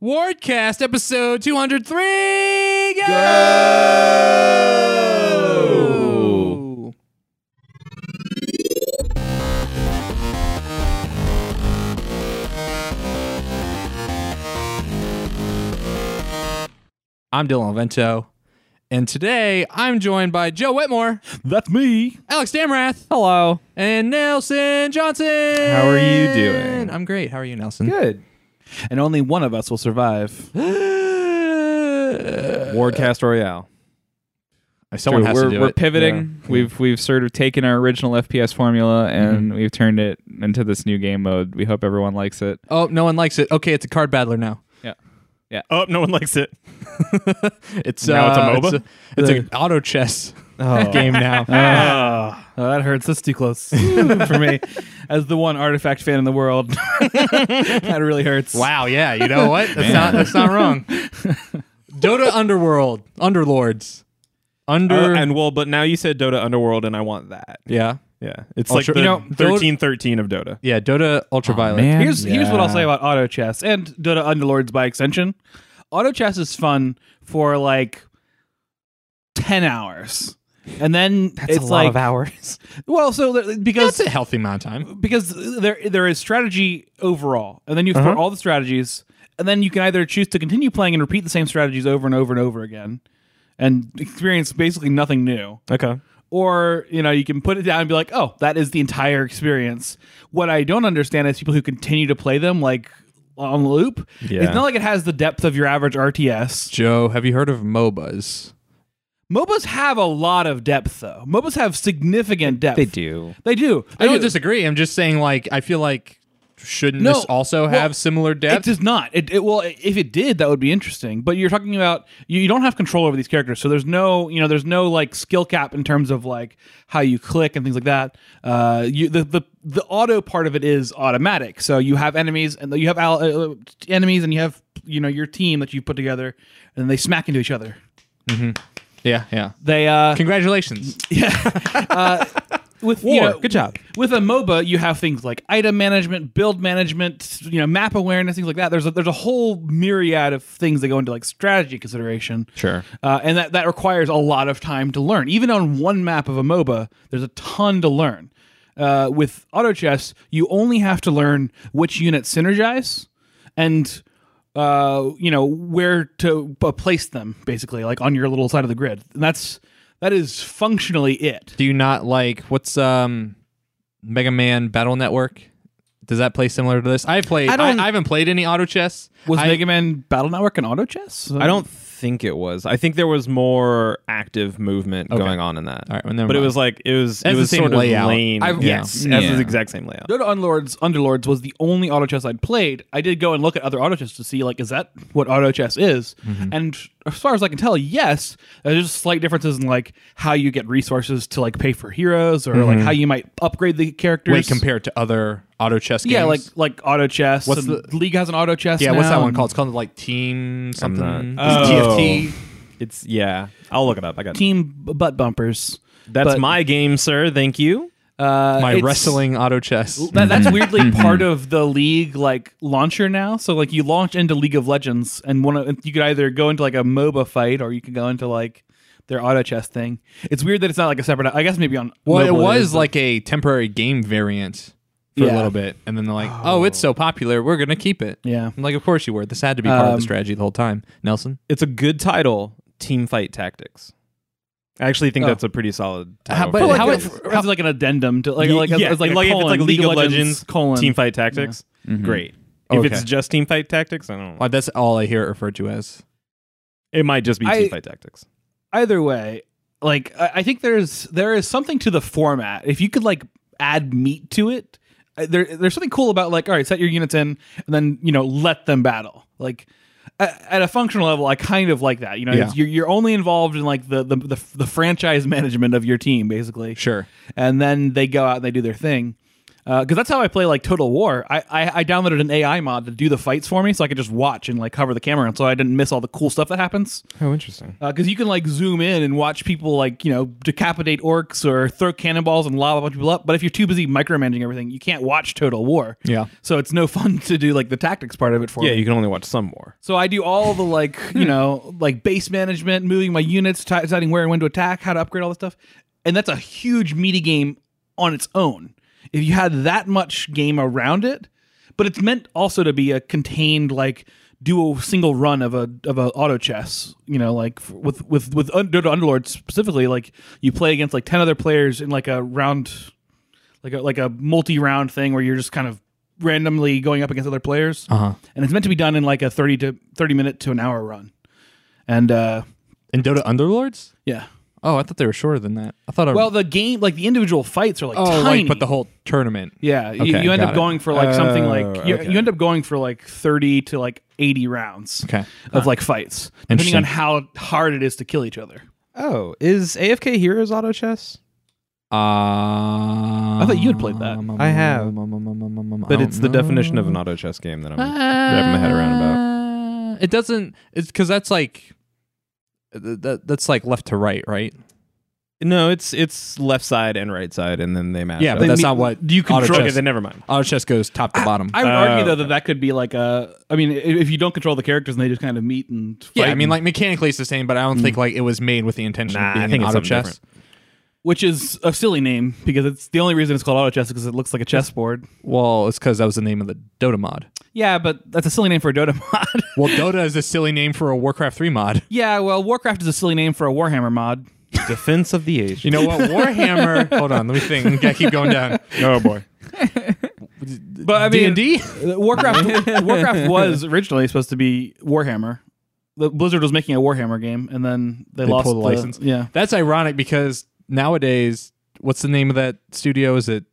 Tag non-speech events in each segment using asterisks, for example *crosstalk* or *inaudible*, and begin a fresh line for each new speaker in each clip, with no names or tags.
Wardcast episode 203. Go!
Go!
I'm Dylan Vento, and today I'm joined by Joe Whitmore,
That's me.
Alex Damrath,
Hello.
and Nelson Johnson. How
are you doing?
I'm great. How are you, Nelson?
Good. And only one of us will *gasps* survive.
*laughs* Good.
Wardcast Royale.
Someone has
we're,
to do
we're
it.
pivoting. We've we've sort of taken our original FPS formula
Mm-hmm.
and we've turned it into this new game mode. We hope everyone likes it.
Oh, no one likes it. Okay, it's a card battler now.
Oh, no one likes it.
It's
Now it's a
uh,
MOBA?
It's, a, it's an auto chess *laughs*
Oh,
game now.
Ah.
oh, that hurts. That's too
*laughs*
close *laughs* for me. As the one artifact fan in the world, that really hurts.
Wow, yeah, you know what? That's not that's not wrong. Dota Underworld, Underlords, Under
Uh, and well, but now you said Dota Underworld, and I want that.
yeah,
Yeah, it's
Ultra-
like the
you know, Dota-
thirteen thirteen of Dota.
yeah, Dota Ultraviolet.
man.
*laughs* Here's here's what I'll say
Yeah.
about auto chess and Dota Underlords by extension. Auto chess is fun for like ten hours, and then it's like
hours.
*laughs* well, so th- because
That's a healthy amount of time.
because there there is strategy overall, and then you explore all the strategies, and then you can either choose to continue playing and repeat the same strategies over and over and over again, and experience basically nothing new,
Okay.
or you know you can put it down and be like, oh, that is the entire experience. What I don't understand is people who continue to play them like on loop.
Yeah.
It's not like it has the depth of your average RTS.
Joe, have you heard of MOBAs?
MOBAs have a lot of depth though. MOBAs have significant depth.
They do.
They do. They
I don't
do.
disagree. I'm just saying, like, I feel like shouldn't
No,
this also
well,
have similar
It
depth?
does not. It, it well, if it did, that would be interesting. But you're talking about you, you don't have control over these characters, so there's no you know there's no like skill cap in terms of like how you click and things like that. Uh, you the the the auto part of it is automatic. So you have enemies and you have al- uh, enemies and you have you know your team that you put together, and they smack into each other.
yeah, yeah.
They uh,
Congratulations.
with you
War.
know,
Good job.
With a MOBA, you have things like item management, build management, you know, map awareness, things like that. There's a, there's a whole myriad of things that go into like strategy consideration.
Sure.
Uh, and that, that requires a lot of time to learn. Even on one map of a MOBA, there's a ton to learn. Uh, with auto chess, you only have to learn which units synergize and uh, you know where to p- place them, basically, like on your little side of the grid. And that's that is functionally it.
Do you not like what's um Mega Man Battle Network? Does that play similar to this? I played. I,
I don't-
I, haven't played any auto chess.
Was
I,
Mega Man Battle Network an auto chess?
Mm-hmm.
I don't think it was. I think there was more active movement going on in that.
All right, well, never
but it
mind.
was like it was
That's
it
the
was
same
sort
layout.
of lame.
I've-
yes,
Yeah.
that's
Yeah.
the exact same layout.
Dota Unlords Underlords was the only auto chess I'd played. I did go and look at other auto chess to see like is that what auto chess is?
Mm-hmm.
And as far as I can tell, yes, there's just slight differences in like how you get resources to like pay for heroes or like how you might upgrade the characters.
Mm-hmm. Wait, compared to other auto chess games.
yeah, like um, like auto chess.
What's
and League has an auto chess.
yeah, what's
now,
that one
and
called? It's called like Team something.
not-
It's
Oh.
TFT.
It's yeah. I'll look it up. I got
Team b- butt bumpers.
That's
but-
my game, sir. Thank you.
Uh,
My
it's-
wrestling auto chess.
That,
Mm-hmm.
that's weirdly part of the league like launcher now. So like you launch into League of Legends, and one of, you could either go into like a MOBA fight, or you could go into like their auto chess thing. It's weird that it's not like a separate. I guess maybe on.
Well, it
mobile
was
is,
like a temporary game variant for a
Yeah.
little bit, and then they're like, "Oh, it's so popular, we're gonna keep it."
Yeah.
I'm like of course you were. This had to be part of
Um,
the strategy the whole time, Nelson.
It's a good title. Team fight tactics. I actually think
Oh.
that's a pretty solid.
How-
Title
Uh, but
for
But
a
like,
how
game.
it-
it's, it's like an addendum to like like,
yeah,
it's like, a
if
colon,
it's like League, of Legends,
colon
team fight tactics. Great. If it's
Okay.
just team fight tactics, I don't. know.
Well, that's all I hear it referred to as.
It might just be
I-
team fight tactics.
either way, like I, I think there's there is something to the format. If you could like add meat to it, uh, there there's something cool about like all right, set your units in, and then you know let them battle. Like a- at a functional level, I kind of like that. You know,
Yeah.
it's- you're you're only involved in like the, the the *laughs* the franchise management of your team basically,
Sure.
and then they go out and they do their thing. because that's how I play like Total War. I, I I downloaded an AI mod to do the fights for me, so I could just watch and like cover the camera, and so I didn't miss all the cool stuff that happens.
Oh, interesting.
Because Uh, you can like zoom in and watch people like you know decapitate orcs or throw cannonballs and lob a bunch of people up. But if you're too busy micromanaging everything, you can't watch Total War.
Yeah.
So it's no fun *laughs* to do like the tactics part of it for
Yeah,
me.
you can only watch some war.
So I do all the like, you know, like base management, moving my units, t- deciding where and when to attack, how to upgrade all this stuff. And that's a huge meaty game on its own. If you had that much game around it, but it's meant also to be a contained like do a single run of a of a auto chess, you know, like f- with with with Un- Dota Underlord specifically, like you play against like 10 other players in like a round like a like a multi-round thing where you're just kind of randomly going up against other players
Uh-huh.
and it's meant to be done in like a 30 to 30 minute to an hour run and uh
And Dota Underlords?
yeah
Oh, I thought they were shorter than that. I thought I
well the game like the individual fights are like
oh,
tiny
like, but the whole tournament.
yeah you,
Okay,
you end
got
up
it.
going for like something
Oh,
like you,
okay.
you end up going for like 30 to like 80 rounds
Okay.
of like fights depending
Interesting.
on how hard it is to kill each other
Oh, is AFK Heroes auto chess?
Uh, I
thought you had played that.
I have. But it's the definition of an auto chess game that I'm wrapping my head around about.
about. Uh, It doesn't. It's because that's like th- that, that's like left to right, right?
No, it's it's left side and right side, and then they match.
Yeah,
up.
but that's
me-
not what
do you
auto
control-
chess-
okay, then never mind.
auto chess goes top to bottom.
i would argue though
Uh,
that that could be like a i mean i- if you don't control the characters and they just kind of meet and fight
yeah, I mean,
and-
like mechanically it's the same, but I don't think like it was made with the intention
Nah,
of being
I
an
think it's
auto
something
chess.
different.
which is a silly name because it's the only reason it's called auto chess because it looks like a chessboard
Well, it's because that was the name of the Dota mod.
yeah but that's a silly name for a dota *laughs* mod
Well, Dota is a silly name for a Warcraft three mod.
Yeah, well, Warcraft is a silly name for a Warhammer mod.
Defense of the age.
You know what? *laughs* Warhammer. hold on, let me think. I keep going down.
oh *laughs* boy.
But I
D
mean,
and D. *laughs*
Warcraft Warcraft was originally supposed to be Warhammer. The Blizzard was making a Warhammer game, and then they,
They
lost
pulled the license?
Yeah,
That's ironic because nowadays, what's the name of that studio? Is it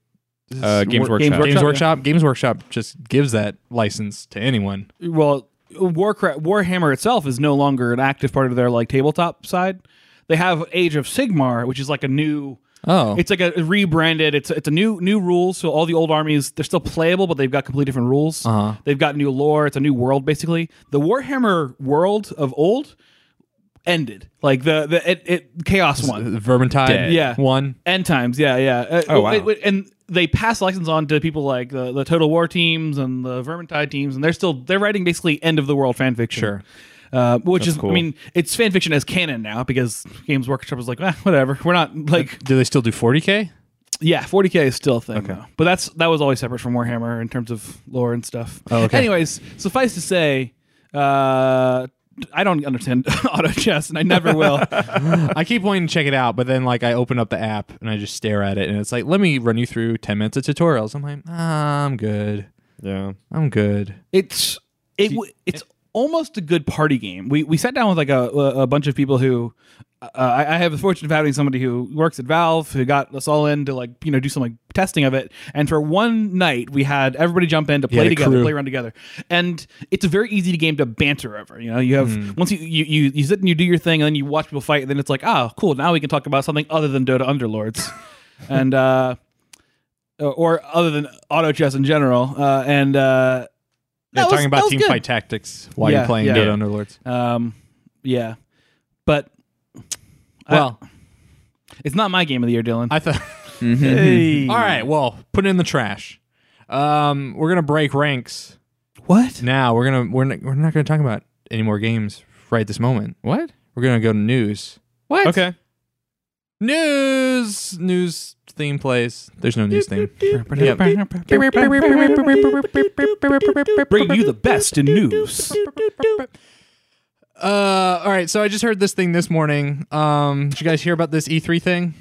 Uh, Games
Games
Workshop.
Games
Workshop,
Workshop? Games Workshop just gives that license to anyone.
well, Warcraft Warhammer itself is no longer an active part of their like tabletop side. They have Age of Sigmar, which is like a new.
Oh,
*laughs* It's like a rebranded. It's it's a new new rules. So all the old armies they're still playable, but they've got completely different rules.
Uh-huh.
They've got new lore. It's a new world basically. The Warhammer world of old ended. Like the the it, it chaos one
Vermintide.
Dead.
Yeah.
one.
end times. Yeah, yeah. Uh,
Oh, wow.
it- it- and they pass license on to people like the, the Total War teams and the Vermintide teams, and they're still they're writing basically end of the world fan fiction.
Sure.
Uh, which is,
cool.
I mean, it's fan fiction as canon now because Games Workshop is like, ah, whatever. We're not like
Do they still do 40k?
yeah, 40k is still a thing, though. but that's that was always separate from Warhammer in terms of lore and stuff.
Oh, okay.
Anyways, suffice to say, uh, I don't understand *laughs* auto chess, and I never
*laughs*
will.
I keep wanting to check it out, but then like I open up the app and I just stare at it, and it's like, let me run you through 10 minutes of tutorials. I'm like, ah, I'm good.
Yeah.
I'm good.
it's it w- it's
eh
almost a good party game. We we sat down with like a a bunch of people who. Uh, I I have the fortune of having somebody who works at Valve who got us all in to like you know do some like testing of it, and for one night we had everybody jump in to play
the
together,
crew.
play around together, and it's a very easy game to banter over. You know, you have
Mm.
once you, you you you sit and you do your thing, and then you watch people fight, and then it's like, oh, cool, now we can talk about something other than Dota Underlords, *laughs* and uh, or- or other than auto chess in general, uh, and uh,
Yeah,
That was-
talking
that
about
was
team
good.
fight tactics while
Yeah,
you're playing
yeah.
Dota
Yeah.
Underlords.
Um, yeah, but I-
Well,
it's not my game of the year, Dylan.
I thought. *laughs*
Mm-hmm. *laughs*
All right. Well, put it in the trash. Um, we're gonna break ranks
what?
now. We're gonna we're not, we're not gonna talk about any more games right this moment.
What?
We're gonna go to news.
What?
Okay.
News news theme plays. There's no news
*laughs*
theme. Yep.
Bringing you the best in news.
Uh, all right. So I just heard this thing this morning. Um, did you guys hear about this E3 thing?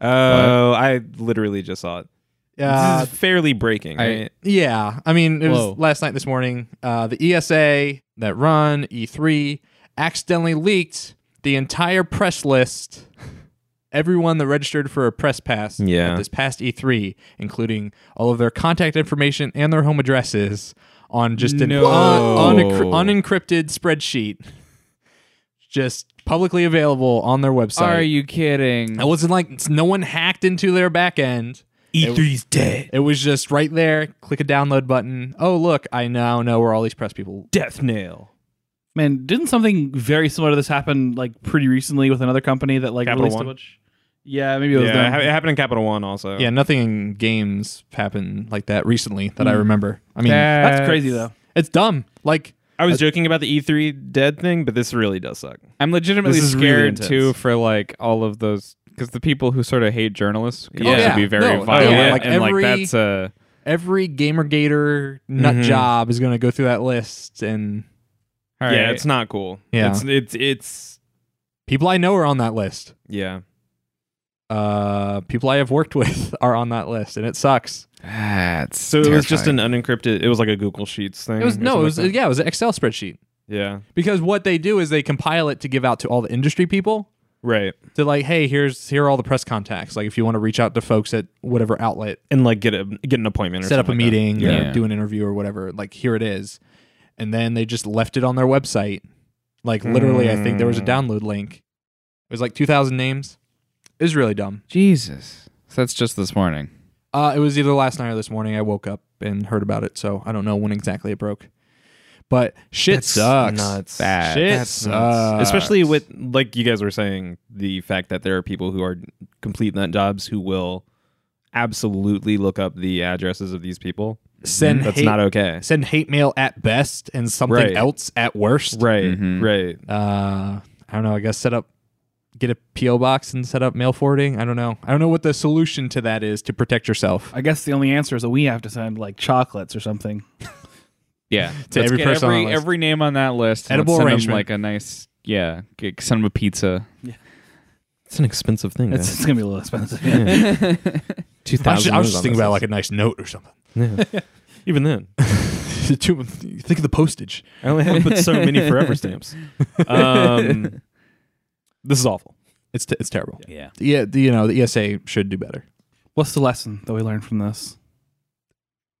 Oh, I literally just saw it.
Uh,
this is fairly breaking.
I-
right?
Yeah, I mean, it
Whoa.
was last night, this morning. Uh, the ESA that run E3 accidentally leaked the entire press list. Everyone that registered for a press pass
Yeah.
at this past E3, including all of their contact information and their home addresses, on just an
No.
un- unencry- unencrypted spreadsheet, just publicly available on their website. Oh,
Are you kidding?
It wasn't like no one hacked into their back end.
E3's dead.
It was just right there. Click a download button. Oh, look, I now know where all these press people.
Death Nail.
Man, didn't something very similar to this happen like pretty recently with another company that like
Capital
released
One?
a bunch? Yeah, maybe it was
Yeah, it
them.
ha- it happened in Capital One also.
Yeah, nothing in games happened like that recently that I remember. I mean,
That's crazy though.
it's dumb. Like,
I was joking about the E3 dead thing, but this really does suck.
I'm legitimately
This is really
scared
intense.
too for like all of those because the people who sort of hate journalists can
Yeah.
also
Oh, Yeah.
be very
No,
violent,
yeah, like
and
every-
like that's a
every Gamergator nut
Mhm.
job is going to go through that list, and
all
Yeah,
right.
it's not cool.
Yeah.
It's it's it's
people I know are on that list.
yeah.
Uh, people I have worked *laughs* with are on that list, and it sucks.
That's
So it was just an unencrypted it was like a Google Sheets thing.
It was
or
no, it was
something like
yeah, it was an Excel spreadsheet
that? uh, yeah.
because what they do is they compile it to give out to all the industry people.
Right.
To like, hey, here's here are all the press contacts. Like, if you want to reach out to folks at whatever outlet,
And like get a get an appointment or
set up a
something like that.
meeting, or
Yeah.
do an interview or whatever. Like, here it is, and then they just left it on their website. Like, literally, I think there was a
Mm.
download link. It was like two thousand names. It was really dumb.
Jesus. So that's just this morning.
Uh, it was either last night or this morning. I woke up and heard about it, so I don't know when exactly it broke. But shit sucks.
Nuts.
Bad.
Shit
That's
sucks.
Especially with like you guys were saying, the fact that there are people who are complete nut jobs who will absolutely look up the addresses of these people.
send
That's
hate,
not *laughs* okay.
send hate mail at best and something
Right.
else at worst.
Right,
Mhm.
right.
Uh, I don't know. I guess set up, get a PO box and set up mail forwarding. I don't know. I don't know what the solution to that is to protect yourself.
I guess the only answer is that we have to send like chocolates or something.
Yeah.
*laughs* To
Let's
every
get
person on
every,
the list.
every name on that list. and
Edible
let's send 'em,
arrangement.
like a nice yeah. Get, send them a pizza.
It's an expensive thing.
It's, it's gonna be a little expensive. *laughs*
Two
I was, ju- I was just thinking about like a nice note or something. *laughs*
Even then,
Too- Think of the postage.
I only have but so many forever stamps. Um, this is awful.
It's t- it's terrible.
yeah.
Yeah, the- you know the ESA should do better.
What's the lesson that we learned from this?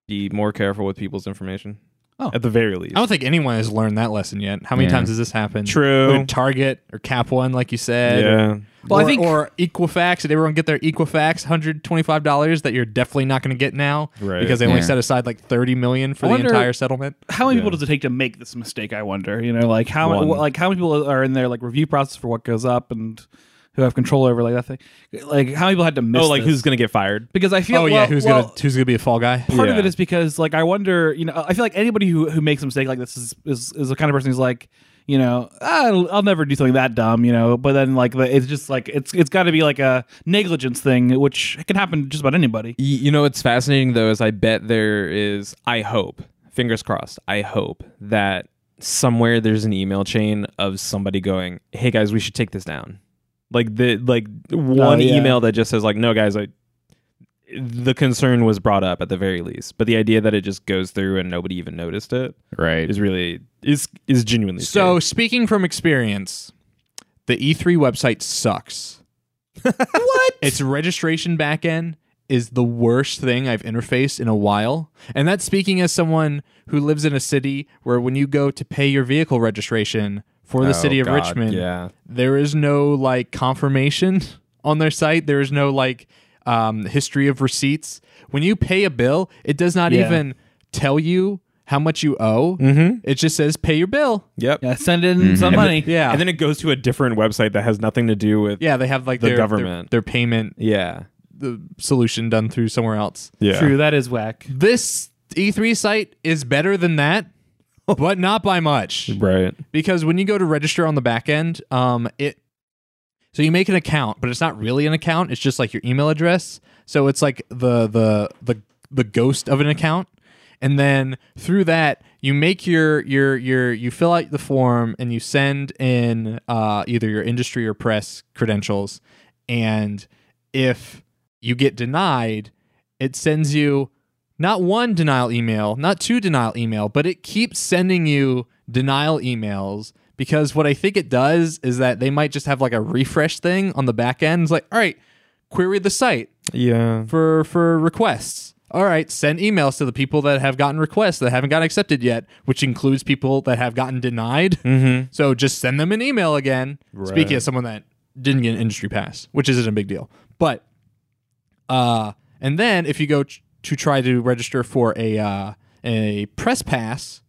Be more careful with people's information.
Oh.
At the very least.
I don't think anyone has learned that lesson yet. How many
Yeah.
times has this happened?
True.
With Target or Cap One, like you said. or-
yeah.
Well, I
or,
think-
or Equifax. Did everyone get their Equifax hundred twenty five dollars that you're definitely not going to get now
Right.
because they only
Yeah.
set aside like thirty million for
I
the
wonder-
entire settlement?
How many
Yeah.
people does it take to make this mistake? I wonder. You know, like how
One.
wh- like how many people are in their like review process for what goes up and who have control over like that thing? Like how many people had to miss?
Oh, like
this?
who's gonna get fired?
because I feel
Oh yeah,
well-
who's
well,
gonna who's gonna be a fall guy?
part of
Yeah.
it is because like I wonder, you know, I feel like anybody who who makes a mistake like this is is, is the kind of person who's like, you know, "Ah, I'll, I'll never do something that dumb, you know. But then like the, it's just like it's it's got to be like a negligence thing, which can happen to just about anybody.
Y- You know what's fascinating though is I bet there is I hope, fingers crossed, I hope that somewhere there's an email chain of somebody going, "Hey guys, we should take this down." Like the like one
yeah.
email that just says like, "No guys, I the concern was brought up at the very least." But the idea that it just goes through and nobody even noticed it
Right.
is really is is genuinely
So
scary.
speaking from experience, the E3 website sucks. *laughs* what? Its registration backend is the worst thing I've interfaced in a while. And that's speaking as someone who lives in a city where when you go to pay your vehicle registration for the
Oh,
city of
God,
Richmond,
Yeah.
there is no like confirmation *laughs* on their site. There is no like um, history of receipts. When you pay a bill, it does not
Yeah.
even tell you how much you owe.
Mhm.
It just says pay your bill.
Yep.
Yeah, send in some money.
Yeah.
And then it goes to a different website that has nothing to do with
yeah, they have like
The
their, their-
government.
their, payment
yeah.
the solution done through somewhere else.
Yeah.
True, that is whack.
This E3 site is better than
*laughs*
that, but not by much.
Right.
because when you go to register on the back end, um, it so you make an account, but it's not really an account. It's just like your email address. So it's like the the the the ghost of an account, and then through that you make your your your you fill out the form and you send in uh, either your industry or press credentials, and if you get denied, it sends you not one denial email, not two denial email, but it keeps sending you denial emails because what I think it does is that they might just have like a refresh thing on the back end. It's like, all right, query the site
Yeah.
for for requests. All right, send emails to the people that have gotten requests that haven't gotten accepted yet, which includes people that have gotten denied. *laughs*
Mm-hmm.
So just send them an email again. Speaking
Right.
as someone that didn't get an industry pass, which isn't a big deal, but uh, And then if you go ch- to try to register for a uh, a press pass,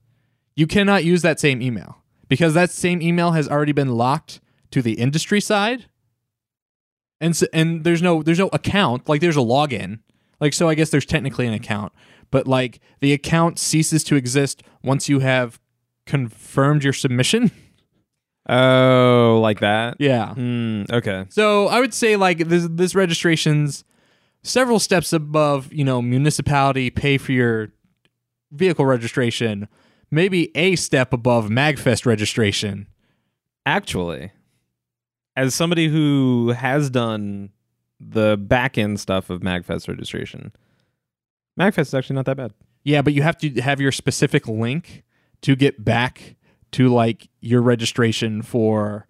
you cannot use that same email because that same email has already been locked to the industry side. And so, and there's no there's no account like there's a login like so I guess there's technically an account but like the account ceases to exist once you have confirmed your submission *laughs*
Oh, like that?
yeah
Hmm, okay.
Mm. So I would say like this this registration's several steps above, you know, municipality pay for your vehicle registration, maybe a step above Magfest registration.
Actually, as somebody who has done the back end stuff of MagFest registration, MagFest is actually not that bad.
Yeah, but you have to have your specific link to get back to like your registration for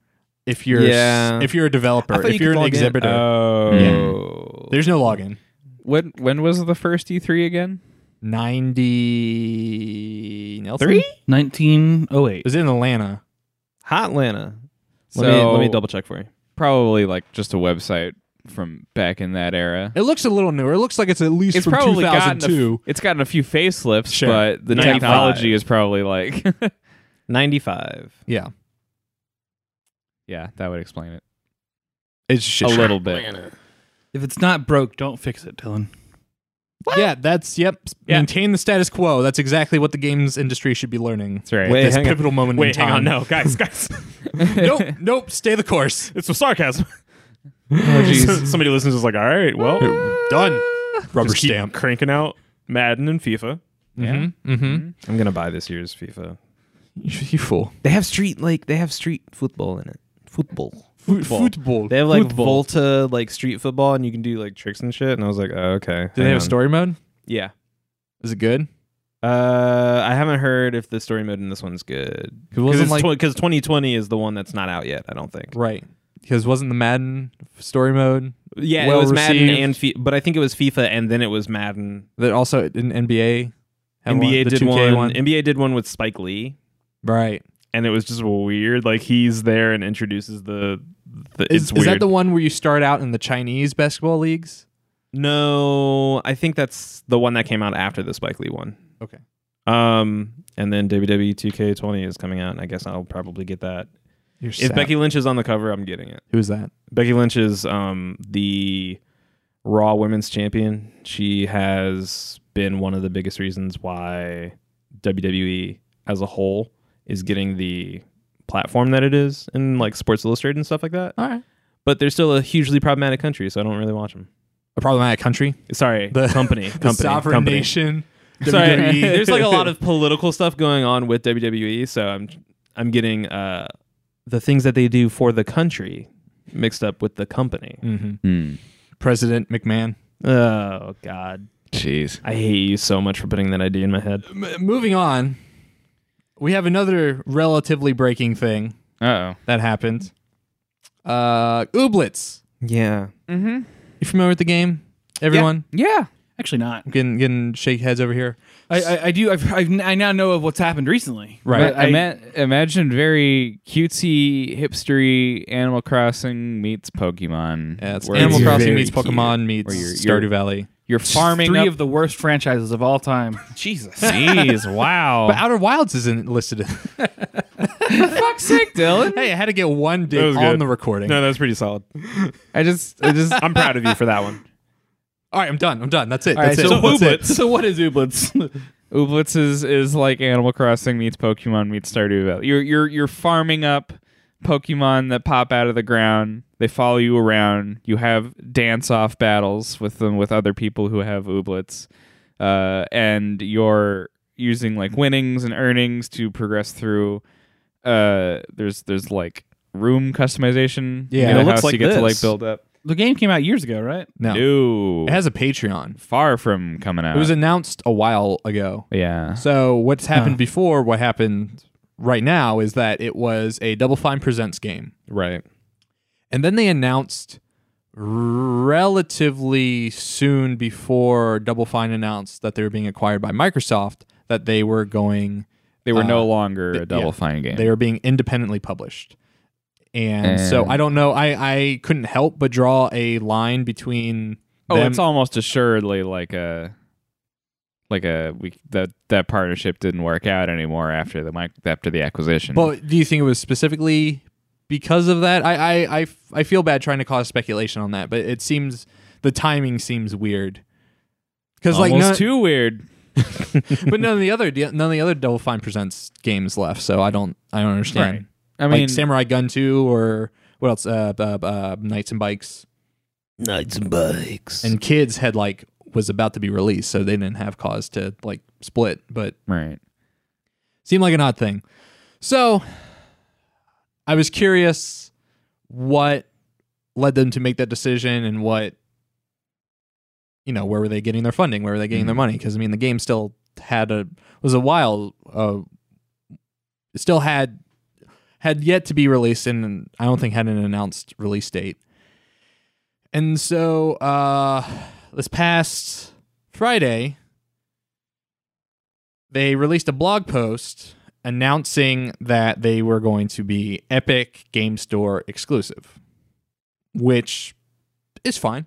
if you're s-
Yeah.
if you're a developer,
I thought
if
you
are
could
an
log in.
exhibitor.
Oh.
There's no login.
When when was the first E3 again?
90 Nelson?
Three?
It
1908.
was in Atlanta.
Hot Lana. Let, me,
So-
let me double check for you.
Probably like just a website from back in that era.
It looks a little newer. It looks like it's at least
It's
from
probably gotten a,
2002.
f- it's gotten a few facelifts,
Sure.
but the
95.
technology is probably like *laughs*
95.
Yeah,
yeah, that would explain it
it's shit.
a little bit.
If it's not broke, don't fix it, Dylan.
Yeah, that's yep. s-
Yeah.
Maintain the status quo. That's exactly what the games industry should be learning.
That's right.
At
Wait,
this
hang on.
pivotal moment. in time.
guys, *laughs* guys.
*laughs*
*laughs*
nope,
*laughs*
nope. Stay the course.
It's some sarcasm. Oh,
jeez.
*laughs* Somebody listens is like, all right, well,
Done. Rubber
just keep
stamp.
cranking out Madden and FIFA.
Yeah.
Mm-hmm. Mm-hmm.
I'm gonna buy this year's FIFA.
*laughs* You, you fool.
They have street like they have street football in it. Football.
Football. Football.
They have like
Football.
Volta like street football, and you can do like tricks and shit. And I was like, oh, okay.
Do
hang
they have
on.
a story mode?
Yeah.
Is it good?
Uh, I haven't heard if the story mode in this one's good
Because
because
wasn't like
because 2020 is the one that's not out yet. I don't think.
right. Because wasn't the Madden story mode
Yeah,
Well
it was Madden
received.
and Fi- but I think it was FIFA, and then it was Madden.
that also in NBA? had one-
NBA
the
did
2K
one, NBA did one with Spike Lee,
Right.
and it was just weird. Like he's there and introduces the. the
Is,
it's
is
weird.
that the one where you start out in the Chinese basketball leagues?
No, I think that's the one that came out after the Spike Lee one.
Okay.
Um, and then WWE 2K20 is coming out, and I guess I'll probably get that.
You're
If Becky Lynch is on the cover, I'm getting it.
Who's that?
Becky Lynch is um the Raw Women's Champion. She has been one of the biggest reasons why WWE as a whole is getting the platform that it is in like Sports Illustrated and stuff like that.
All right.
But they're still a hugely problematic country, so I don't really watch them.
A problematic country.
Sorry,
The-
*laughs* company,
the
company,
sovereign
company.
nation.
*laughs*
*laughs*
Sorry,
WWE.
*laughs* there's like a lot of political stuff going on with WWE, so I'm I'm getting uh, the things that they do for the country mixed up with the company.
Mhm.
Hmm.
President McMahon.
Oh God,
Jeez.
I hate you so much for putting that idea in my head.
M- moving on, we have another relatively breaking thing
Uh
that happened. Uh, Ooblets.
Yeah,
oh. Mm-hmm.
You familiar with the game? Everyone
Yeah.
Actually, not.
getting getting shake heads over here.
I, I, I do. I've, I've, I now know of what's happened recently.
Right.
But I, ima- imagine very cutesy, hipstery Animal Crossing meets Pokemon.
Yeah, it's
where
Animal
you're-
Crossing
very
meets Pokemon meets
Where you're- you're-
Stardew Valley.
You're farming
Three
up.
of the worst franchises of all time. *laughs* Jesus.
*laughs* Jeez,
But
wow.
Outer Wilds isn't *laughs* listed.
fuck's sake, Dylan.
hey, I had to get one
That
dig
was
on
good.
the recording.
that was pretty solid.
I just, I just,
I'm proud of you for that *laughs* one.
All right, I'm done. I'm done. That's it.
All right,
That's it.
so,
That's it.
Ooblets. *laughs* so what is *laughs* Ooblets?
Ooblets is, is like Animal Crossing meets Pokemon meets Stardew Valley. You're, you're, you're farming up Pokemon that pop out of the ground. They follow you around. You have dance off battles with them with other people who have Ooblets. Uh, and you're using like winnings and earnings to progress through. Uh, there's, there's like room customization.
Yeah.
in the
It
looks
house
like
you get to like
this.
build up.
the game came out years ago, right?
No,
No.
it has a Patreon.
far from coming out.
It was announced a while ago.
yeah.
So what's happened before, what happened right now is that it was a Double Fine Presents game.
Right.
And then they announced relatively soon before Double Fine announced that they were being acquired by Microsoft that they were going
They were
uh,
no longer a
th-
double
yeah.
fine game.
they were being independently published. And so
And-
I don't know. I, I couldn't help but draw a line between
Oh,
them-
it's almost assuredly like a like a we that that partnership didn't work out anymore after the mic after the acquisition.
But do you think it was specifically because of that? I, I, I, f- I feel bad trying to cause speculation on that, but it seems the timing seems weird. Because like
almost
none,
too weird.
but none of
*laughs*
the other de- none of the other Double Fine presents games left, so I don't I don't understand.
Right. I mean,
like Samurai Gun Two or what else? Uh, uh, uh, Knights and Bikes
Nights and bikes.
and Kids had like was about to be released, so they didn't have cause to like split, but
right.
seemed like an odd thing. So I was curious what led them to make that decision and what you know where were they getting their funding where were they getting their money because i mean the game still had a was a while uh it still had had yet to be released and i don't think had an announced release date and so uh this past friday they released a blog post announcing that they were going to be Epic Game Store exclusive, which is fine.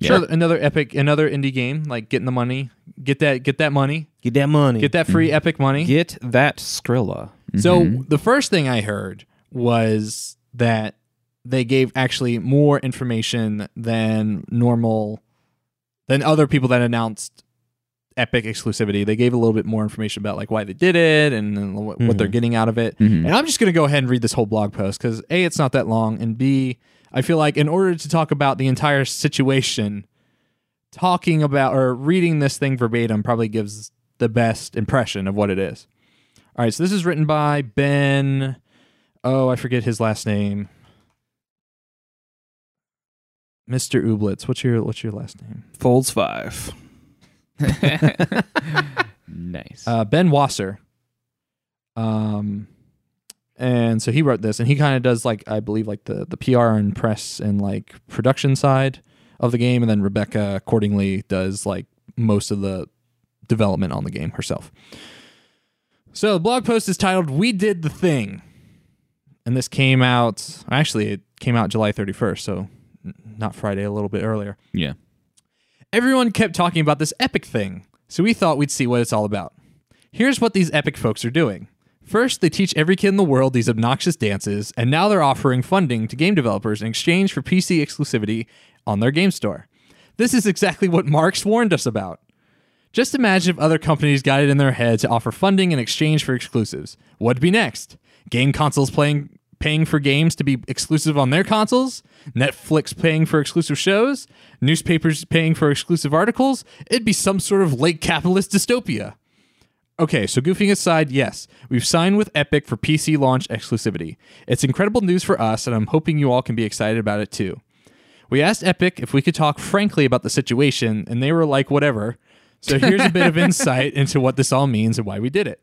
Yeah.
Sure, another Epic, another indie game, like getting the money, get that, get that money,
Get that money.
get that free Epic money.
Get that Skrilla.
So the first thing I heard was that they gave actually more information than normal than other people that announced epic exclusivity they gave a little bit more information about like why they did it and then wh- what they're getting out of it
Mhm.
and i'm just going to go ahead and read this whole blog post because a it's not that long and b i feel like in order to talk about the entire situation talking about or reading this thing verbatim probably gives the best impression of what it is all right so this is written by ben oh i forget his last name Mr. Ooblets, what's your what's your last name?
Folds five.
nice.
Uh, ben Wasser. Um, and so he wrote this, and he kind of does like I believe like the the PR and press and like production side of the game, and then Rebecca accordingly does like most of the development on the game herself. So the blog post is titled "We Did the Thing," and this came out actually it came out July thirty first, so n- not Friday, a little bit earlier.
yeah.
Everyone kept talking about this epic thing, so we thought we'd see what it's all about. Here's what these epic folks are doing. First, they teach every kid in the world these obnoxious dances, and now they're offering funding to game developers in exchange for PC exclusivity on their game store. This is exactly what Marx warned us about. Just imagine if other companies got it in their head to offer funding in exchange for exclusives. What'd be next? Game consoles playing paying for games to be exclusive on their consoles? Netflix paying for exclusive shows? Newspapers paying for exclusive articles? It'd be some sort of late capitalist dystopia. Okay, so goofing aside, yes, we've signed with Epic for PC launch exclusivity. It's incredible news for us, and I'm hoping you all can be excited about it too. We asked Epic if we could talk frankly about the situation, and they were like, whatever. So here's a bit of insight into what this all means and why we did it.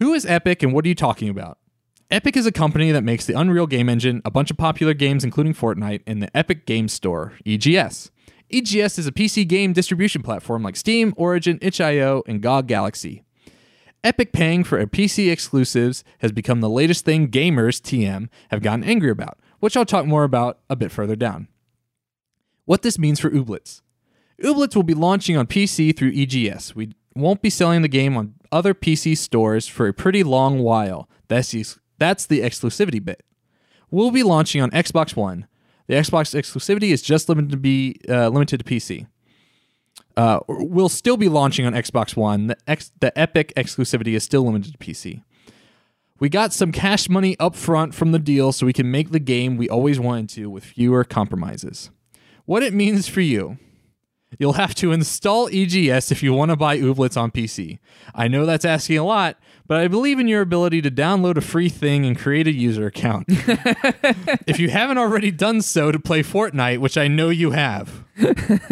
Who is Epic and what are you talking about? Epic is a company that makes the Unreal game engine, a bunch of popular games including Fortnite, and the Epic Games Store, E EGS. EGS E is a PC game distribution platform like Steam, Origin, itch.io, and GOG Galaxy. Epic paying for a PC exclusives has become the latest thing gamers TM have gotten angry about, which I'll talk more about a bit further down. What this means for Ooblets. Ooblets will be launching on PC through EGS. We won't be selling the game on other PC stores for a pretty long while. That's the, that's the exclusivity bit. We'll be launching on Xbox One. The Xbox exclusivity is just limited to be uh, limited to PC. Uh, we'll still be launching on Xbox One. The, ex- the Epic exclusivity is still limited to PC. We got some cash money up front from the deal so we can make the game we always wanted to with fewer compromises. What it means for you. You'll have to install EGS if you want to buy Ooblets on PC. I know that's asking a lot, but I believe in your ability to download a free thing and create a user account. if you haven't already done so to play Fortnite, which I know you have,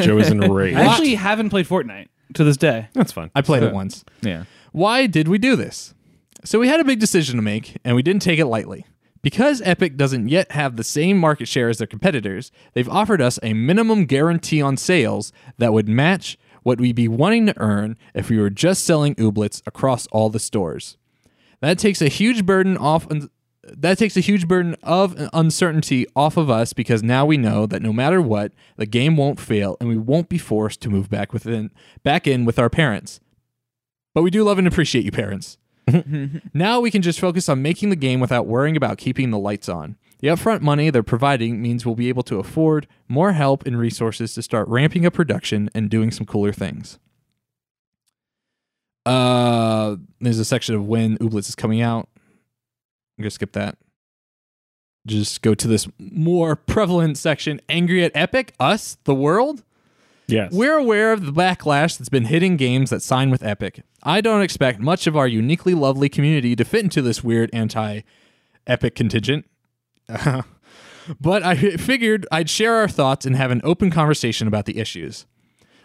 Joe is enraged.
I actually haven't played Fortnite to this day.
That's fun.
I played it once.
Yeah.
Why did we do this? So we had a big decision to make, and we didn't take it lightly. Because Epic doesn't yet have the same market share as their competitors, they've offered us a minimum guarantee on sales that would match what we'd be wanting to earn if we were just selling ooblets across all the stores. That takes a huge burden off that takes a huge burden of uncertainty off of us because now we know that no matter what, the game won't fail and we won't be forced to move back within back in with our parents. But we do love and appreciate you parents. *laughs* now we can just focus on making the game without worrying about keeping the lights on. The upfront money they're providing means we'll be able to afford more help and resources to start ramping up production and doing some cooler things. Uh, there's a section of when Ooblets is coming out. I'm gonna skip that. Just go to this more prevalent section. Angry at Epic, us, the world.
Yes.
We're aware of the backlash that's been hitting games that sign with Epic. I don't expect much of our uniquely lovely community to fit into this weird anti Epic contingent. but I figured I'd share our thoughts and have an open conversation about the issues.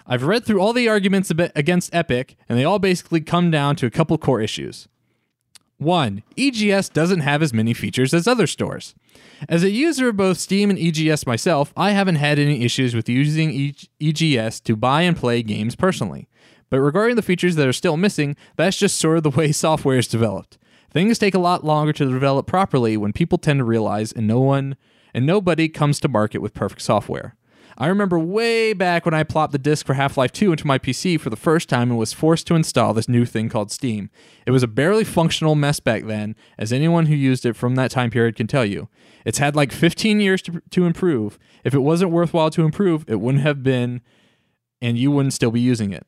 I've read through all the arguments a bit against Epic, and they all basically come down to a couple core issues. One, EGS doesn't have as many features as other stores. As a user of both Steam and EGS myself, I haven't had any issues with using E- EGS to buy and play games personally. But regarding the features that are still missing, that's just sort of the way *laughs* software is developed. Things take a lot longer to develop properly when people tend to realize and no one and nobody comes to market with perfect software. I remember way back when I plopped the disc for Half Life 2 into my PC for the first time and was forced to install this new thing called Steam. It was a barely functional mess back then, as anyone who used it from that time period can tell you. It's had like 15 years to, to improve. If it wasn't worthwhile to improve, it wouldn't have been, and you wouldn't still be using it.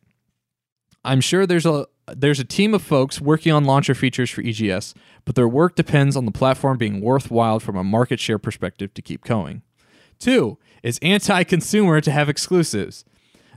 I'm sure there's a there's a team of folks working on launcher features for EGS, but their work depends on the platform being worthwhile from a market share perspective to keep going. Two, it's anti consumer to have exclusives.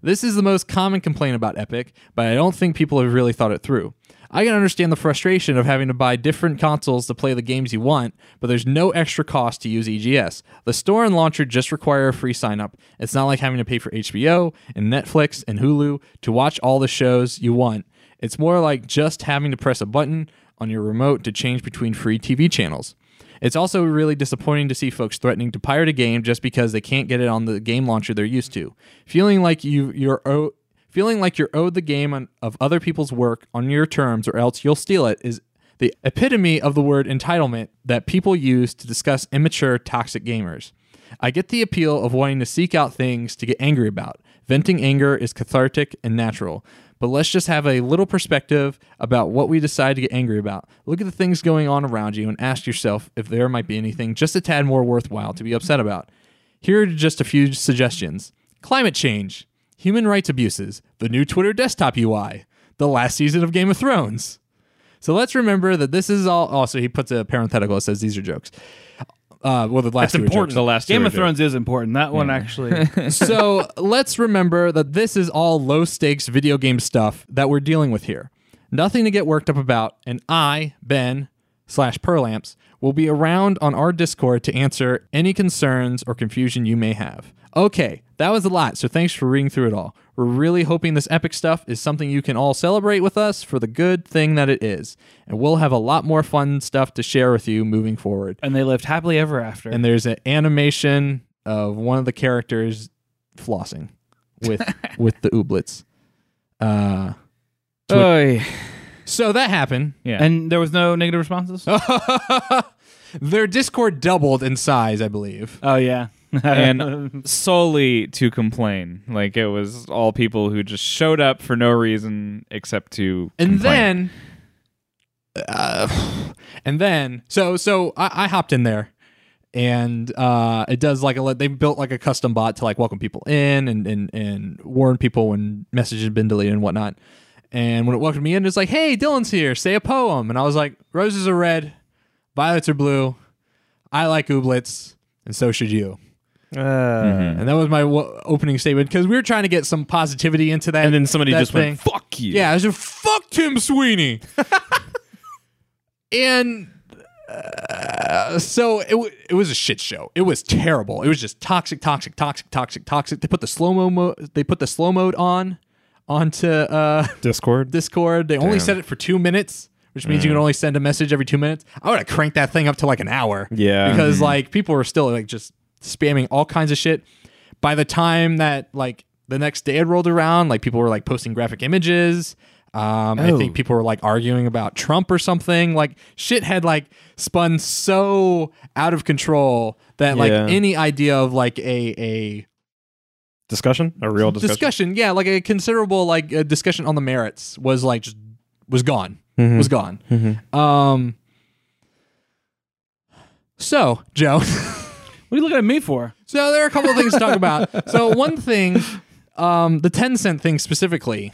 This is the most common complaint about Epic, but I don't think people have really thought it through. I can understand the frustration of having to buy different consoles to play the games you want, but there's no extra cost to use EGS. The store and launcher just require a free sign up. It's not like having to pay for HBO and Netflix and Hulu to watch all the shows you want. It's more like just having to press a button on your remote to change between free TV channels. It's also really disappointing to see folks threatening to pirate a game just because they can't get it on the game launcher they're used to. Feeling like you you're o- feeling like you're owed the game on, of other people's work on your terms or else you'll steal it is the epitome of the word entitlement that people use to discuss immature toxic gamers. I get the appeal of wanting to seek out things to get angry about. Venting anger is cathartic and natural. But let's just have a little perspective about what we decide to get angry about. Look at the things going on around you and ask yourself if there might be anything just a tad more worthwhile to be upset about. Here are just a few suggestions climate change, human rights abuses, the new Twitter desktop UI, the last season of Game of Thrones. So let's remember that this is all. Also, he puts a parenthetical that says these are jokes. Uh, well, the
That's
last two are jokes.
important. The last two
Game of
are good.
Thrones is important. That one
*laughs*
actually.
so let's remember that this is all low stakes video game stuff that we're dealing with here. Nothing to get worked up about, and I, Ben slash Perlamps, will be around on our Discord to answer any concerns or confusion you may have. Okay, that was a lot, so thanks for reading through it all. We're really hoping this epic stuff is something you can all celebrate with us for the good thing that it is, and we'll have a lot more fun stuff to share with you moving forward
and they lived happily ever after.
and there's an animation of one of the characters flossing with with the ooblets. Uh,
Oy.
so that happened.
Yeah.
And there was no negative responses. Oh,
Their Discord doubled in size, I believe.
Oh, yeah. *laughs*
and solely to complain. Like it was all people who just showed up for no reason except to
And
complain.
then, uh, *sighs* and then, so so I, I hopped in there, and uh, it does like a li- they built like a custom bot to like welcome people in and and and warn people when messages have been deleted and whatnot. And when it welcomed me in, it's like, "Hey, Dylan's here. Say a poem." And I was like, "Roses are red, violets are blue. I like ooblets, and so should you."
Mm-hmm.
And that was my w- opening statement because we were trying to get some positivity into that.
And then somebody
that
just
thing.
went, "Fuck you."
Yeah, I said, "Fuck Tim Sweeney," and uh, so it w- it was a shit show. It was terrible. It was just toxic, toxic, toxic, toxic, toxic. They put the slow mo mo- they put the slow mode on onto uh,
Discord.
Discord. They only set it for two minutes, which means you
Mm.
can only send a message every two minutes. I would have cranked that thing up to like an hour.
Yeah. Mm-hmm.
Because like people were still like just spamming all kinds of shit. By the time that like the next day had rolled around, like people were like posting graphic images. Um, I
Oh.
think people were like arguing about Trump or something. Like shit had like spun so out of control that like
Yeah.
any idea of like a a
Discussion? A real discussion?
discussion, yeah, like a considerable like a discussion on the merits was like just was gone,
Mm-hmm.
Mhm.
was gone.
Mhm.
Um. So Joe. *laughs*
What are you looking at me for?
So there are a couple of things to talk about. So one thing, um, the ten cent thing specifically,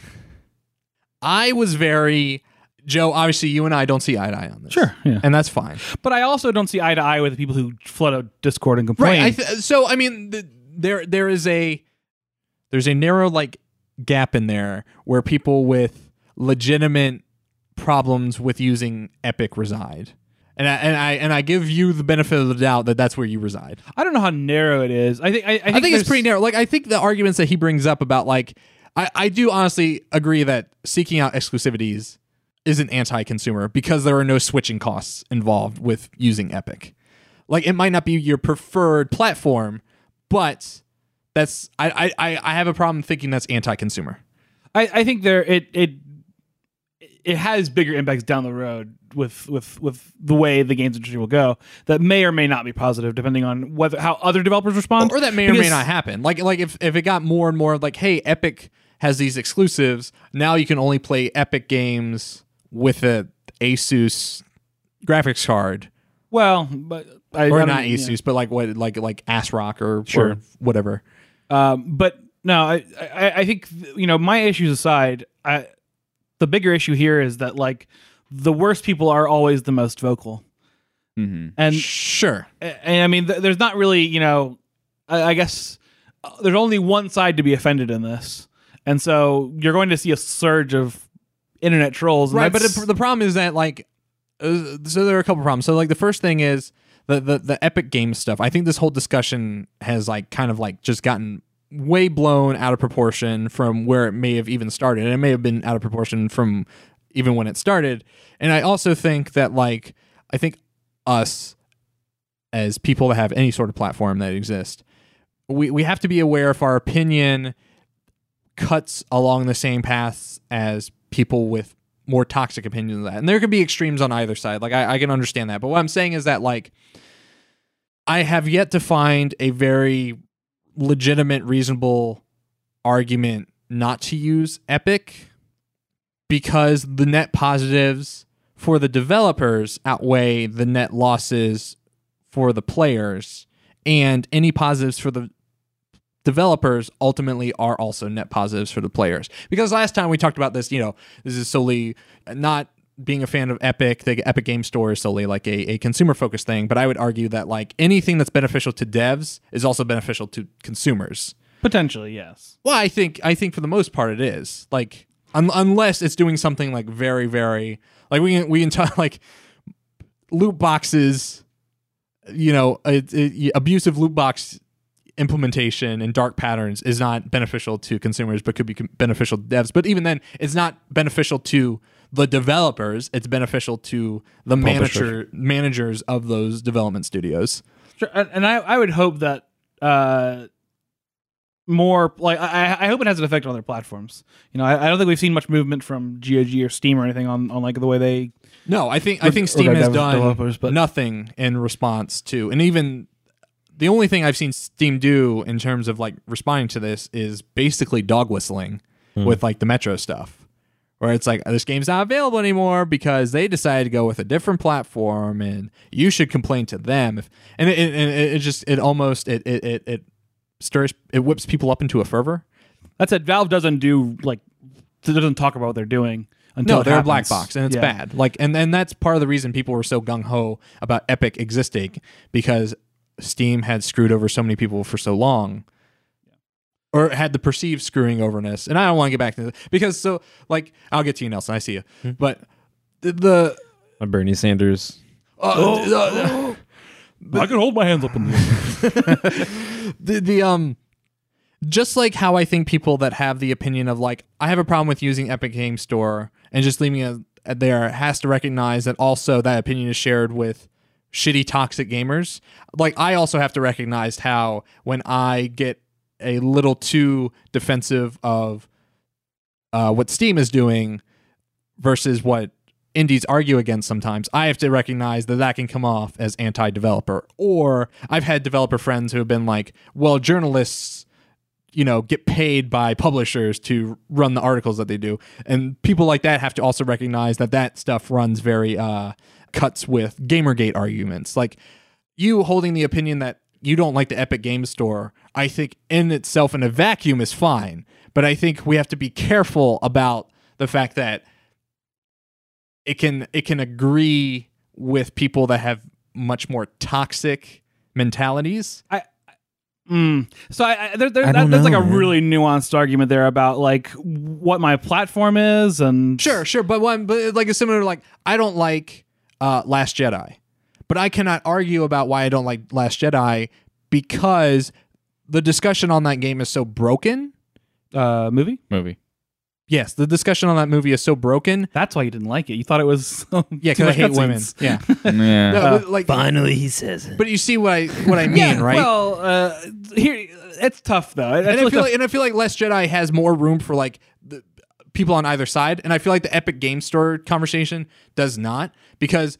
I was very Joe. Obviously, you and I don't see eye to eye on this.
Sure, yeah.
and that's fine.
But I also don't see eye to eye with the people who flood out Discord and complain.
Right. I th- so I mean, th- there there is a there's a narrow like gap in there where people with legitimate problems with using Epic reside. And I, and I and I give you the benefit of the doubt that that's where you reside.
I don't know how narrow it is. I think I, I think,
I think it's
there's-
pretty narrow. Like I think the arguments that he brings up about like I, I do honestly agree that seeking out exclusivities isn't anti-consumer because there are no switching costs involved with using Epic. Like it might not be your preferred platform, but that's I I, I I have a problem thinking that's anti-consumer.
I, I think there it it it has bigger impacts down the road with with with the way the games industry will go that may or may not be positive depending on whether how other developers respond
Or that may or may
Because-
not happen. Like like if, if it got more and more like, hey, Epic has these exclusives, now you can only play Epic games with a Asus graphics card.
Well, but I, I
or
don't-
not E
yeah.
Asus, but like what, like like Ass Rock or, or whatever.
Um, but no, I, I, I think you know my issues aside, I, the bigger issue here is that like the worst people are always the most vocal,
Mm-hmm.
Mhm.
and
Sure,
and I mean th- there's not really you know, I, I guess uh, there's only one side to be offended in this, and so you're going to see a surge of internet trolls, and
right. But
that's-
the, the problem is that like, uh, so there are a couple problems. So like the first thing is the the the Epic Games stuff. I think this whole discussion has like kind of like just gotten way blown out of proportion from where it may have even started, and it may have been out of proportion from even when it started. And I also think that like I think us as people that have any sort of platform that exist, we, we have to be aware if our opinion cuts along the same paths as people with more toxic opinions of that. And there can be extremes on either side. Like I, I can understand that. But what I'm saying is that like I have yet to find a very legitimate, reasonable argument not to use Epic because the net positives for the developers outweigh the net losses for the players and any positives for the developers ultimately are also net positives for the players because last time we talked about this you know this is solely not being a fan of epic the epic game store is solely like a, a consumer focused thing but i would argue that like anything that's beneficial to devs is also beneficial to consumers
potentially yes.
well, I think I think for the most part it is like un- unless it's doing something like very very like we can we can *laughs* talk like loot boxes, you know, it, it, abusive loot box implementation and dark patterns is not beneficial to consumers, but could be com- beneficial to devs. But even then, it's not beneficial to the developers. It's beneficial to the manager managers of those development studios.
Sure, and, and I, I would hope that uh, more like I, I hope it has an effect on other platforms. You know, I, I don't think we've seen much movement from GOG or Steam or anything on, on like the way they.
No, I think I
Reg-
think Steam
regard
has
them as
done
developers, but-
nothing in response to, and even the only thing I've seen Steam do in terms of like responding to this is basically dog whistling
Hmm.
with like the Metro stuff, where it's like this game's not available anymore because they decided to go with a different platform, and you should complain to them. If, and it, it, it, it just it almost it it it, it stirs it whips people up into a fervor.
That said, Valve doesn't do like doesn't talk about what they're doing until
no,
it
they're a
happens.
black box, and it's
Yeah.
bad. Like, and and that's part of the reason people were so gung ho about Epic existing because Steam had screwed over so many people for so long, or had the perceived screwing overness. And I don't want to get back to this because so like I'll get to you, Nelson. I see you,
Hmm.
but the. the
A Bernie Sanders.
uh,
I can hold my hands up in the air.
the, the um just like how I think people that have the opinion of like I have a problem with using Epic Game Store and just leaving it at there has to recognize that also that opinion is shared with shitty toxic gamers. Like I also have to recognize how when I get a little too defensive of uh, what Steam is doing, versus what indies argue against sometimes, I have to recognize that that can come off as anti developer. Or I've had developer friends who have been like, well, journalists, you know, get paid by publishers to run the articles that they do. And people like that have to also recognize that that stuff runs very, uh, cuts with Gamergate arguments. Like you holding the opinion that you don't like the Epic Games Store, I think in itself in a vacuum is fine. But I think we have to be careful about the fact that it can it can agree with people that have much more toxic mentalities.
Mm. So I, I, there, there,
I
that,
don't
that's like
know,
a
man.
really nuanced argument there about like what my platform is and
Sure, sure, but one but like it's similar to like I don't like uh Last Jedi. But I cannot argue about why I don't like Last Jedi because the discussion on that game is so broken.
uh, movie.
movie.
Yes, the discussion on that movie is so broken.
That's why you didn't like it. You thought it was *laughs*
Yeah, because I hate women. Yeah,
*laughs*
Yeah.
No, but, like
Finally, he says it.
But you see what I what *laughs* I mean, right?
Well, uh, here it's tough though. It's
and I
really
feel
tough.
like, and I feel like Less Jedi has more room for like the people on either side, and I feel like the Epic Game Store conversation does not because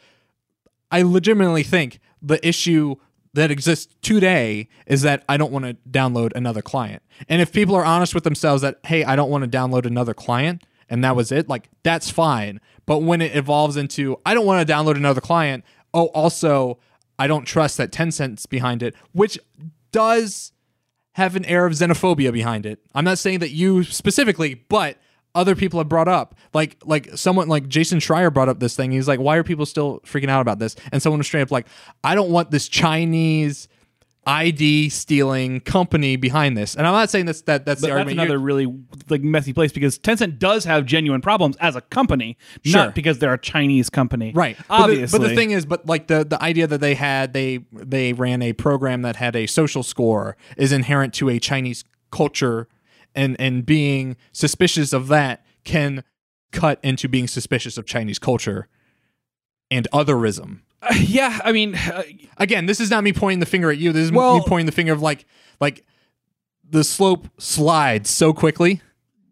I legitimately think the issue that exists today is that I don't want to download another client. And if people are honest with themselves that hey, I don't want to download another client and that was it, like that's fine. But when it evolves into I don't want to download another client, oh also I don't trust that 10 cents behind it, which does have an air of xenophobia behind it. I'm not saying that you specifically, but other people have brought up like like someone like Jason Schreier brought up this thing. He's like, why are people still freaking out about this? And someone was straight up like, I don't want this Chinese ID stealing company behind this. And I'm not saying that's that that's
But
the
that's
argument.
another
You're-
really like messy place because Tencent does have genuine problems as a company,
Sure.
not because they're a Chinese company,
Right. But the-
Obviously,
But the, thing is, but like the, the idea that they had, they they ran a program that had a social score is inherent to a Chinese culture, and and being suspicious of that can cut into being suspicious of Chinese culture and otherism.
*laughs* yeah, I mean, uh,
Again, this is not me pointing the finger at you. This is me
Well-
pointing the finger of like like the slope slides so quickly.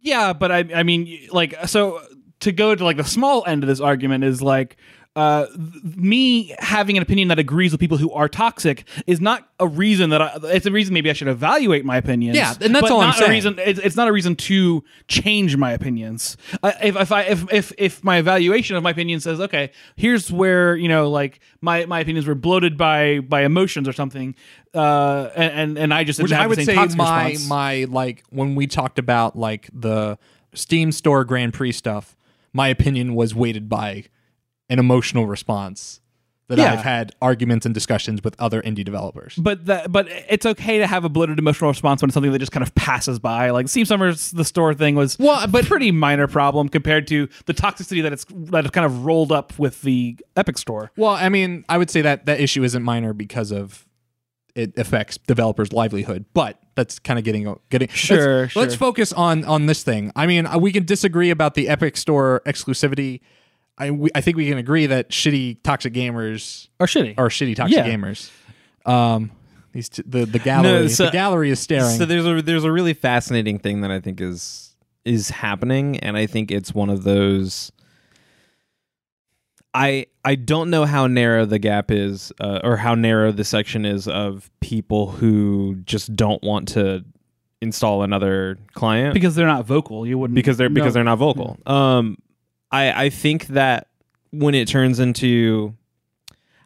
Yeah, but I I mean y- like so to go to like the small end of this argument is like uh, th- me having an opinion that agrees with people who are toxic is not a reason that I, it's a reason maybe I should evaluate my opinions.
Yeah, and that's
but
all I'm
not a
saying.
reason- it's, it's not a reason to change my opinions. I if if I if, if if my evaluation of my opinion says, okay, here's where you know like my my opinions were bloated by by emotions or something, uh, and and, and I just
Which
didn't have
I
the
would
same
say
toxic
my
response.
my like when we talked about like the Steam Store Grand Prix stuff, my opinion was weighted by an emotional response that
Yeah.
I've had arguments and discussions with other indie developers.
But that, but it's okay to have a bloated emotional response when it's something that just kind of passes by. Like Steve Summers, the store thing was
Well, but-
pretty minor problem compared to the toxicity that it's that it's kind of rolled up with the Epic Store.
Well, I mean, I would say that that issue isn't minor because of it affects developers' livelihood, but that's kind of getting getting
Sure,
Let's,
sure.
let's focus on on this thing. I mean, uh, we can disagree about the Epic Store exclusivity. I we, I think we can agree that shitty toxic gamers
Or shitty.
or shitty toxic
Yeah.
gamers. Um, these t- the the gallery
No, so-
the gallery is staring.
So there's a there's a really fascinating thing that I think is is happening, and I think it's one of those. I I don't know how narrow the gap is, uh, or how narrow the section is of people who just don't want to install another client
because they're not vocal, you wouldn't
because they're because
know.
they're not vocal. Um, I I think that when it turns into,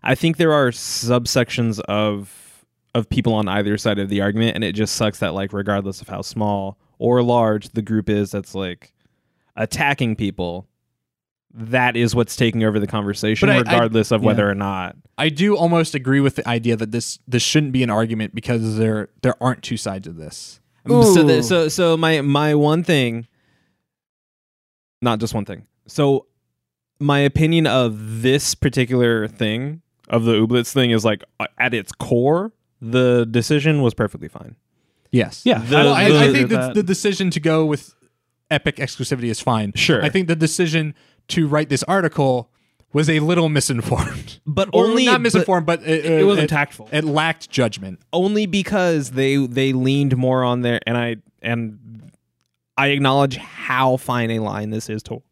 I think there are subsections of of people on either side of the argument, and it just sucks that like regardless of how small or large the group is, that's like attacking people. That is what's taking over the conversation,
But I- I-
regardless of whether or not.
I do almost agree with the idea that this this shouldn't be an argument because there there aren't two sides of this.
Um, So,
Ooh.
the, so, so my my one thing, not just one thing. So, my opinion of this particular thing of the Ooblets thing is like uh, at its core, the decision was perfectly fine.
Yes.
Yeah,
The-
I,
Well,
I,
I, I
agree
think
with
that
that.
the decision to go with Epic exclusivity is fine.
Sure.
I think the decision to write this article was a little misinformed,
But
or
only
not
but-
misinformed, but, uh, it,
it wasn't tactful.
It lacked judgment.
only because they they leaned more on their and I and I acknowledge how fine a line this is to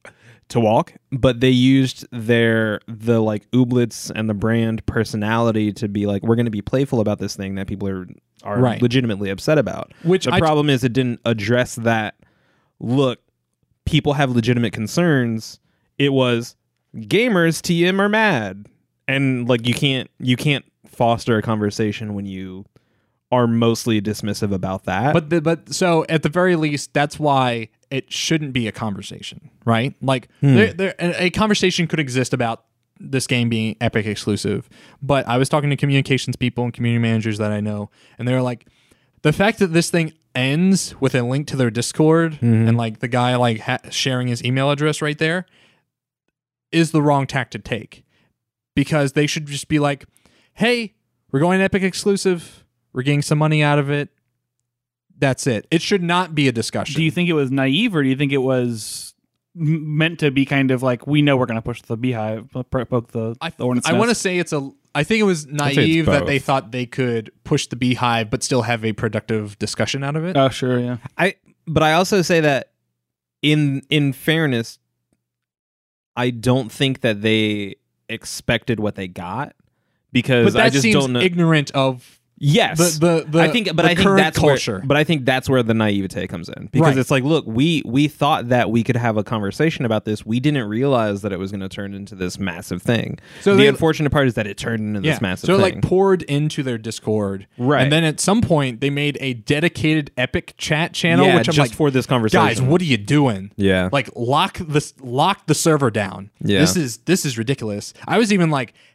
to walk, but they used their the like Ooblets and the brand personality to be like, we're going to be playful about this thing that people are are
Right.
legitimately upset about.
Which
the
I-
problem is, it didn't address that. Look, people have legitimate concerns. It was gamers TM are mad, and like you can't you can't foster a conversation when you are mostly dismissive about that.
But the, but so at the very least, that's why it shouldn't be a conversation, right? Like there, there, a a conversation could exist about this game being Epic exclusive. But I was talking to communications people and community managers that I know, and they were like, the fact that this thing ends with a link to their Discord and like the guy like ha- sharing his email address right there is the wrong tack to take because they should just be like, hey, we're going Epic exclusive. We're getting some money out of it. That's it. It should not be a discussion.
Do you think it was naive, or do you think it was m- meant to be kind of like we know we're going to push the beehive, uh, pro- poke the,
I,
the hornet's
I want to
nest.
say it's a. I think it was
it's
naive that
both.
they thought they could push the beehive but still have a productive discussion out of it.
Uh,
Oh, sure, yeah.
I but I also say that in in fairness, I don't think that they expected what they got
but
because
that
I just
seems
don't know.
ignorant of
yes,
the, the, the
I think,
the
but I think
current
that's
culture.
Where, but I think that's where the naivete comes in because
Right.
it's like, look, we we thought that we could have a conversation about this. We didn't realize that it was going to turn into this massive thing.
So
So the
they-
unfortunate part is that it turned into this massive.
So it,
thing.
like poured into their Discord,
Right.
And then at some point they made a dedicated Epic chat channel,
Yeah,
which I'm
just
like,
for this
guys,
conversation.
what are you doing?
Yeah.
like lock this, lock the server down.
Yeah.
this is this is ridiculous. I was even like. *laughs*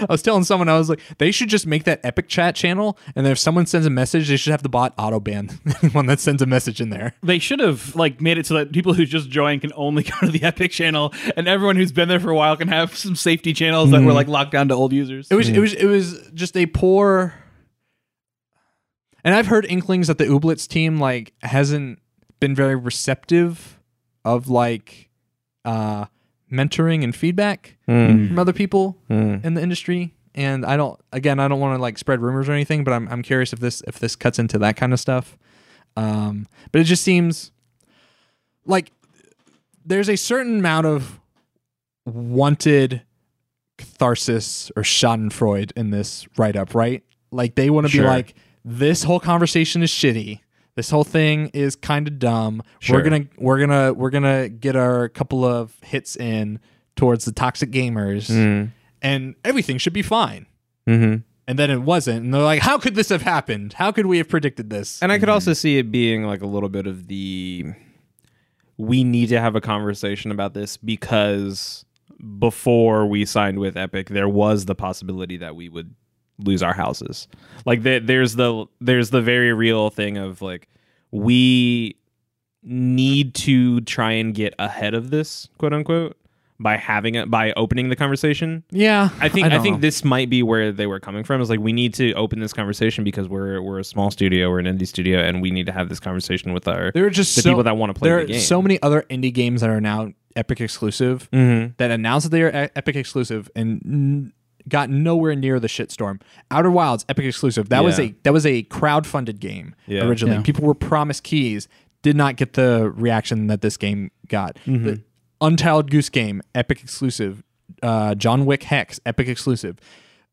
I was telling someone I was like, they should just make that Epic chat channel, and then if someone sends a message, they should have the bot auto ban *laughs* anyone that sends a message in there.
They should have like made it so that people who just joined can only *laughs* go to the Epic channel, and everyone who's been there for a while can have some safety channels that were like locked down to old users.
It was it was it was just a poor. And I've heard inklings that the Ooblets team like hasn't been very receptive of like uh mentoring and feedback from other people in the industry. And I don't again I don't want to like spread rumors or anything, but I'm I'm curious if this if this cuts into that kind of stuff. Um but it just seems like there's a certain amount of wanted catharsis or schadenfreude in this write up, right? Like they want to
Sure.
be like, this whole conversation is shitty. This whole thing is kind of dumb.
Sure.
We're gonna we're gonna we're gonna get our couple of hits in towards the toxic gamers,
Mm.
and everything should be fine.
mm-hmm.
And then it wasn't, and they're like, "How could this have happened? How could we have predicted this?"
And I could also see it being like a little bit of the we need to have a conversation about this because before we signed with Epic, there was the possibility that we would lose our houses. Like there, there's the there's the very real thing of like we need to try and get ahead of this, quote unquote, by having it by opening the conversation.
yeah,
I think I,
don't
think
know.
this might be where they were coming from. Is like we need to open this conversation because we're we're a small studio, we're an indie studio, and we need to have this conversation with our.
there are just
the
so,
people that wanna play
There
the
are
game.
so many other indie games that are now Epic exclusive
Mhm.
that announced that they are E- Epic exclusive and n- got nowhere near the shitstorm. Outer Wilds Epic exclusive. That was
Yeah.
a that was a crowdfunded game
Yeah.
originally.
Yeah.
People were promised keys, did not get the reaction that this game got.
Mm-hmm.
The Untitled Goose Game Epic exclusive. Uh, John Wick Hex Epic exclusive.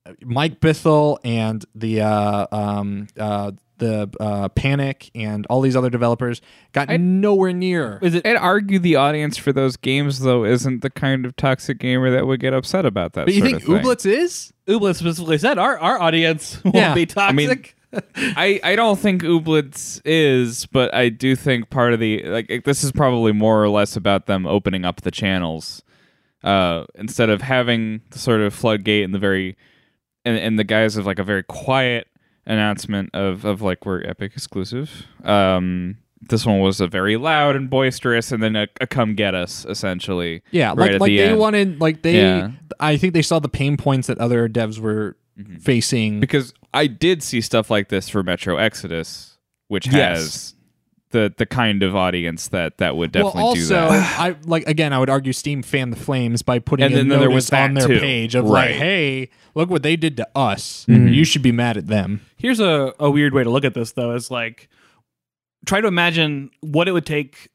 Uh, Mike Bithell and the uh, um, uh, the uh, Panic and all these other developers got nowhere near.
Is it?
I'd argue the audience for those games though isn't the kind of toxic gamer that would get upset about that.
But you
sort
think
of thing.
Ooblets is?
Ubla specifically said our our audience *laughs* won't
Yeah.
be toxic.
mean- I, I don't think Ooblets is, but I do think part of the like it- this is probably more or less about them opening up the channels uh, instead of having the sort of floodgate and the very and, and the guise of like a very quiet announcement of of like we're Epic exclusive. Um, this one was a very loud and boisterous, and then a, a come get us essentially.
Yeah,
right
like
at
like
the
they
end.
wanted like they
Yeah.
I think they saw the pain points that other devs were
Mm-hmm.
facing.
because I did see stuff like this for Metro Exodus, which has
Yes.
the the kind of audience that that would
Well,
definitely do
also, *sighs*
that.
I like again. I would argue Steam fanned the flames by putting
And
a
then there
notice
was that
on their
too.
page of like,
Right. Mm-hmm.
"Hey, look what they did to us. You should be mad at them."
Here's a, a weird way to look at this, though, is like try to imagine what it would take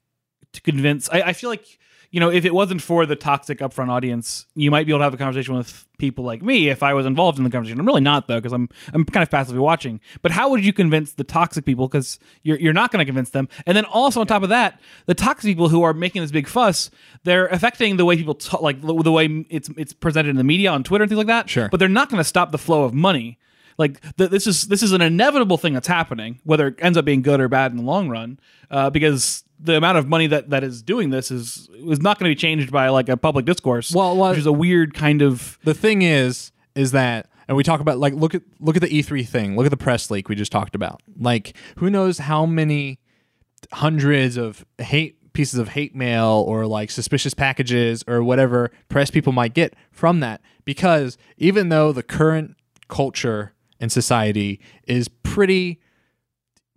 to convince. I, I feel like you know, if it wasn't for the toxic upfront audience, you might be able to have a conversation with people like me if I was involved in the conversation. I'm really not though, because I'm I'm kind of passively watching. But how would you convince the toxic people? Because you're you're not going to convince them. And then also on top of that, the toxic people who are making this big fuss, they're affecting the way people talk, like the, the way it's it's presented in the media on Twitter and things like that.
Sure.
but they're not going to stop the flow of money. Like th- this is this is an inevitable thing that's happening, whether it ends up being good or bad in the long run, uh, because the amount of money that, that is doing this is is not going to be changed by like a public discourse.
Well, what-
which is a weird kind of
the thing is is that and we talk about like look at look at the E3 thing, look at the press leak we just talked about. Like who knows how many hundreds of hate pieces of hate mail or like suspicious packages or whatever press people might get from that because even though the current culture and society is pretty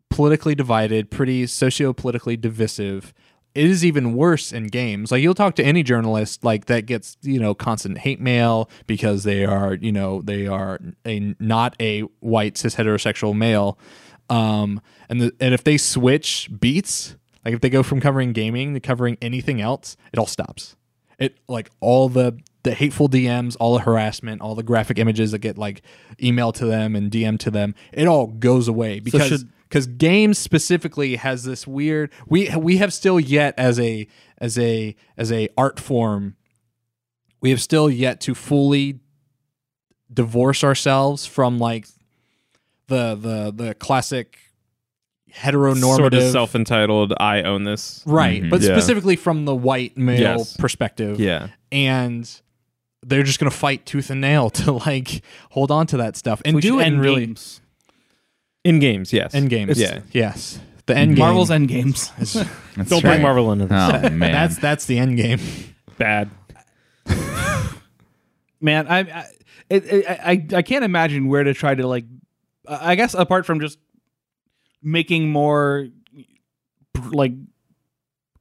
politically divided, pretty socio-politically divisive. It is even worse in games. Like you'll talk to any journalist like that gets, you know, constant hate mail because they are, you know, they are a not a white cis heterosexual male. Um and the, and if they switch beats, like if they go from covering gaming to covering anything else, it all stops. It like all the the hateful DMs, all the harassment, all the graphic images that get like emailed to them and DM to them, it all goes away because
should-
because games specifically has this weird we we have still yet as a as a as a art form we have still yet to fully divorce ourselves from like the the the classic heteronormative
Sort of self entitled. I own this.
right but
Yeah.
specifically from the white male
Yes.
perspective
Yeah.
and they're just gonna fight tooth and nail *laughs* to like hold on to that stuff and do it in really
games.
In games, yes.
end games
Yeah.
yes the end game
Marvel's end games.
*laughs* is-
That's
Don't
right.
bring Marvel into this.
*laughs*
Oh man,
that's that's the end game
Bad.
man i I, it, it, I i can't imagine where to try to like i I guess apart from just making more like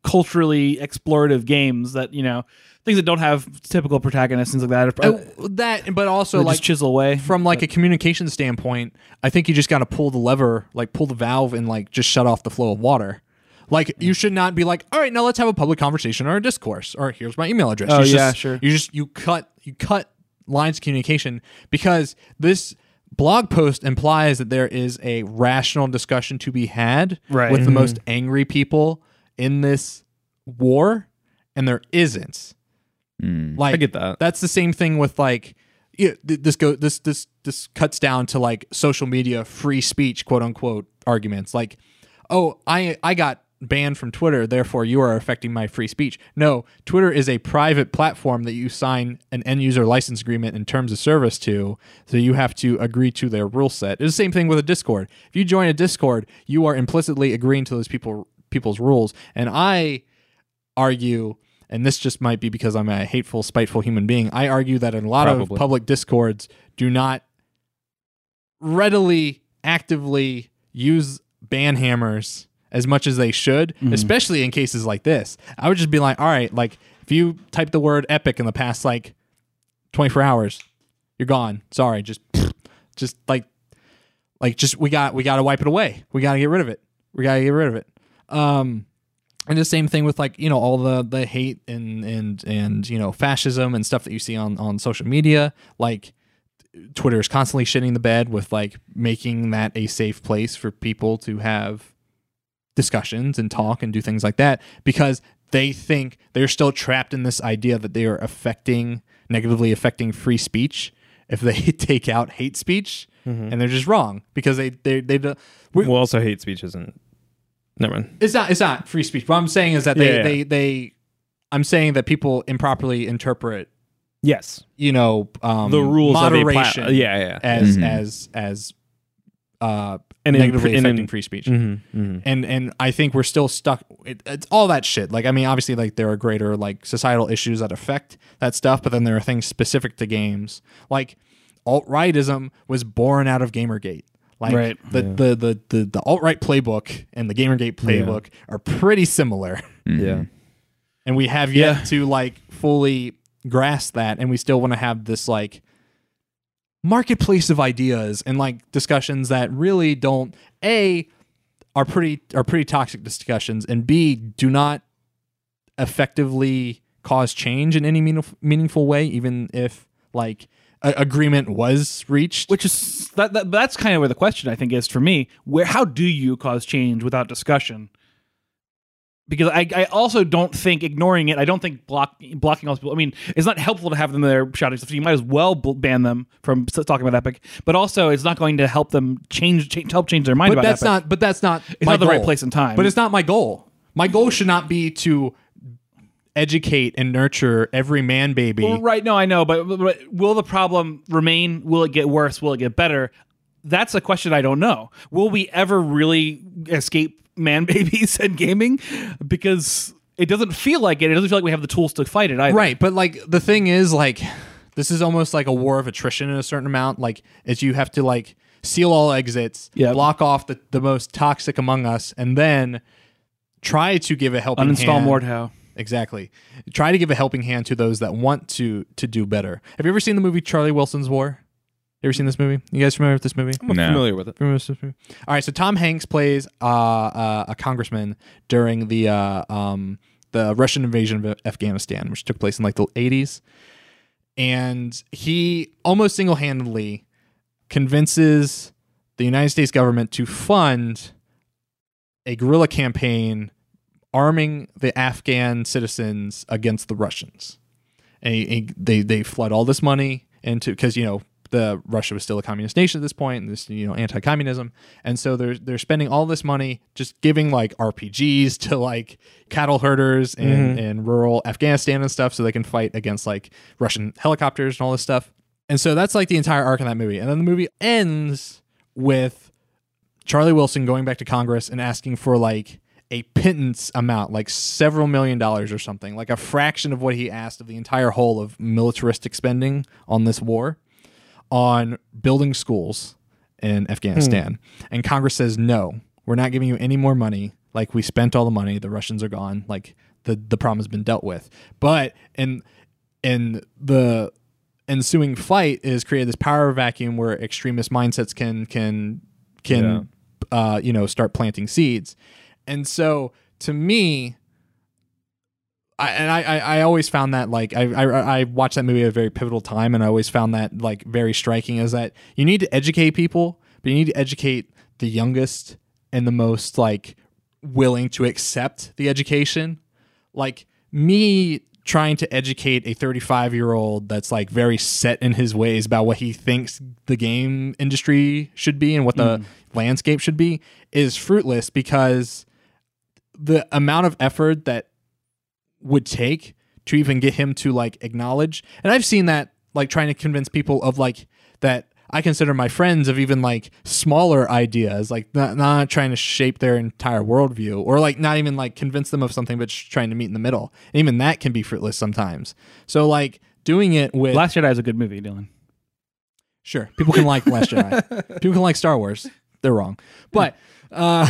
culturally explorative games that you know things that don't have typical protagonists things like that or,
Uh, that but also
or
like
just chisel away
from like a communication standpoint i think you just got to pull the lever like pull the valve and like just shut off the flow of water like you should not be like all right now let's have a public conversation or a discourse or here's my email address
Oh,
You
yeah,
just-
sure.
you just you cut you cut lines of communication because this blog post implies that there is a rational discussion to be had
Right. Mm-hmm.
with the most angry people in this war and there isn't like
Mm. I get that.
that's the same thing with like yeah, th- this go this this this cuts down to like social media free speech quote unquote arguments like oh I I got banned from Twitter therefore you are affecting my free speech no Twitter is a private platform that you sign an end user license agreement and terms of service to so you have to agree to their rule set it's the same thing with a Discord if you join a Discord you are implicitly agreeing to those people people's rules and I argue, and this just might be because I'm a hateful, spiteful human being, I argue that a lot
Probably.
of public discords do not readily, actively use ban hammers as much as they should, especially in cases like this. I would just be like, all right, like if you type the word epic in the past like 24 hours, you're gone. Sorry, just just like like just we got we got to wipe it away. We got to get rid of it. We got to get rid of it. Um and the same thing with like you know all the the hate and and and you know fascism and stuff that you see on on social media like twitter is constantly shitting the bed with like making that a safe place for people to have discussions and talk and do things like that because they think they're still trapped in this idea that they are affecting negatively affecting free speech if they *laughs* take out hate speech and they're just wrong because they they they don't- we,
Well, also hate speech isn't. Never mind.
it's not it's not free speech. What I'm saying is that they
Yeah, yeah.
they they I'm saying that people improperly interpret
Yes.
you know um,
The rules
moderation
of a pla- Yeah, yeah.
as as as uh
And in-
negatively
and in- Mm-hmm.
affecting free speech. And and I think we're still stuck. It, it's all that shit. Like I mean, obviously, like there are greater like societal issues that affect that stuff, but then there are things specific to games. Like alt rightism was born out of GamerGate. Like
Right.
the, the the the the alt right playbook and the GamerGate playbook are pretty similar, *laughs*
Yeah.
and we have yet to like fully grasp that, and we still want to have this like marketplace of ideas and like discussions that really don't a are pretty are pretty toxic discussions and b do not effectively cause change in any meaningf- meaningful way, even if like a- agreement was reached.
Which is that, that that's kind of where the question I think is for me. Where how do you cause change without discussion? Because I, I also don't think ignoring it. I don't think block blocking all these people. I mean, it's not helpful to have them there shouting stuff. You might as well bl- ban them from s- talking about Epic. But also, it's not going to help them change, change help change their mind
but
about
that's
Epic.
not. But that's not. my
not the right
goal.
place and time.
But it's not my goal. My goal should not be to educate and nurture every man baby.
Well, right. No, I know, but, but- but will the problem remain? Will it get worse? Will it get better? That's a question I don't know. Will we ever really escape man *laughs* babies and gaming? Because it doesn't feel like it. It doesn't feel like we have the tools to fight it either.
Right, but like the thing is like this is almost like a war of attrition in a certain amount. Like as you have to like seal all exits,
Yep.
block off the, the most toxic among us, and then try to give a helping
Uninstall
hand.
Mordhau.
Exactly. Try to give a helping hand to those that want to to do better. Have you ever seen the movie Charlie Wilson's War? You ever seen this movie? You guys familiar with this movie?
I'm
No.
familiar with it.
All right, so Tom Hanks plays uh, uh, a congressman during the uh, um, the Russian invasion of Afghanistan, which took place in like the eighties, and he almost single handedly convinces the United States government to fund a guerrilla campaign arming the Afghan citizens against the Russians. And he- he- they they flood all this money into because you know the Russia was still a communist nation at this point, and this you know anti-communism, and so they're they're spending all this money just giving like RPGs to like cattle herders in, in rural Afghanistan and stuff, so they can fight against like Russian helicopters and all this stuff. And so that's like the entire arc in that movie, and then the movie ends with Charlie Wilson going back to Congress and asking for like a pittance amount, like several million dollars or something, like a fraction of what he asked of the entire whole of militaristic spending on this war, on building schools in Afghanistan. And Congress says, no, we're not giving you any more money. Like we spent all the money, the Russians are gone. Like the the problem has been dealt with. But and and the ensuing fight is created this power vacuum where extremist mindsets can can can uh, you know start planting seeds and so to me I, and I, I, I always found that like I, I I watched that movie at a very pivotal time, and I always found that like very striking is that you need to educate people, but you need to educate the youngest and the most like willing to accept the education. Like me trying to educate a 35 year old that's like very set in his ways about what he thinks the game industry should be and what the landscape should be is fruitless because the amount of effort that would take to even get him to like acknowledge and i've seen that like trying to convince people of like that i consider my friends of even like smaller ideas like not, not trying to shape their entire worldview or like not even like convince them of something but just trying to meet in the middle and even that can be fruitless sometimes so like doing it with
Last Jedi is a good movie, Dylan.
Sure, people can like Last Jedi. *laughs* People can like Star Wars. They're wrong, but uh,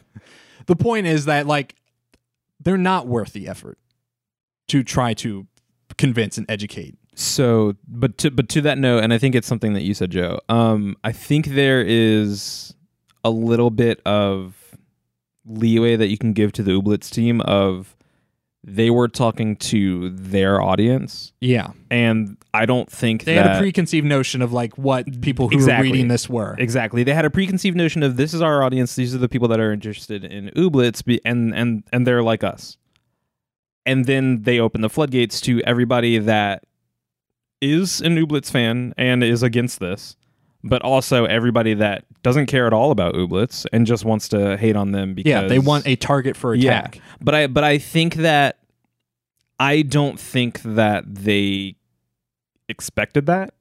*laughs* the point is that like they're not worth the effort to try to convince and educate.
So, but to but to that note, and I think it's something that you said, Joe. Um, I think there is a little bit of leeway that you can give to the Ooblets team of they were talking to their audience,
Yeah,
and I don't think
they
that,
had a preconceived notion of like what people who
Exactly.
were reading this were.
Exactly. They had a preconceived notion of this is our audience. These are the people that are interested in ooblets, be- and and and they're like us. And then they open the floodgates to everybody that is an ooblets fan and is against this, but also everybody that doesn't care at all about ooblets and just wants to hate on them because
Yeah, they want a target for attack.
yeah, but I but I think that I don't think that they expected that,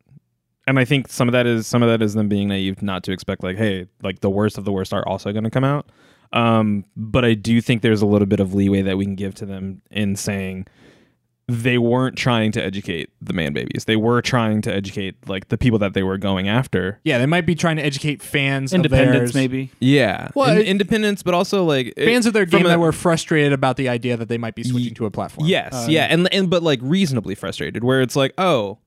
and I think some of that is some of that is them being naive not to expect like, hey, like the worst of the worst are also going to come out. Um, but I do think there's a little bit of leeway that we can give to them in saying they weren't trying to educate the man babies. They were trying to educate like the people that they were going after.
Yeah, they might be trying to educate fans, of theirs-
Independence, maybe.
Yeah,
Well,
In-
it-
independence, but also like it-
fans of their
from
game
a-
that were frustrated about the idea that they might be switching to a platform.
Yes, yeah, and and but like reasonably frustrated, where it's like, oh,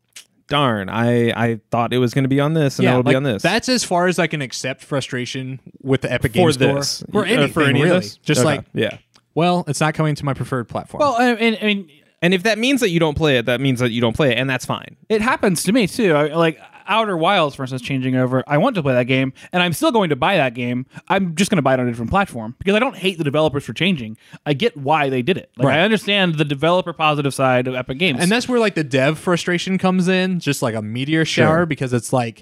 darn, I I thought it was going to be on this, and it'll
like,
be on this.
That's as far as I can accept frustration with the Epic
for
Games Store
this
for
Uh,
anything
for any
really.
of this.
Just
Okay,
like
yeah,
Well, it's not coming to my preferred platform.
Well, I mean, I mean
And if that means that you don't play it, that means that you don't play it, and that's fine.
It happens to me too. I, like Outer Wilds, for instance, changing over. I want to play that game, and I'm still going to buy that game. I'm just going to buy it on a different platform because I don't hate the developers for changing. I get why they did it. Like I understand the developer positive side of Epic Games.
And that's where like the dev frustration comes in, just like a meteor shower, because it's like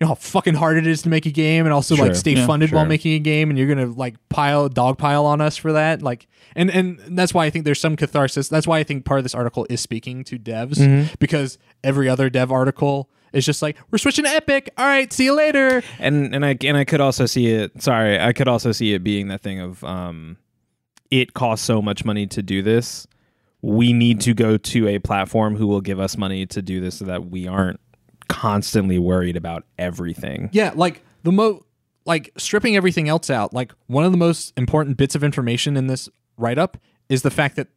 you know how fucking hard it is to make a game and also like stay funded while making a game and you're gonna like pile dogpile on us for that. Like and and that's why I think there's some catharsis. That's why I think part of this article is speaking to devs
Mm-hmm.
because every other dev article is just like, We're switching to Epic. All right, see you later.
and and I and I could also see it. Sorry, I could also see it being that thing of um, it costs so much money to do this. We need to go to a platform who will give us money to do this, so that we aren't constantly worried about everything.
Yeah, like the mo like stripping everything else out, like one of the most important bits of information in this write up is the fact that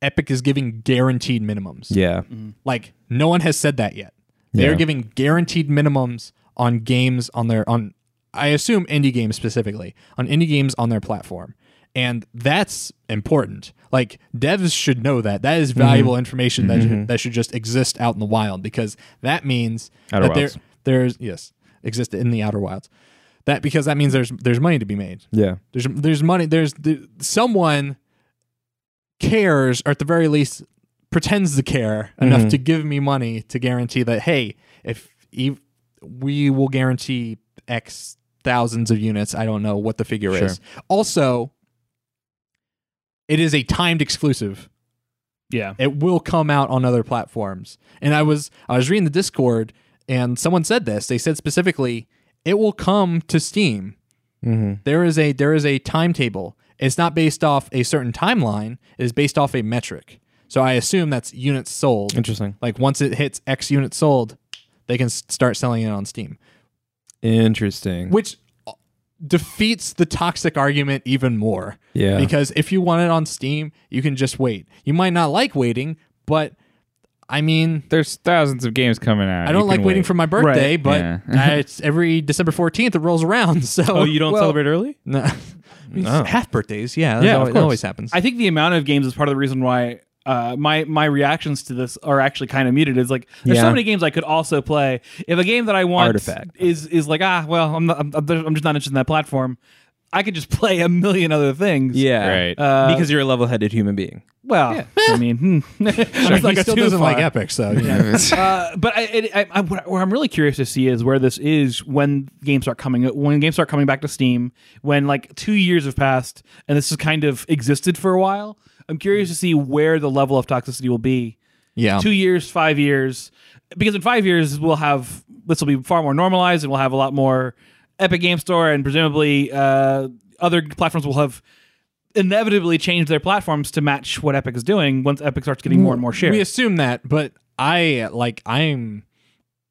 Epic is giving guaranteed minimums.
Yeah,
Like no one has said that yet. They're
Yeah.
giving guaranteed minimums on games on their on I assume indie games specifically, on indie games on their platform. And that's important. Like devs should know that. That
Mm-hmm.
is valuable information that should, that should just exist out in the wild because that means
Outer
that there,
Wilds.
there's yes, exist in the outer wilds. That because that means there's there's money to be made.
yeah,
There's there's money. There's the, someone cares, or at the very least, pretends to care enough to give me money to guarantee that hey, if e- we will guarantee X thousands of units, I don't know what the figure is. Also, it is a timed exclusive
yeah,
it will come out on other platforms and i was i was reading the discord and someone said this they said specifically it will come to steam There is a there is a timetable it's not based off a certain timeline it is based off a metric so i assume that's units sold
interesting,
like once it hits x units sold they can s- start selling it on steam
interesting.
which uh, defeats the toxic argument even more.
Yeah.
Because if you want it on Steam, you can just wait. You might not like waiting, but I mean,
There's thousands of games coming out.
I don't like waiting
*laughs*
for my birthday, but
Yeah.
I- it's every December 14th it rolls around. *laughs* So
oh, you don't celebrate early?
*laughs* No. I mean, it's half birthdays, yeah,
Yeah,
yeah,
of
always,
course.
always happens.
I think the amount of games is part of the reason why uh, my my reactions to this are actually kind of muted. Is like there's so
Yeah.
many games I could also play. If a game that I want
Artifact.
is is like ah well I'm not, I'm, I'm just not interested in that platform, I could just *laughs* play a million other things.
Yeah,
Right.
Uh,
because you're a level-headed human being.
Well, I mean, hmm.
*laughs*
*laughs*
I
it's
mean,
like
he
a
still
too
doesn't like
far.
Epic, so you know.
Uh, but I, it, I, I, what I- what I'm really curious to see is where this is when games start coming when games start coming back to Steam. When like two years have passed and this has kind of existed for a while, I'm curious to see where the level of toxicity will be.
yeah.
Two years, five years, because in five years we'll have this will be far more normalized and we'll have a lot more Epic Game Store and presumably uh, other platforms will have inevitably changed their platforms to match what Epic is doing once Epic starts getting more and more shares.
We assume that, but I like I'm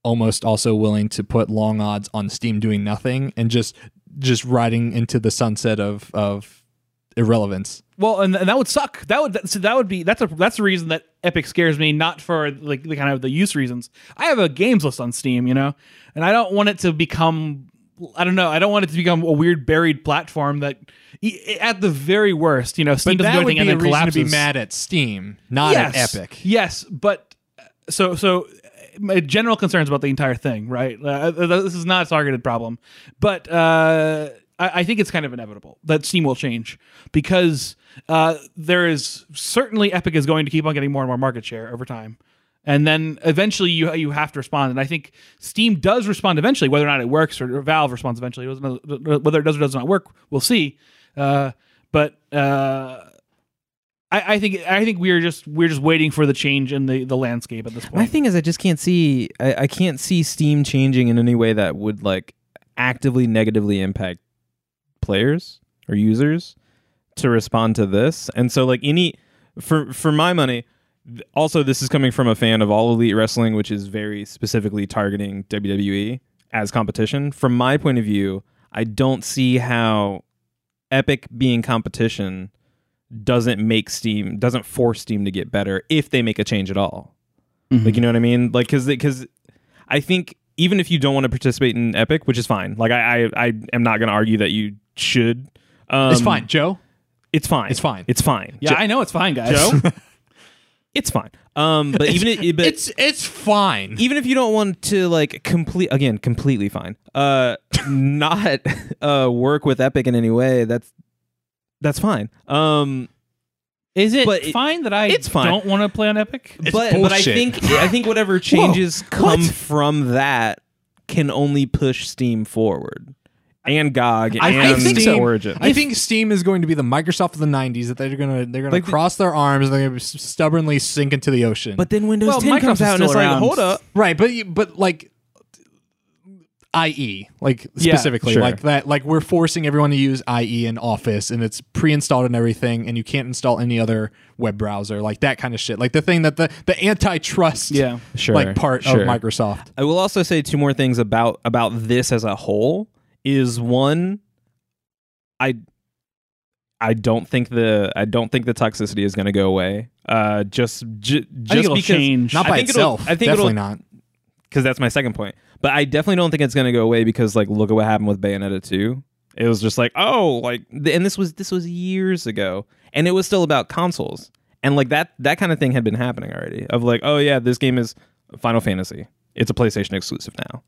almost also willing to put long odds on Steam doing nothing and just just riding into the sunset of of irrelevance.
Well, and, and that would suck. That would that, so that would be that's a that's the reason that Epic scares me. Not for like the kind of the use reasons. I have a games list on Steam, you know, and I don't want it to become. I don't know. I don't want it to become a weird buried platform that, e- e- at the very worst, you know, Steam
But
doesn't
that
do
would
anything
be
and
a reason
then collapses.
to be mad at Steam, not
yes,
at Epic.
Yes, but uh, so so. uh, My general concerns about the entire thing, right? Uh, th- this is not a targeted problem, but uh, I, I think it's kind of inevitable that Steam will change because uh, there is certainly Epic is going to keep on getting more and more market share over time, and then eventually you you have to respond. And I think Steam does respond eventually, whether or not it works or, or Valve responds eventually. It was another- Whether it does or does not work, we'll see. Uh, but uh, I, I think I think we're just we're just waiting for the change in the, the landscape at this
My
point.
thing is, I just can't see. I, I can't see Steam changing in any way that would like actively negatively impact players or users to respond to this. And so, like any for for my money. th- Also, this is coming from a fan of all elite wrestling, which is very specifically targeting WWE as competition. From my point of view, I don't see how Epic being competition doesn't make Steam doesn't force Steam to get better if they make a change at all.
Mm-hmm.
Like you know what I mean? Like because because I think even if you don't want to participate in Epic, which is fine. Like I I, I am not going to argue that you should. Um,
it's fine, Joe.
It's fine.
It's fine.
It's fine.
Yeah, I know it's fine, guys.
Joe? It's fine. Um, but
*laughs*
even it, but
it's it's fine.
even if you don't want to like complete again completely fine uh *laughs* not *laughs* uh work with epic in any way that's that's fine um
*laughs* Is it
But it-
fine that I
it's fine.
don't want to play on Epic?
It's
but but i
bullshit.
think i think whatever changes come
What?
from that can only push steam forward and gog
I- I
and
think so.
origin
I think Steam is going to be the Microsoft of the '90s that they're gonna they're gonna
Like the-
cross their arms and they're gonna s- stubbornly sink into the ocean.
but then windows
Well,
10
Microsoft's
comes out and
still
it's
around.
like hold up
right, but you- but like, IE, like
Yeah,
specifically,
sure.
like that, like we're forcing everyone to use IE in Office, and it's pre-installed and everything, and you can't install any other web browser, like that kind of shit, like the thing that the the antitrust,
Yeah.
Sure,
like part
sure.
of Microsoft.
I will also say two more things about about this as a whole is one I I don't think the I don't think the toxicity is going to go away. Uh just j- just
I think it'll
because
change.
Not
I
by
think it'll-
itself.
I think
definitely
it'll-
not.
cuz that's my second point. But I definitely don't think it's going to go away because like look at what happened with Bayonetta 2. It was just like, "Oh, like th- and this was this was years ago and it was still about consoles." And like that that kind of thing had been happening already of like, "Oh yeah, this game is Final Fantasy. It's a PlayStation exclusive now."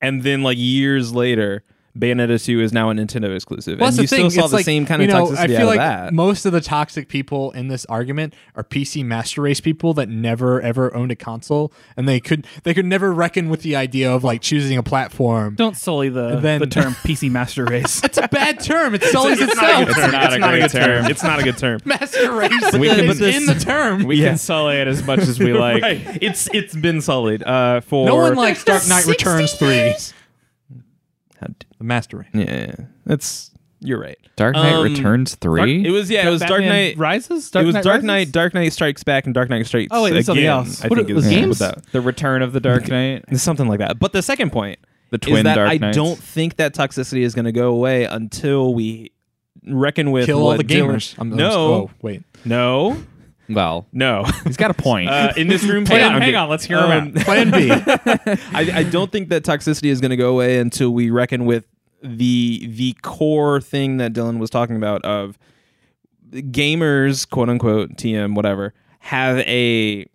and then like years later, Bayonetta 2 is now a Nintendo exclusive.
Well,
and
that's
you
the thing.
still saw
it's
the
like,
same kind
you
of
know,
toxicity
I feel
out
like
of that.
most of the toxic people in this argument are PC master race people that never ever owned a console, and they could they could never reckon with the idea of like choosing a platform.
Don't sully the,
Then-
the
*laughs*
term PC Master Race.
It's a bad term. It sullies itself. *laughs*
It's not a great term. It's not a good term.
master race
We
is
can- but
in the
this-
term.
We can sully it as much as
*laughs*
we like.
It's it's been sullied uh, for
no one likes Dark Knight Returns three.
How d-
The master race.
yeah, that's you're right.
Dark Knight
Um,
Returns three.
It was yeah, it was Dark
Batman
Knight.
Rises.
it was Dark
Rises?
Knight, Dark Knight Strikes Back, and Dark Knight Strikes.
Oh, wait,
again,
that's something else.
I
What
think
are
is
those
what
games?
that-
the Return of the Dark Knight.
something like that. But the second point,
The twin
is that
Dark
I
Knights.
don't think that toxicity is going to go away until we reckon with
Kill all
what
the
Dylan-
gamers. I'm- I'm-
no,
Oh, wait.
no,
Well,
no.
he's got a point. *laughs*
Uh, in this room,
hang
Yeah,
on,
I'm
hang
good.
on. Let's hear
Um,
him out.
Plan *laughs* B.
*laughs* I, I don't think that toxicity is going to go away until we reckon with the the core thing that Dylan was talking about of gamers, quote unquote, TM, whatever, have a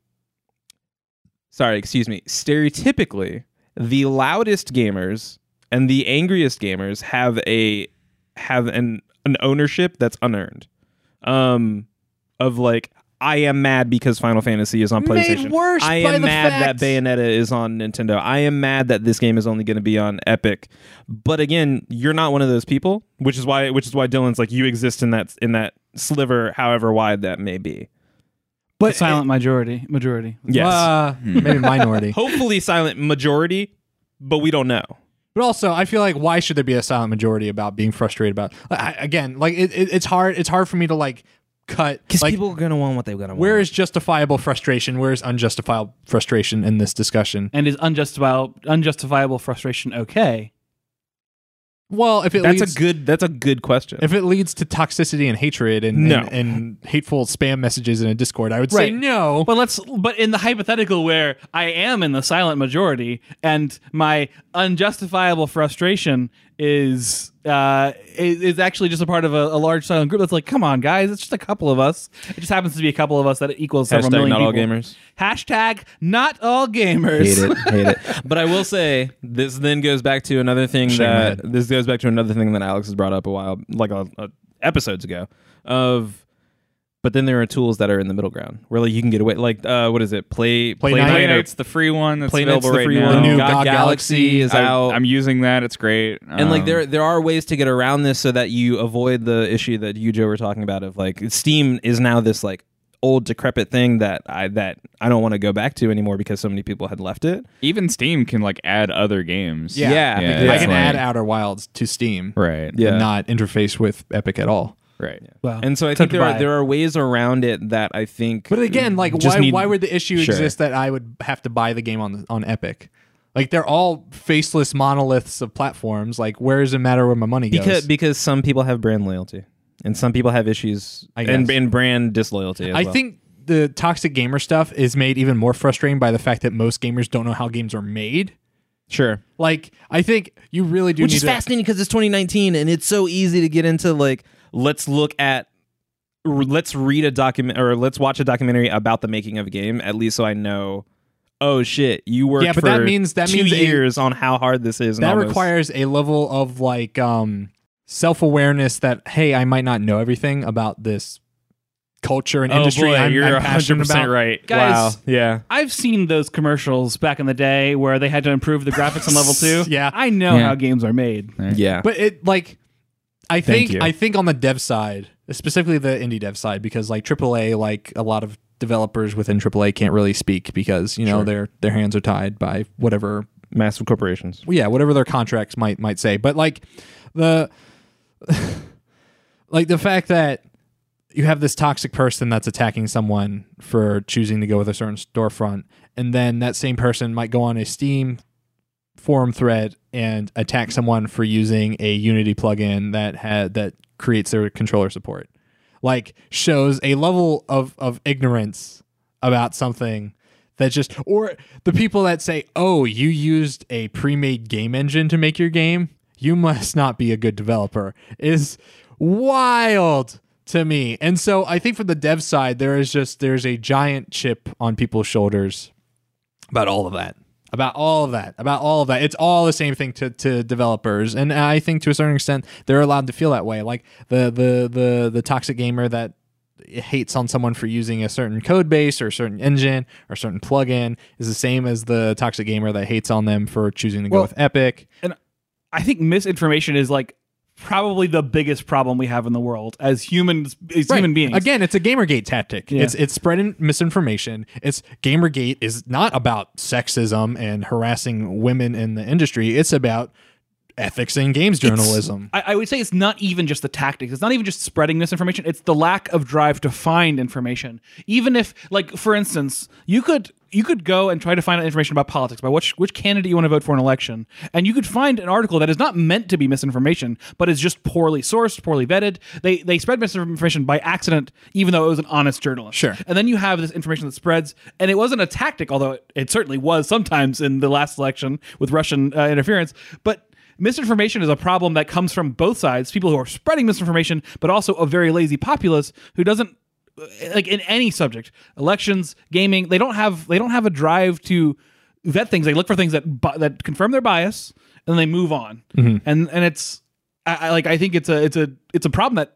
sorry, excuse me, stereotypically the loudest gamers and the angriest gamers have a have an an ownership that's unearned. Um of like I am mad because Final Fantasy is on
Made
PlayStation.
worse
I
by
am
the
mad
fact-
that Bayonetta is on Nintendo. I am mad that this game is only going to be on Epic. But again, you're not one of those people, which is why which is why Dylan's like you exist in that in that sliver however wide that may be.
The
But
silent majority. Majority.
Yes.
Uh, maybe minority.
Hopefully silent majority, but we don't know.
But also, I feel like why should there be a silent majority about being frustrated about? I, I- again, like it, it, it's hard. It's hard for me to like cut. Like,
people are going to want what they're going to want.
where is justifiable frustration? Where is unjustifiable frustration in this discussion?
And is unjustifiable unjustifiable frustration okay?
Well, if it
That's
leads,
a good that's a good question.
if it leads to toxicity and hatred and
No.
and, and hateful spam messages in a Discord, I would say
Right.
no.
But let's but in the hypothetical where I am in the silent majority and my unjustifiable frustration is uh is, is actually just a part of a, a large silent group that's like, come on guys, it's just a couple of us. It just happens to be a couple of us that equals several
Hashtag
million
not all
people.
gamers.
Hashtag not all gamers.
*laughs* hate it. But I will say this then goes back to another thing that this goes back to another thing that Alex has brought up a while, like a, a- episodes ago, of. But then there are tools that are in the middle ground where like you can get away, like uh, what is it? Play
Play
play
Night?
Play
Play
Knight's the free one that's
Play Knight's
available
the
right
free
now.
one.
The new
God,
God
Galaxy
Galaxy.
is
I,
out.
I'm using that. It's great.
and like
Um,
there there are ways to get around this so that you avoid the issue that you Joe were talking about of like Steam is now this like old decrepit thing that I that I don't want to go back to anymore because so many people had left it.
even Steam can like add other games.
Yeah.
yeah,
I
it's
can
like-
add Outer Wilds to Steam
Right.
Yeah.
and not interface with Epic at all.
Right.
Well,
And so I
tough
think
to
there are,
buy.
there are ways around it that I think.
But again, like
just
why
need-
why would the issue
Sure.
exist that I would have to buy the game on on Epic? Like they're all faceless monoliths of platforms. Like where does it matter where my money goes?
because because some people have brand loyalty and some people have issues
I guess.
and, and brand disloyalty. As
I
well.
think the toxic gamer stuff is made even more frustrating by the fact that most gamers don't know how games are made.
sure,
Like I think you really do
which
need
is
to
fascinating because it's 2019 and it's so easy to get into like let's look at r- let's read a document or let's watch a documentary about the making of a game at least so I know. Oh shit! You worked
Yeah, but
for
that means- that
two
means a-
years on how hard this is. and
that
all this.
requires a level of like um self-awareness that hey i might not know everything about this culture and industry
Oh, boy,
I'm,
you're
I'm passionate
100%
about
right.
*laughs* Guys,
Wow. Yeah.
I've seen those commercials back in the day where they had to improve the graphics on level
*laughs*
two.
Yeah.
I know
Yeah.
how games are made.
Yeah.
but it like i
Thank
think
you.
i think on the dev side specifically the indie dev side because like aaa like a lot of developers within aaa can't really speak because you know their their hands are tied by whatever
massive corporations.
well, yeah, whatever their contracts might might say. But like the *laughs* like the fact that you have this toxic person that's attacking someone for choosing to go with a certain storefront, and then that same person might go on a Steam forum thread and attack someone for using a Unity plugin that had that creates their controller support. Like shows a level of of ignorance about something that just or the people that say, "Oh, you used a pre-made game engine to make your game, you must not be a good developer." is wild to me. And so I think from the dev side there is just there's a giant chip on people's shoulders about all of that. About all of that. About all of that. It's all the same thing to, to developers. And I think to a certain extent they're allowed to feel that way. Like the the the the toxic gamer that hates on someone for using a certain code base or a certain engine or a certain plugin is the same as the toxic gamer that hates on them for choosing to go
Well-
with Epic.
I think misinformation is like probably the biggest problem we have in the world as humans, as human beings.
Again, it's a Gamergate tactic.
Yeah.
It's it's spreading misinformation. It's Gamergate is not about sexism and harassing women in the industry. It's about ethics in games journalism.
I, I would say it's not even just the tactics. It's not even just spreading misinformation. It's the lack of drive to find information. Even if, like, for instance, you could you could go and try to find out information about politics, about which which candidate you want to vote for an election, and you could find an article that is not meant to be misinformation, but is just poorly sourced, poorly vetted. They they spread misinformation by accident, even though it was an honest journalist.
Sure.
And then you have this information that spreads, and it wasn't a tactic, although it, it certainly was sometimes in the last election with Russian uh, interference, but. Misinformation is a problem that comes from both sides people who are spreading misinformation, but also a very lazy populace who doesn't like in any subject elections gaming they don't have they don't have a drive to vet things they look for things that bu- that confirm their bias and then they move on and and it's I, I like i think it's a it's a it's a problem that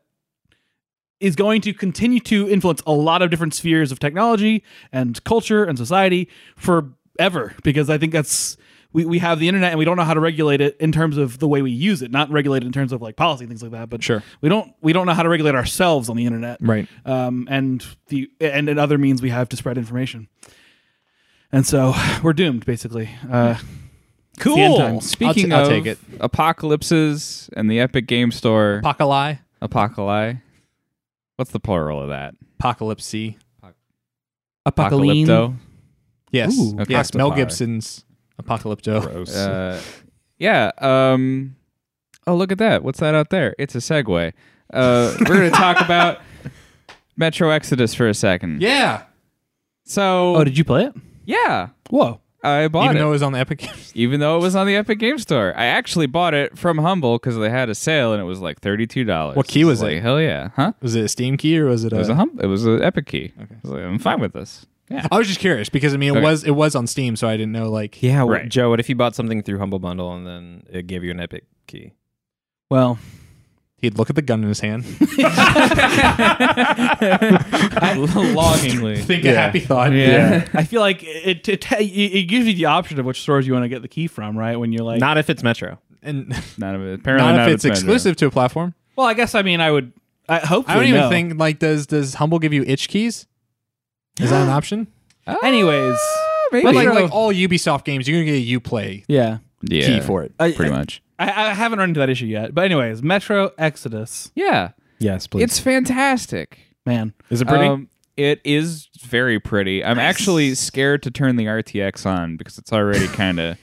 is going to continue to influence a lot of different spheres of technology and culture and society forever because I think that's we, we have the internet and we don't know how to regulate it in terms of the way we use it, not regulate it in terms of like policy and things like that. But
Sure.
we don't we don't know how to regulate ourselves on the internet,
Right.
Um, and the and, and other means we have to spread information, and so we're doomed basically. Uh, the end
Cool.
times.
Speaking
I'll
of
take it.
apocalypses and the Epic Game Store,
Apocalypse.
apocalypse. What's the plural of that?
Apocalypse.
Apocalypto.
Yes.
Ooh.
yes. Mel
Octopi.
Gibson's Apocalypto.
Gross.
Uh, yeah. Um, oh, look at that. What's that out there? It's a segue. Uh, we're
*laughs*
going to talk about Metro Exodus for a second.
Yeah.
So,
oh, did you play it?
yeah,
Whoa!
I bought
Even
it.
though it was on the Epic *laughs* Games.
even though it was on the Epic Game Store. I actually bought it from Humble because they had a sale and it was like thirty two dollars.
What key was
like,
it?
Hell yeah, huh?
Was it a Steam key or was it a?
It was a hum- It was an Epic key. I was like, I'm fine with this. Yeah.
I was just curious because I mean it
Okay.
was it was on Steam, so I didn't know like
Yeah, w-
Right.
Joe. What if you bought something through Humble Bundle and then it gave you an Epic key?
Well,
he'd look at the gun in his hand, *laughs*
*laughs* Longingly.
think
Yeah.
a happy thought.
Yeah.
*laughs* I feel like it, it it gives you the option of which stores you want to get the key from, right? When you're like,
Not if it's Metro.
*laughs* and
None of it. Apparently
not,
not,
if it's
Metro.
exclusive to a platform.
well, I guess I mean I would. I hope
I don't even think like does does Humble give you itch keys? Is
*gasps*
that an option?
Anyways,
maybe.
But like,
Sure.
like all Ubisoft games, you're gonna get a UPlay
yeah,
Yeah.
key for it.
I,
Pretty much.
I, I haven't run into that issue yet, but anyways, Metro Exodus,
Yeah.
Yes, please.
It's fantastic.
man, Uh,
Is it pretty?
Um, it is very pretty. I'm actually scared to turn the RTX on because it's
*laughs*
already kind of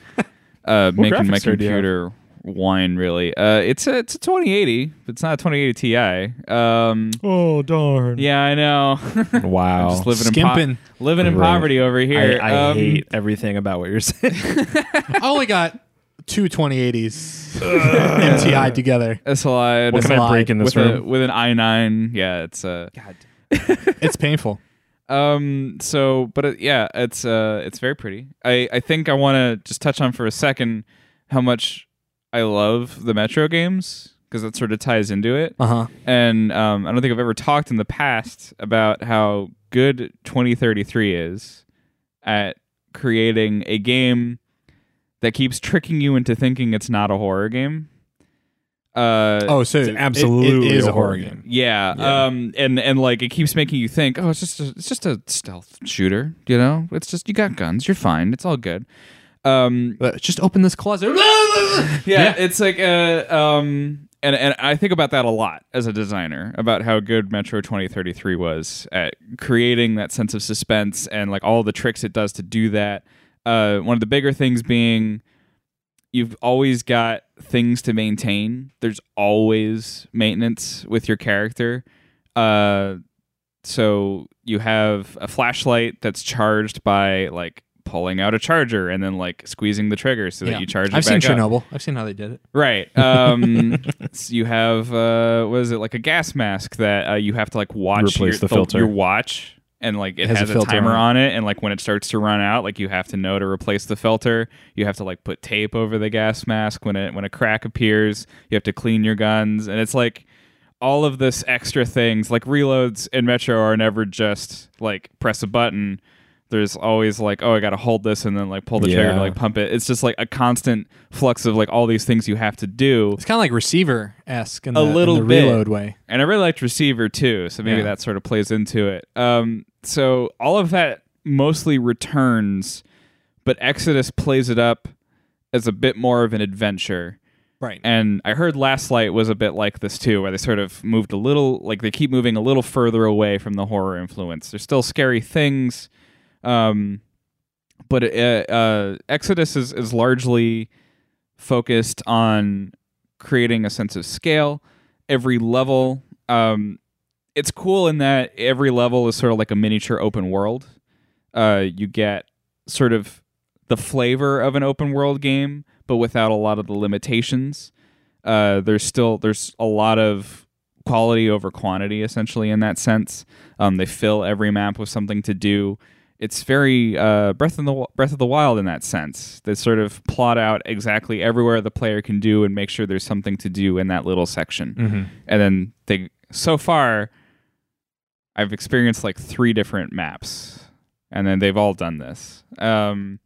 uh, making my
graphics card do you have?
computer whine. Really, uh, it's a it's a 2080. But it's not a 2080 Ti. Um,
oh darn.
yeah, I know.
*laughs*
*laughs*
Wow.
Just living in
Oh, Skimping.
po- living in
Right.
poverty over here.
I, I
Um,
hate everything about what you're saying.
I only got two
*laughs*
2080s MTI together.
SLI.
What
with
can I
a-
break in
this
with a,
room?
with an i9. Yeah, it's a.
It's painful.
Um. So, but it, yeah, it's uh, it's very pretty. I I think I want to just touch on for a second how much I love the Metro games because that sort of ties into it.
Uh huh.
And um, I don't think I've ever talked in the past about how good 2033 is at creating a game that keeps tricking you into thinking it's not a horror game. Uh,
Oh, so it- it-
absolutely
it is
a
a horror
horror
game.
yeah, Um. And and like it keeps making you think. Oh, it's just a, it's just a stealth shooter. You know, it's just you got guns. You're fine. It's all good. Um.
But just open this closet.
*laughs* Yeah. It's like uh. Um. And and I think about that a lot as a designer about how good Metro 2033 was at creating that sense of suspense and like all the tricks it does to do that. Uh. One of the bigger things being you've always got things to maintain. There's always maintenance with your character. Uh, so you have a flashlight that's charged by like pulling out a charger and then like squeezing the trigger so
Yeah.
that you charge. It
I've seen
back up.
Chernobyl. I've seen how they did it.
Right. Um, *laughs* so you have uh, what is it like a gas mask that uh, you have to like watch
Replace
your,
the filter.
your watch, and like it,
has
has,
a
a,
filter
timer
on
on it, and like when it starts to run out, like you have to know to replace the filter. You have to like put tape over the gas mask when it when a crack appears. You have to clean your guns, and it's like all of this extra things like reloads in metro are never just like press a button there's always like oh i gotta hold this and then like pull the trigger
Yeah.
to like pump it it's just like a constant flux of like all these things you have to do
It's kind of like receiver esque in the, in
little
the
bit.
reload way.
and i really liked receiver too so maybe
Yeah.
that sort of plays into it um so all of that mostly returns but exodus plays it up as a bit more of an adventure
Right.
and I heard Last Light was a bit like this too, where they sort of moved a little, like they keep moving a little further away from the horror influence. There's still scary things, um, but uh, uh, Exodus is is largely focused on creating a sense of scale. Every level, um, it's cool in that every level is sort of like a miniature open world. Uh, you get sort of the flavor of an open world game, but without a lot of the limitations. Uh, there's still there's a lot of quality over quantity essentially in that sense. Um, they fill every map with something to do. It's very uh, breath in the Wi- breath of the wild in that sense. They sort of plot out exactly everywhere the player can do and make sure there's something to do in that little section.
Mm-hmm.
And then they so far I've experienced like three different maps, and then they've all done this. Um,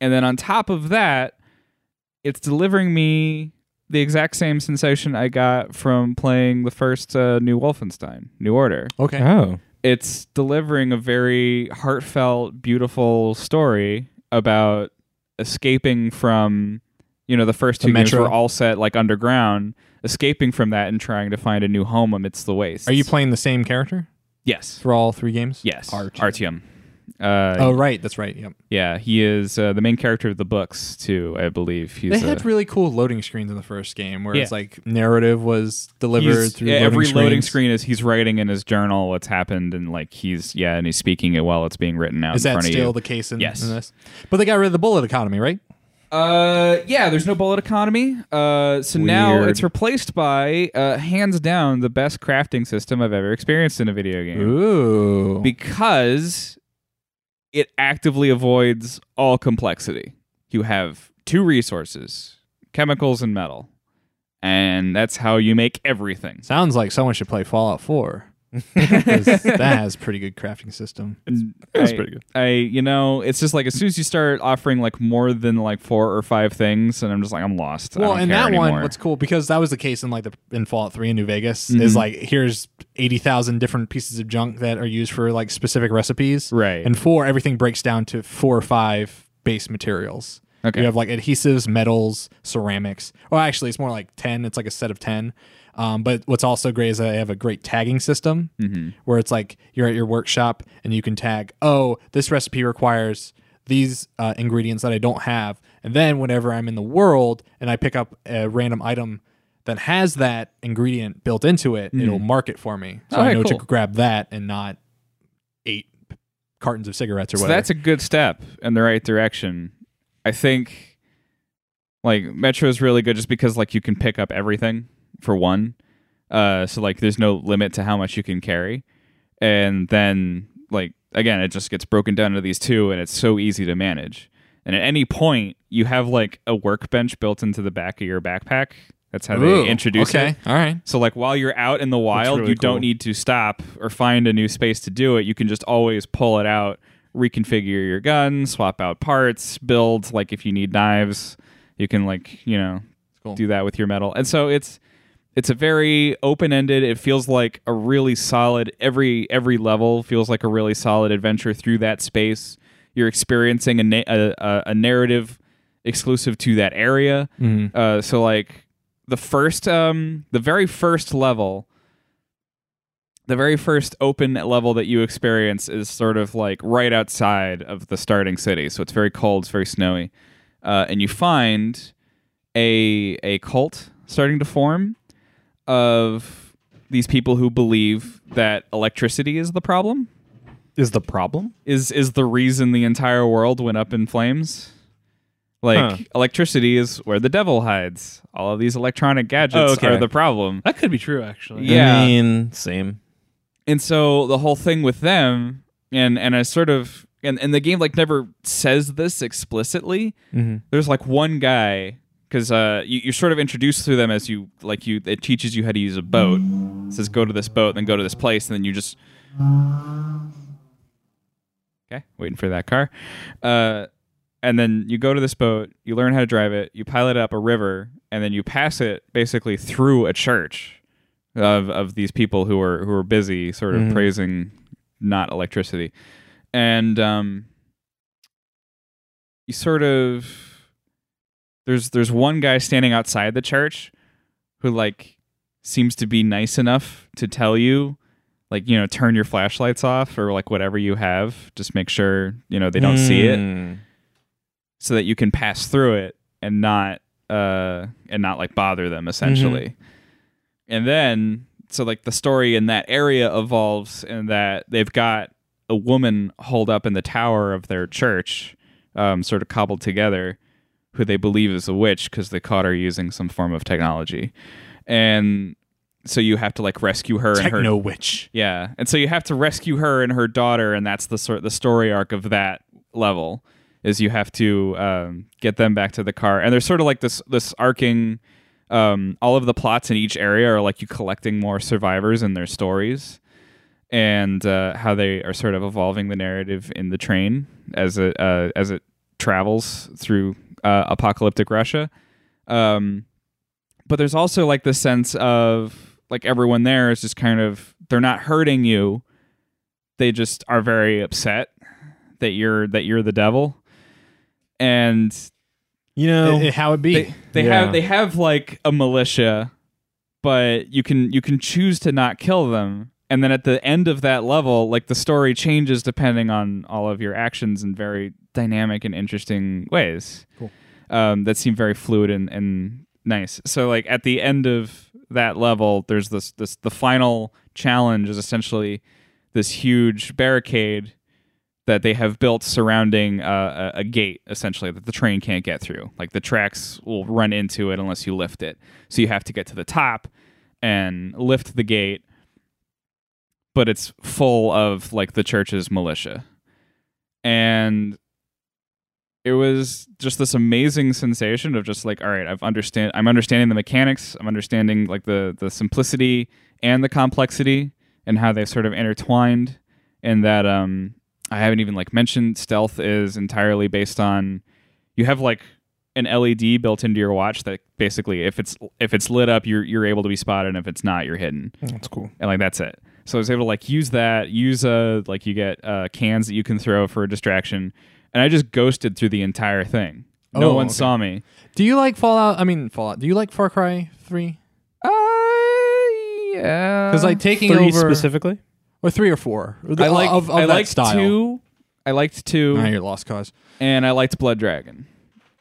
and then on top of that, it's delivering me the exact same sensation I got from playing the first uh, New Wolfenstein, New Order.
Okay.
Oh,
It's delivering a very heartfelt, beautiful story about escaping from, you know, the first
The
two games
metro.
were all set like underground, escaping from that and trying to find a new home amidst the waste.
Are you playing the same character
Yes.
for all three games?
Yes.
Art.
Artyom. Uh,
Oh, right. That's right. Yep.
Yeah, he is uh, the main character of the books too. I believe he's
They
a-
had really cool loading screens in the first game where it's
Yeah.
like narrative was delivered
he's-
through
yeah,
loading
every loading
screens.
screen is he's writing in his journal what's happened and like he's yeah and he's speaking it while it's being written out
Is
in
that
front
still
of you.
the case in,
Yes.
in this? But they got rid of the bullet economy, right?
uh, yeah, there's no bullet economy. Uh, so now
Weird.
it's replaced by uh, hands down the best crafting system I've ever experienced in a video game.
Ooh.
because it actively avoids all complexity. You have two resources chemicals and metal. And that's how you make everything.
Sounds like someone should play Fallout
*laughs*
4. *laughs* 'Cause that has pretty good crafting system.
That's
pretty good.
I, you know, it's just like as soon as you start offering like more than like four or five things, and I'm just like, I'm lost. I
Well,
don't
and
care
that
anymore.
one, what's cool because that was the case in like the in Fallout Three in New Vegas is
Mm-hmm.
like here's eighty thousand different pieces of junk that are used for like specific recipes,
Right.
And four, everything breaks down to four or five base materials.
Okay.
you have like adhesives, metals, ceramics. Well, actually, it's more like ten. It's like a set of ten. Um, but what's also great is that they have a great tagging system
Mm-hmm.
where it's like you're at your workshop and you can tag, oh, this recipe requires these uh, ingredients that I don't have. And then whenever I'm in the world and I pick up a random item that has that ingredient built into it, it'll mark it for me. So I
Alright,
know
Mm. Oh, cool.
to grab that and not eight p- cartons of cigarettes or
so
whatever.
that's a good step in the right direction. I think Like Metro is really good just because like you can pick up everything for one. Uh, so like there's no limit to how much you can carry, and then like again it just gets broken down into these two, and it's so easy to manage. And at any point you have like a workbench built into the back of your backpack. That's how
Ooh,
they introduce
okay.
it.
All right.
So like while you're out in the wild,
really
you
cool.
don't need to stop or find a new space to do it. You can just always pull it out, reconfigure your gun, swap out parts, build like if you need knives, you can like, you know,
cool.
do that with your metal. And so it's it's a very open-ended. It feels like a really solid every every level feels like a really solid adventure through that space. You're experiencing a na- a, a, a narrative exclusive to that area.
Mm-hmm.
Uh, so like the first, um, the very first level, the very first open level that you experience is sort of like right outside of the starting city. So it's very cold, it's very snowy, uh, and you find a a cult starting to form of these people who believe that electricity is the problem
Is the problem?
is is the reason the entire world went up in flames. Like
Huh.
electricity is where the devil hides. All of these electronic gadgets
Oh, okay.
are the problem.
That could be true, actually.
Yeah.
I mean, same.
And so the whole thing with them and and I sort of and, and the game like never says this explicitly.
Mm-hmm.
There's like one guy because uh, you, you're sort of introduced to them as you like you it teaches you how to use a boat. It says go to this boat, then go to this place, and then you just Okay, waiting for that car. Uh, and then you go to this boat, you learn how to drive it, you pilot it up a river, and then you pass it basically through a church of of these people who are who are busy sort of praising not electricity. And um you sort of there's there's one guy standing outside the church who like seems to be nice enough to tell you like you know turn your flashlights off or like whatever you have just make sure you know they don't see it
Mm.
so that you can pass through it and not uh and not like bother them essentially and then so like the story in that area evolves in that they've got a woman holed up in the tower of their church um sort of cobbled together who they believe is a witch because they caught her using some form of technology and so you have to like rescue her and her
Techno witch.
yeah, and so you have to rescue her and her daughter, and that's the sort the story arc of that level is you have to um, get them back to the car, and there's sort of like this this arcing. Um, all of the plots in each area are like you collecting more survivors and their stories, and uh, how they are sort of evolving the narrative in the train as it uh, as it travels through uh, apocalyptic Russia. Um, but there's also like the sense of like everyone there is just kind of they're not hurting you they just are very upset that you're that you're the devil and
You know,
I- I- how it be?
they, they
Yeah.
have they have like a militia but you can you can choose to not kill them and then at the end of that level like the story changes depending on all of your actions in very dynamic and interesting ways
Cool.
um, that seem very fluid and, and nice so like at the end of that level there's this this the final challenge is essentially this huge barricade that they have built surrounding uh, a, a gate essentially that the train can't get through like the tracks will run into it unless you lift it so you have to get to the top and lift the gate but it's full of like the church's militia and it was just this amazing sensation of just like all right i've understand i'm understanding the mechanics i'm understanding like the the simplicity and the complexity and how they sort of intertwined and that um i haven't even like mentioned stealth is entirely based on you have like an led built into your watch that basically if it's if it's lit up you're you're able to be spotted and if it's not you're hidden
that's cool.
and like that's it. So I was able to like use that, use uh like you get uh cans that you can throw for a distraction, and I just ghosted through the entire thing. No
Oh,
one
okay.
saw me.
Do you like Fallout? I mean, Fallout. Do you like Far Cry 3?
Uh, yeah.
Because like taking
Three
over
specifically?
or three or four.
I like
of, of
I
that
liked
style.
two. I liked two,
Now you're lost cause.
and I liked Blood Dragon.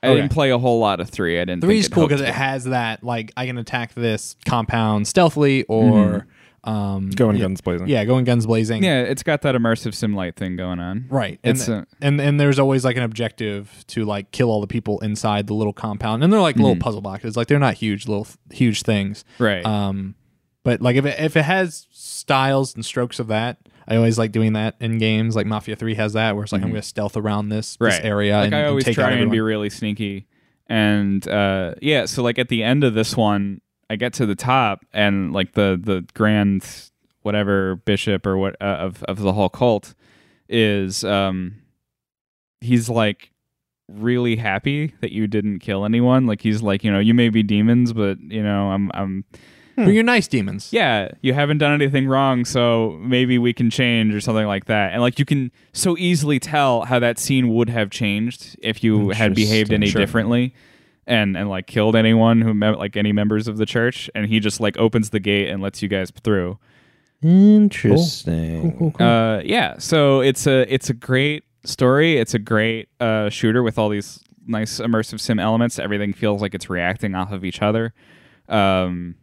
I
Okay.
didn't play a whole lot of three. I didn't.
Three
think
is cool
helped
because it has that like I can attack this compound stealthily or Um,
Going
yeah,
guns blazing.
Yeah, going guns blazing.
Yeah, it's got that immersive sim light thing going on.
Right. And, uh,
It's uh,
th-
a-
and and there's always like an objective to like kill all the people inside the little compound. And they're like little puzzle boxes. Like they're not huge little huge things.
Mm-hmm. Right.
Um but like if it, if it has styles and strokes of that, I always like doing that in games. Like Mafia 3 has that where it's like I'm going to stealth around this
Mm-hmm. right.
this area
Like
and,
I
and
always
take
try
out
and be
everyone.
really sneaky. And uh, yeah, so like at the end of this one, I get to the top and like the the grand whatever bishop or what uh, of of the whole cult is um he's like really happy that you didn't kill anyone like he's like you know you may be demons but you know i'm i'm
But you're nice demons.
yeah, you haven't done anything wrong, so maybe we can change or something like that. And like you can so easily tell how that scene would have changed if you had behaved any differently and and like killed anyone who met like any members of the church and he just like opens the gate and lets you guys through.
Interesting.
Uh yeah, so it's a it's a great story. It's a great uh shooter with all these nice immersive sim elements. Everything feels like it's reacting off of each other. Um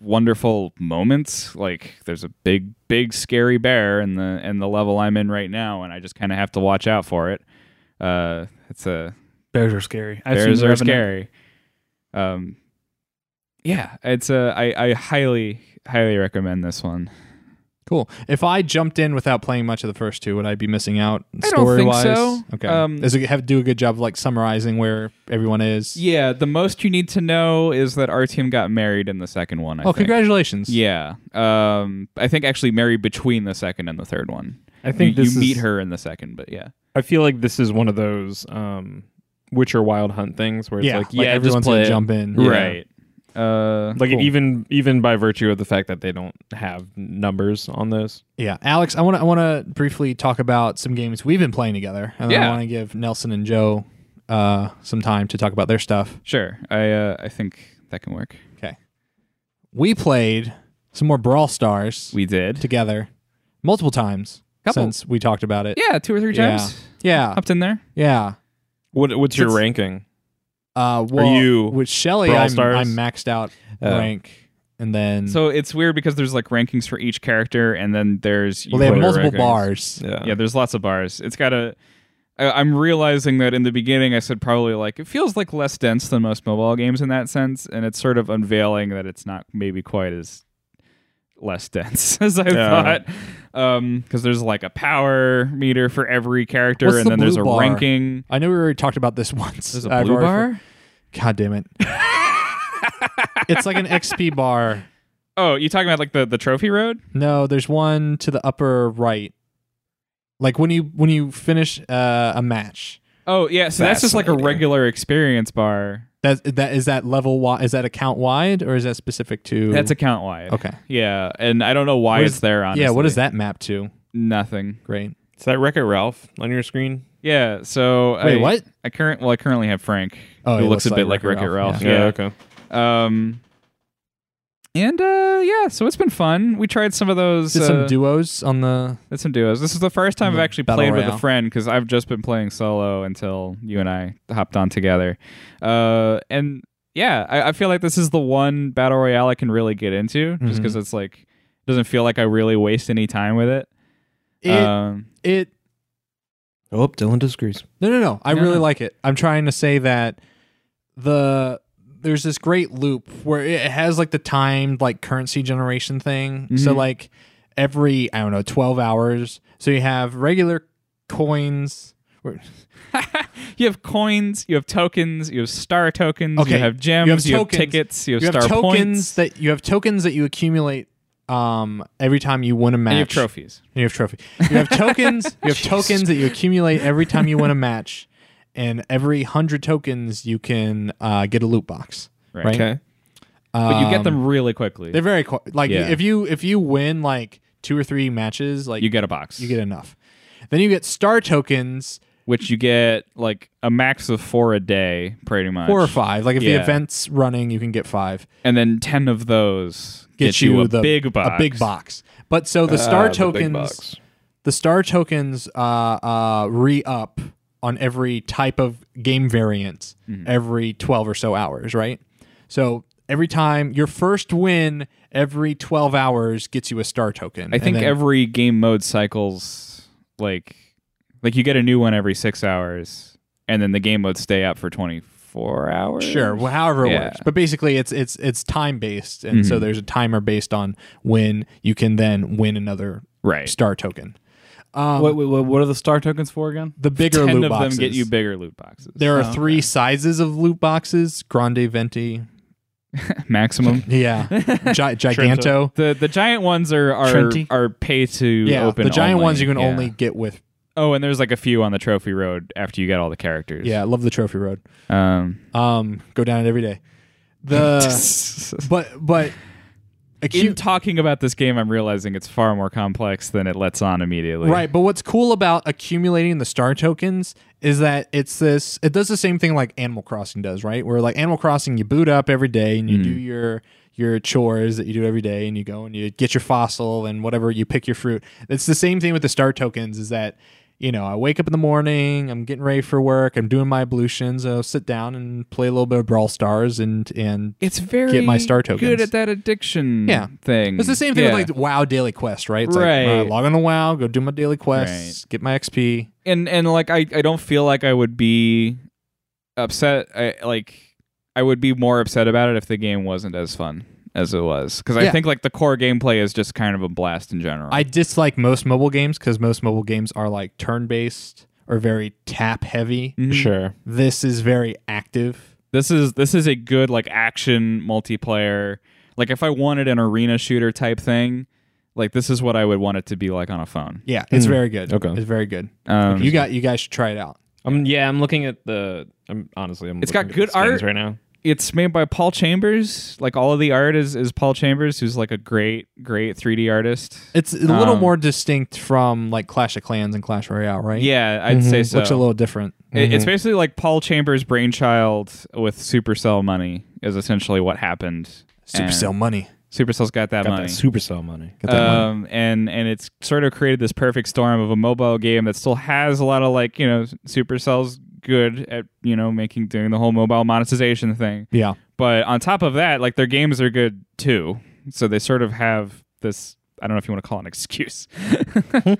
wonderful moments. Like there's a big, big scary bear in the in the level I'm in right now, and I just kind of have to watch out for it. Uh, it's a
Bears are scary. I've
bears
seen
are
the Revenant.
scary. Um, yeah, it's a I I highly highly recommend this one.
Cool. If I jumped in without playing much of the first two, would I be missing out
I don't
story
think
wise?
so.
Okay.
Um,
Does it have do a good job of like summarizing where everyone is?
Yeah, the most you need to know is that our team got married in the second one. I
oh,
think.
congratulations.
Yeah, um, I think actually married between the second and the third one.
I think
you,
this
you
is-
meet her in the second, but yeah.
I feel like this is one of those um, Witcher Wild Hunt things where it's
Yeah,
like,
like
yeah, just
everyone's
play
gonna
it.
jump in.
Yeah.
Right. Uh,
Like
Cool.
even even by virtue of the fact that they don't have numbers on those.
Yeah, Alex, I want to I want to briefly talk about some games we've been playing together, and then I
Yeah.
want to give Nelson and Joe uh, some time to talk about their stuff.
sure. I uh, I think that can work.
We played some more Brawl Stars
We did.
together multiple times
Couple.
since we talked about it.
Yeah, two or three
Yeah.
times.
Yeah,
Hopped in there.
yeah.
What what's your
It's-
ranking?
Uh, well,
you
with Shelly?
Brawl
I'm,
Stars?
I'm maxed out
Oh.
rank, and then
So it's weird because there's like rankings for each character, and then there's
well, they have
user
multiple
rankings.
bars.
Yeah.
Yeah, there's lots of bars. It's got a. I- I'm realizing that in the beginning, I said probably like it feels like less dense than most mobile games in that sense, and it's sort of unveiling that it's not maybe quite as less *laughs* dense as I
Yeah.
thought. Because there's like a power meter for every character,
What's
and
the
then there's
blue
a
bar?
ranking.
I know we already talked about this *laughs* once.
There's
I've
a blue
already
bar.
for- God damn it! it's like an XP bar.
Oh, you talking about like the the trophy road?
No, there's one to the upper right. Like when you when you finish uh, a match,
Oh yeah, so that's just like a
Fascinating.
regular experience bar.
that that is that level wide is that account wide or is that specific to
That's account wide.
okay.
Yeah, and I don't know why
What
it's
is-
there. Honestly,
Yeah, what does that map to?
Nothing.
Great.
Is that Wreck-It Ralph on your screen?
Yeah. So
Wait,
I,
what?
I current well, I currently have Frank,
Oh,
who
he
looks,
looks
a bit
like
like
Wreck-It
Wreck It Ralph.
Ralph,
okay.
Yeah. Um. And uh, yeah, so it's been fun. We tried some of those.
Did some
uh,
duos on the
did some duos. This is the first time I've actually
Battle
played with
Royale.
a friend because I've just been playing solo until you and I hopped on together. Uh, and yeah, I, I feel like this is the one battle royale I can really get into just 'cause
Mhm.
just because it's like doesn't feel like I really waste any time with it.
it
um,
it
Oh, Dylan disagrees.
No, no, no. I
No,
really
no.
like it. I'm trying to say that the there's this great loop where it has like the timed like currency generation thing. So
Mhm.
like every I don't know 12 hours, so you have regular coins. Where-
You have coins, you have tokens, you have star tokens,
Okay.
you have gems,
You
you
have
have,
tokens.
tickets, you have
You have
star
tokens
points,
that you have tokens that you accumulate um every time you win a match.
and you have trophies.
And you have trophy. You have
*laughs*
tokens. You have tokens that you accumulate every time you win a match, and every hundred tokens you can uh, get a loot box. Right.
Right. But you get
Um,
them really quickly.
They're very qu- like
Yeah.
if you if you win like two or three matches, like
You get a box,
you get enough. Then you get star tokens
which you get like a max of four a day, pretty much.
four or five. Like if the
Yeah.
event's running, you can get five.
And then 10 of those
Get,
you, a big box.
a big box. But so the star tokens,
box.
the star tokens uh, uh, re up on
Mm-hmm.
every type of game variant every 12 or so hours, right? So every time your first win every 12 hours gets you a star token.
I
And
think
then-
every game mode cycles like like you get a new one every six hours, and then the game modes stay up for twenty four hours.
sure, well, however it
Yeah. Mm-hmm.
works. But basically it's it's it's time based and so there's a timer based on when you can then win another
Right.
star token.
Wait, wait, wait, what are the star tokens for again?
The bigger
Ten
loot
of
boxes.
them get you Oh, bigger loot boxes.
there are three sizes of loot boxes: grande, venti, *laughs*
maximum. *laughs*
yeah, Gi- giganto.
The the giant ones are are
Trinity?
are pay to
Yeah,
open.
the giant
only.
ones you can
Yeah.
only get with.
Oh, and there's like a few on the trophy road after you get all the characters.
Yeah, I love the trophy road.
Um.
Um, go down it every day. The
*laughs*
but but a
In
cute,
talking about this game, I'm realizing it's far more complex than it lets on immediately.
right. But what's cool about accumulating the star tokens is that it's this. It does the same thing like Animal Crossing does, right? Where like Animal Crossing, you boot up every day and you
Mm.
do your your chores that you do every day and you go and you get your fossil and whatever you pick your fruit. It's the same thing with the star tokens is that you know, I wake up in the morning, I'm getting ready for work, I'm doing my ablutions, I'll sit down and play a little bit of Brawl Stars and and
It's very
Get my star tokens.
good at that addiction
Yeah.
thing.
It's the same thing
Yeah.
with like WoW daily quest, right? It's
Right.
like uh, log on to WoW, go do my daily quests, get my XP.
and and like I, I don't feel like I would be upset I like I would be more upset about it if the game wasn't as fun as it was cuz I
Yeah.
think like the core gameplay is just kind of a blast in general.
I dislike most mobile games because most mobile games are like turn based or very tap heavy.
Mm.
Sure.
This is very active.
this is this is a good like action multiplayer like if I wanted an arena shooter type thing like this is what I would want it to be like on a phone.
Yeah, it's very good.
Okay.
it's very good.
Um,
You got you guys should try it out.
Um. Yeah. I'm looking at the. I'm honestly. I'm.
It's got
looking at
good
the skins
art.
right now.
it's made by Paul Chambers. Like all of the art is is Paul Chambers, who's like a great great 3D artist.
It's a little
Um,
more distinct from like Clash of Clans and Clash Royale, right?
Yeah, I'd say so.
Mm-hmm. looks a little Mm-hmm. different.
It- It's basically like Paul Chambers' brainchild with Supercell money is essentially what happened. And
Supercell money.
Supercell's got that
Got
money.
that supercell money.
um, and and it's sort of created this perfect storm of a mobile game that still has a lot of like you know Supercell's good at you know making doing the whole mobile monetization thing,
Yeah,
but on top of that, like their games are good too, so they sort of have this. I don't know if you want to call it an excuse, *laughs* but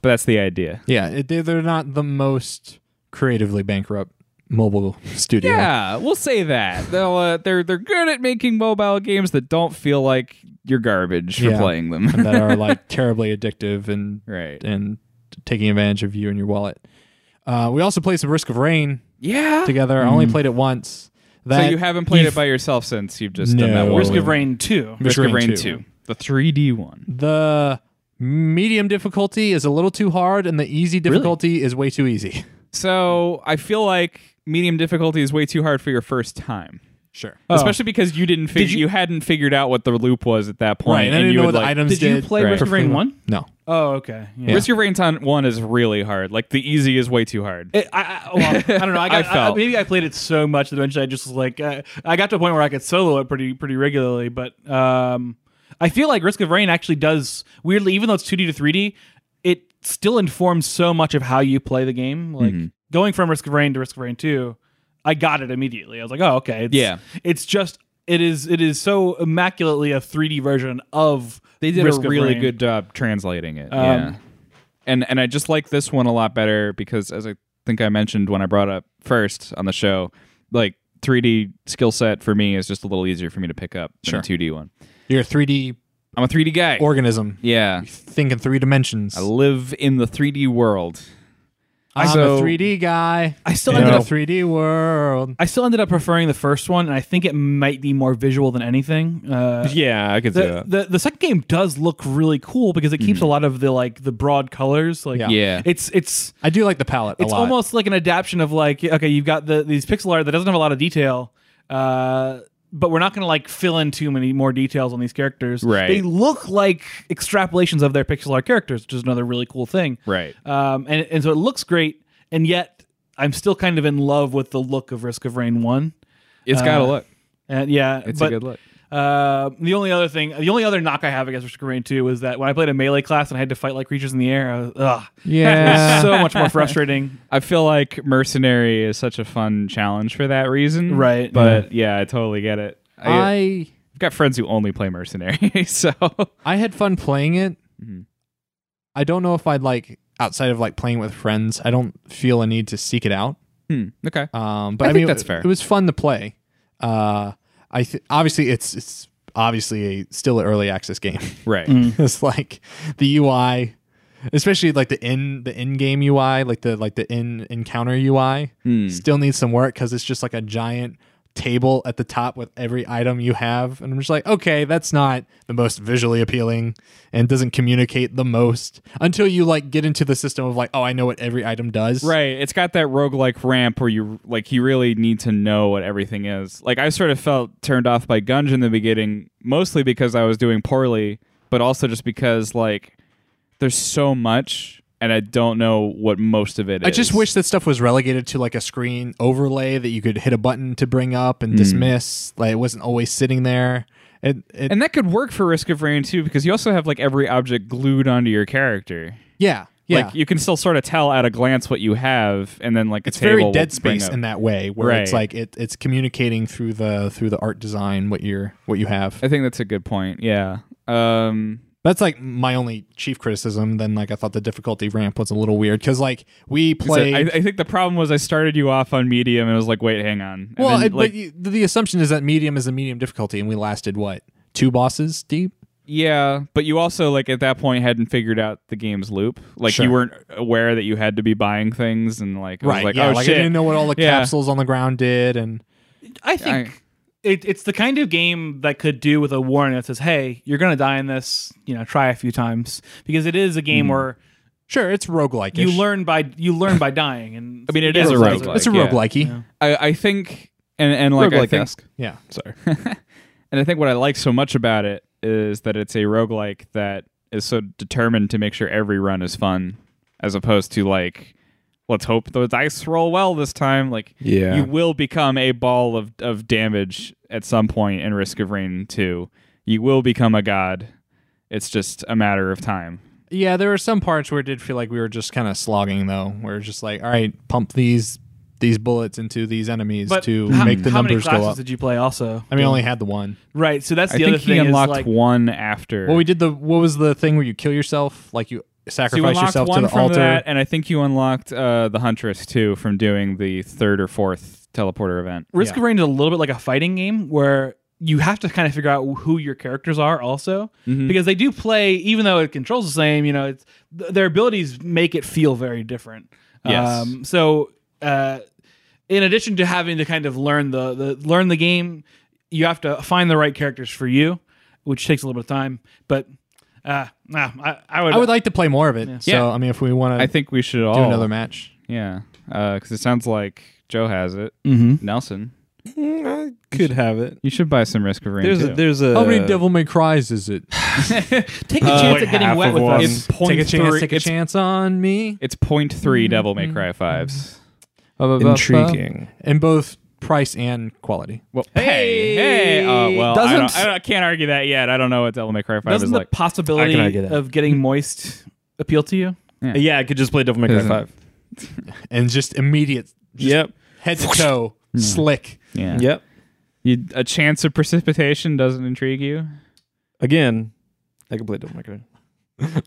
that's the idea.
yeah. It, they- they're not the most creatively bankrupt mobile *laughs* studio.
Yeah, we'll say that. They'll, uh, they're they're good at making mobile games that don't feel like you're garbage for
Yeah.
playing them. *laughs*
that are like terribly addictive and
right.
and taking advantage of you and your wallet. Uh, we also played some Risk of Rain
Yeah.
together. I only played it once.
Hmm. so
That
you haven't played
you
it by yourself since you've just done
No.
that one.
Risk of Rain 2.
Risk
Risk
of
of Rain
Rain
2. The 3D one.
the medium difficulty is a little too hard, and the easy difficulty is way too easy.
*laughs* So I feel like medium difficulty is way too hard for your first time.
Sure.
Especially because you didn't figure Oh. you,
you-
hadn't figured out what the loop was at that point,
Right, and I
and
didn't
you
know
would
what the
like
items
Did
did.
you play Risk of Rain 1?
No.
Oh, okay. Yeah.
Risk of Rain Ton one is really hard. Like the easy is way too hard.
It- I, I, well, I don't know. I,
*laughs* I
got, I- I-
felt.
maybe I played it so much that eventually I just was like uh, I got to a point where I could solo it pretty pretty regularly. But um, I feel like Risk of Rain actually does weirdly, even though it's two D to three D, it still informs so much of how you play the game. Like
Mm-hmm.
going from Risk of Rain to Risk of Rain two, I got it immediately. I was like, oh okay, it's,
Yeah.
It's just it is it is so immaculately a three D version of
they did
Risk
a
of
really
Rain.
good job translating it. yeah. Um, And and I just like this one a lot better because as I think I mentioned when I brought up first on the show, like 3D skill set for me is just a little easier for me to pick up than a 2D one.
You're a 3D
I'm a 3D guy.
organism.
*laughs* yeah.
You think in three dimensions.
I live in the 3D world.
I'm
so-
a 3D guy
I still
in
ended
a
up
3D world.
I still ended up preferring the first one, and I think it might be more visual than anything. Uh,
Yeah, I could see
the,
that.
the the second game does look really cool because it keeps a lot of the like the broad colors. Like
Yeah.
Yeah.
it's it's
I do like the palette
it's
a lot.
almost like an adaptation of like okay, you've got the these pixel art that doesn't have a lot of detail. Uh, but we're not going to like fill in too many more details on these characters.
Right.
They look like extrapolations of their pixel art characters, which is another really cool thing.
Right.
Um, and and so it looks great, and yet I'm still kind of in love with the look of Risk of Rain One.
It's got a look.
And yeah,
It's
Uh, but,
a good look.
Uh, the only other thing, the only other knock I have against Risk of Rain 2 was that when I played a melee class and I had to fight like creatures in the air, I was, ugh,
*laughs*
yeah.
so much more frustrating.
I feel like mercenary is such a fun challenge for that reason.
Right.
But yeah, I totally get it. I, have
I
got friends who only play Mercenary, *laughs* so
I had fun playing it.
Mhm.
I don't know if I'd like outside of like playing with friends. I don't feel a need to seek it out.
hmm, okay.
Uh,
Um, but
I
I,
think
mean,
that's
it-
fair.
It was fun to play. Uh, I th- obviously it's it's obviously a still an early access game.
Right.
*laughs*
mm.
it's like the UI, especially like the in the in game UI, like the like the in encounter UI,
Hmm.
still needs some work because it's just like a giant table at the top with every item you have, and I'm just like, okay, that's not the most visually appealing and doesn't communicate the most until you like get into the system of like, oh, I know what every item does,
Right. It's got that roguelike ramp where you like you really need to know what everything is. Like I sort of felt turned off by Gunge in the beginning, mostly because I was doing poorly, but also just because like there's so much and I don't know what most of it is.
I just wish that stuff was relegated to like a screen overlay that you could hit a button to bring up
Hmm.
and dismiss. Like it wasn't always sitting there. It, it,
And that could work for Risk of Rain too, because you also have like every object glued onto your character.
yeah, yeah.
Like you can still sort of tell at a glance what you have, and then like a
it's very
table
dead
will bring
space
up-
in that way, where it's
Right.
like it, it's communicating through the through the art design what you're what you have.
I think that's a good point. Yeah. Um.
That's like my only chief criticism. Then like I thought the difficulty ramp was a little weird because like we played.
I, I think the problem was I started you off on medium and was like, wait, hang on. And
well,
then,
it-
like,
but you, the assumption is that medium is a medium difficulty, and we lasted what two bosses deep.
yeah, but you also like at that point hadn't figured out the game's loop. Like
Sure.
you weren't aware that you had to be buying things and like, I was like,
yeah,
oh
like
shit.
I didn't know what all the
Yeah.
capsules on the ground did, and
I think
I-
it, it's the kind of game that could do with a warning that says, "Hey, you're gonna die in this. You know, try a few times because it is a
Hmm.
game where
Sure, it's roguelike.
you learn by you learn by dying." And
I mean, it
Yeah,
is a
so it's-
roguelike.
It's a
yeah.
roguelike. Yeah.
I, I think and and like I think,
Roguelike-esque.
yeah.
Sorry.
and I think what I like so much about it is that it's a roguelike that is so determined to make sure every run is fun, as opposed to like, let's hope the dice roll well this time. Like,
Yeah.
you will become a ball of, of damage at some point in Risk of Rain 2. You will become a god. It's just a matter of time.
there were some parts where it did feel like we were just kind of slogging though. Where it's just like, all right, pump these these bullets into these enemies
But
to
how,
make the
how many
numbers
classes
go up.
did you play? Also,
I mean, I only had the one.
right. So that's
I
the
think
other thing.
he
is,
unlocked
like,
one after.
Well, we did the what was the thing where you kill yourself, like you
so you
sacrifice
unlocked
yourself
one
to the
from
altar.
that, and I think you unlocked uh, the Huntress too from doing the third or fourth teleporter event.
Risk
Yeah.
of Rain is a little bit like a fighting game where you have to kind of figure out who your characters are also
Mm-hmm.
because they do play even though it controls the same you know it's th- their abilities make it feel very different Um,
Yes.
so uh, in addition to having to kind of learn the, the learn the game you have to find the right characters for you which takes a little bit of time but uh, nah, I, I would
I would like to play more of it. So
Yeah.
I mean, if we want
I
to do
think we should all
another match,
Yeah, because it sounds like Joe has it.
Mhm.
Nelson,
I could have it.
you should buy some Risk of Rain.
There's
too.
a, there's a
how many Devil May Cries is it?
take a chance at getting
half
wet
of
with
one.
us
It's point
take a chance,
three-
take a
it's-
chance on me.
It's point three Devil May Cry fives.
uh, intriguing.
in both price and quality.
Well, hey, hey. Uh, well, I,
Doesn't-
don't, I, don't- I can't argue that yet. I don't know what Devil May Cry Five is
doesn't the
like.
possibility
argue that.
of getting moist appeal to you
Yeah, I could just play Devil May Cry
Isn't-
Five.
and just immediate, just
Yep.
head to toe, slick.
yeah.
Yep.
You, a chance of precipitation doesn't intrigue you.
Again, I could play Devil May Cry.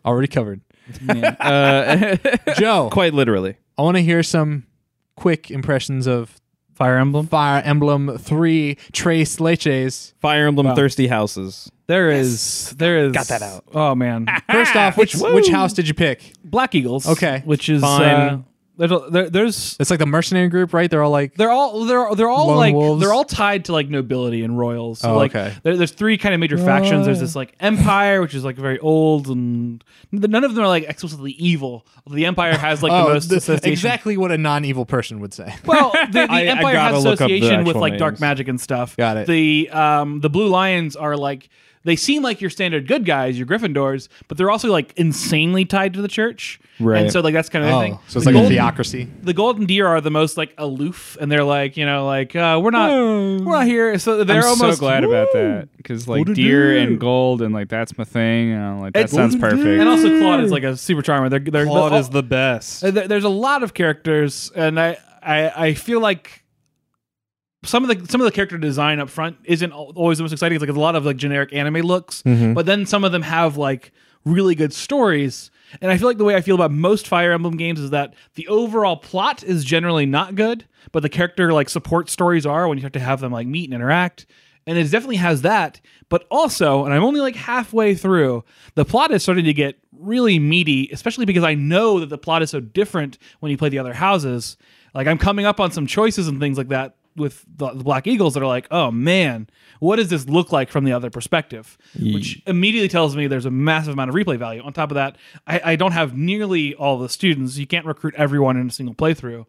Already covered.
Uh,
Joe,
*laughs* Quite literally.
I want to hear some quick impressions of
fire emblem
Fire Emblem Three Trace Leches.
Fire Emblem
Wow.
Thirsty Houses.
There is, there is.
Got that out.
Oh man,
First off, which which house did you pick?
Black Eagles.
Okay.
which is
Fine.
uh, there's a- there, there's
It's like the mercenary group, right? They're all like,
they're all they're they're all
Lone
like
wolves.
they're all tied to like nobility and royals. So
Oh,
like
okay.
there, there's three kind of major factions. There's this like empire, which is like very old, and none of them are like explicitly evil. The empire has like
oh,
the most
th-
association.
exactly what a non-evil person would say.
Well, the, the
I
Empire
gotta
has
look up the
association with
actual
like dark
names.
magic and stuff.
Got it.
The um the Blue Lions are like they seem like your standard good guys, your Gryffindors, but they're also like insanely tied to the church.
Right.
And so like that's kind of the thing.
Oh, so it's like a
golden,
theocracy.
the Golden Deer are the most like aloof, and they're like you know like uh, we're not we're not here. So they're
I'm
almost
so glad about that because like deer and gold and like that's my thing. And I'm like that
It's-
sounds perfect.
And also Claude is like a super charmer. They're, they're uh,
Claude
all-
is the best.
Uh, there- There's a lot of characters, and I, I, I feel like some of the some of the character design up front isn't al- always the most exciting. It's like a lot of like generic anime looks, but then some of them have like really good stories. And I feel like the way I feel about most Fire Emblem games is that the overall plot is generally not good, but the character like support stories are when you have to have them like meet and interact. And it definitely has that, but also, and I'm only like halfway through, the plot is starting to get really meaty, especially because I know that the plot is so different when you play the other houses. Like I'm coming up on some choices and things like that with the, the Black Eagles that are like, oh man, what does this look like from the other perspective? Which immediately tells me there's a massive amount of replay value. On top of that, I, I don't have nearly all the students. You can't recruit everyone in a single playthrough.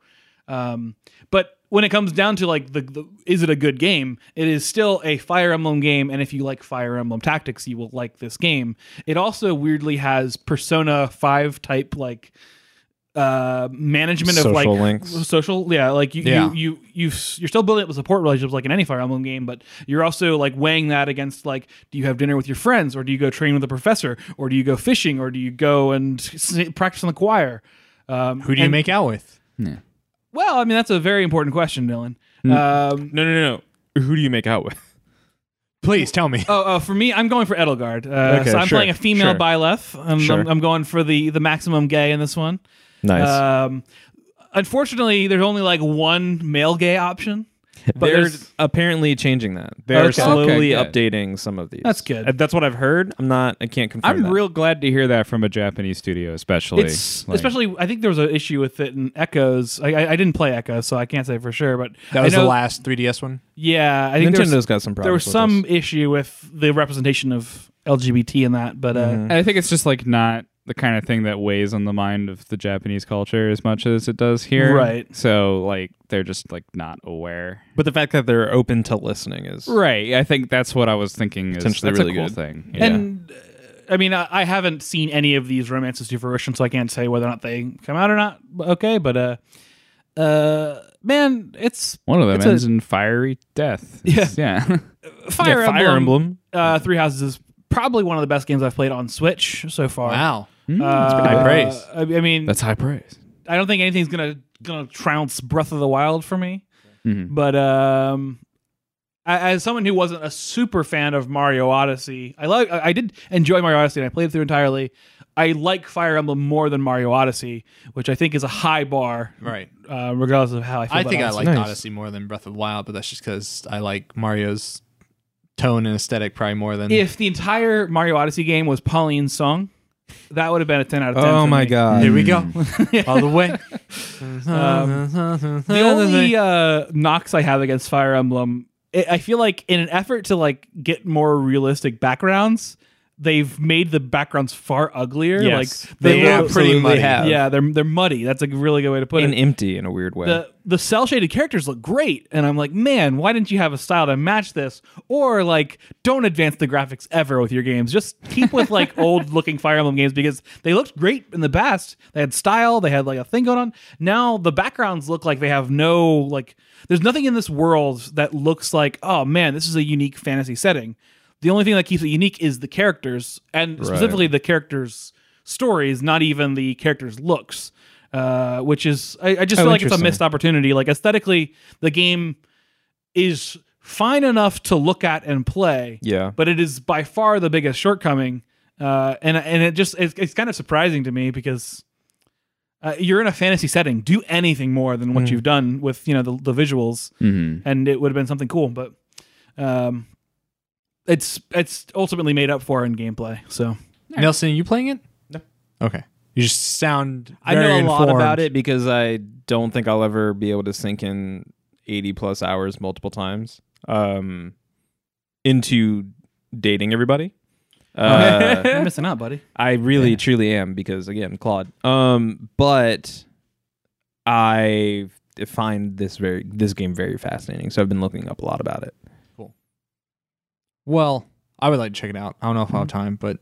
Um, but when it comes down to like the, the is it a good game? It is still a Fire Emblem game, and if you like Fire Emblem Tactics, you will like this game. It also weirdly has Persona Five type like uh management of
Social
like
links.
social yeah like you,
Yeah.
you you you s- you're still building up the support relationships like in any fire emblem game but you're also like weighing that against like do you have dinner with your friends or do you go train with a professor or do you go fishing or do you go and s- practice in the choir um
Who do you
and-
make out with?
well i mean that's a very important question dylan
Hmm.
um
No, no, no. Who do you make out with?
Please tell me.
Oh, oh, for me, I'm going for Edelgard. Uh,
Okay,
so I'm
sure,
playing a female
sure.
byleth. I'm,
Sure.
I'm, I'm going for the the maximum gay in this one. *laughs*
Nice.
Um, unfortunately, there's only like one male gay option. But
They're
there's,
apparently changing that. They're
Okay.
slowly
Okay,
updating some of these.
That's good.
Uh, That's what I've heard. I'm not. I can't confirm.
I'm
that.
real glad to hear that from a Japanese studio, especially.
It's
Like,
especially. I think there was an issue with it in Echoes. I, I, I didn't play Echo, so I can't say for sure. But
That
I
was the
know-
last 3DS one.
Yeah, I think there
Nintendo's
was,
got some problems.
there was
with
some
this.
issue with the representation of LGBT in that. But uh,
I think it's just like not the kind of thing that weighs on the mind of the Japanese culture as much as it does here.
Right.
So like they're just like not aware.
but the fact that they're open to listening is
Right. I think that's what I was thinking. Is,
Potentially
that's
really
a cool
good.
thing.
Yeah.
And uh, I mean, I, I haven't seen any of these romances to fruition, so I can't say whether or not they come out or not. But Okay, but uh, uh, man, it's
One of them
It's
ends
a-
in fiery death. It's- *laughs* yeah.
Fire
Yeah, Fire
Emblem.
Emblem.
Uh, Three Houses is probably one of the best games I've played on Switch so far.
Wow.
Uh,
pretty high praise.
I, I mean,
that's high praise.
I don't think anything's gonna gonna trounce Breath of the Wild for me.
Mm-hmm.
Mhm.
But um, I- as someone who wasn't a super fan of Mario Odyssey, I like I I did enjoy Mario Odyssey and I played it through entirely. I like Fire Emblem more than Mario Odyssey, which I think is a high bar,
Right.
uh, regardless of how I feel.
I
about
think I
Odyssey.
like Odyssey more than Breath of the Wild, but that's just because I like Mario's tone and aesthetic probably more than.
if the entire Mario Odyssey game was Pauline's song, that would have been a ten out of ten.
Oh
for
my
me.
god.
Here we go. *laughs* All the way.
the only uh, knocks I have against Fire Emblem, i I feel like in an effort to like get more realistic backgrounds, they've made the backgrounds far uglier.
Yes.
like
They
the-
are pretty
absolutely
muddy.
have.
yeah, they're they're muddy. That's a really good way to put
And
it.
empty in a weird way.
The the cell shaded characters look great, and I'm like, man, why didn't you have a style to match this? Or like, don't advance the graphics ever with your games. Just keep with like old looking Fire Emblem games because they looked great in the past. They had style. They had like a thing going on. Now the backgrounds look like they have no like. There's nothing in this world that looks like, oh man, this is a unique fantasy setting. The only thing that keeps it unique is the characters, and specifically the characters' stories, not even the characters' looks. Uh, which is, I, I just feel like it's a
interesting.
missed opportunity. Like aesthetically, the game is fine enough to look at and play.
Yeah.
But it is by far the biggest shortcoming, uh, and and it just it's, it's kind of surprising to me because uh, you're in a fantasy setting. Do anything more than
Mm.
what you've done with you know the, the visuals,
Mm-hmm.
and it would have been something cool. But um, it's it's ultimately made up for in gameplay. So
Nelson, are you playing it? No. Okay. You just sound.
I know a
very
lot
informed.
about it because I don't think I'll ever be able to sink in 80 plus hours multiple times um, into dating everybody. Uh,
*laughs* you're missing out, buddy.
I really truly am because again, Claude. Um, but I find this very this game very fascinating, so I've been looking up a lot about it.
Well, I would like to check it out. I don't know if I'll have
Mm-hmm.
time, but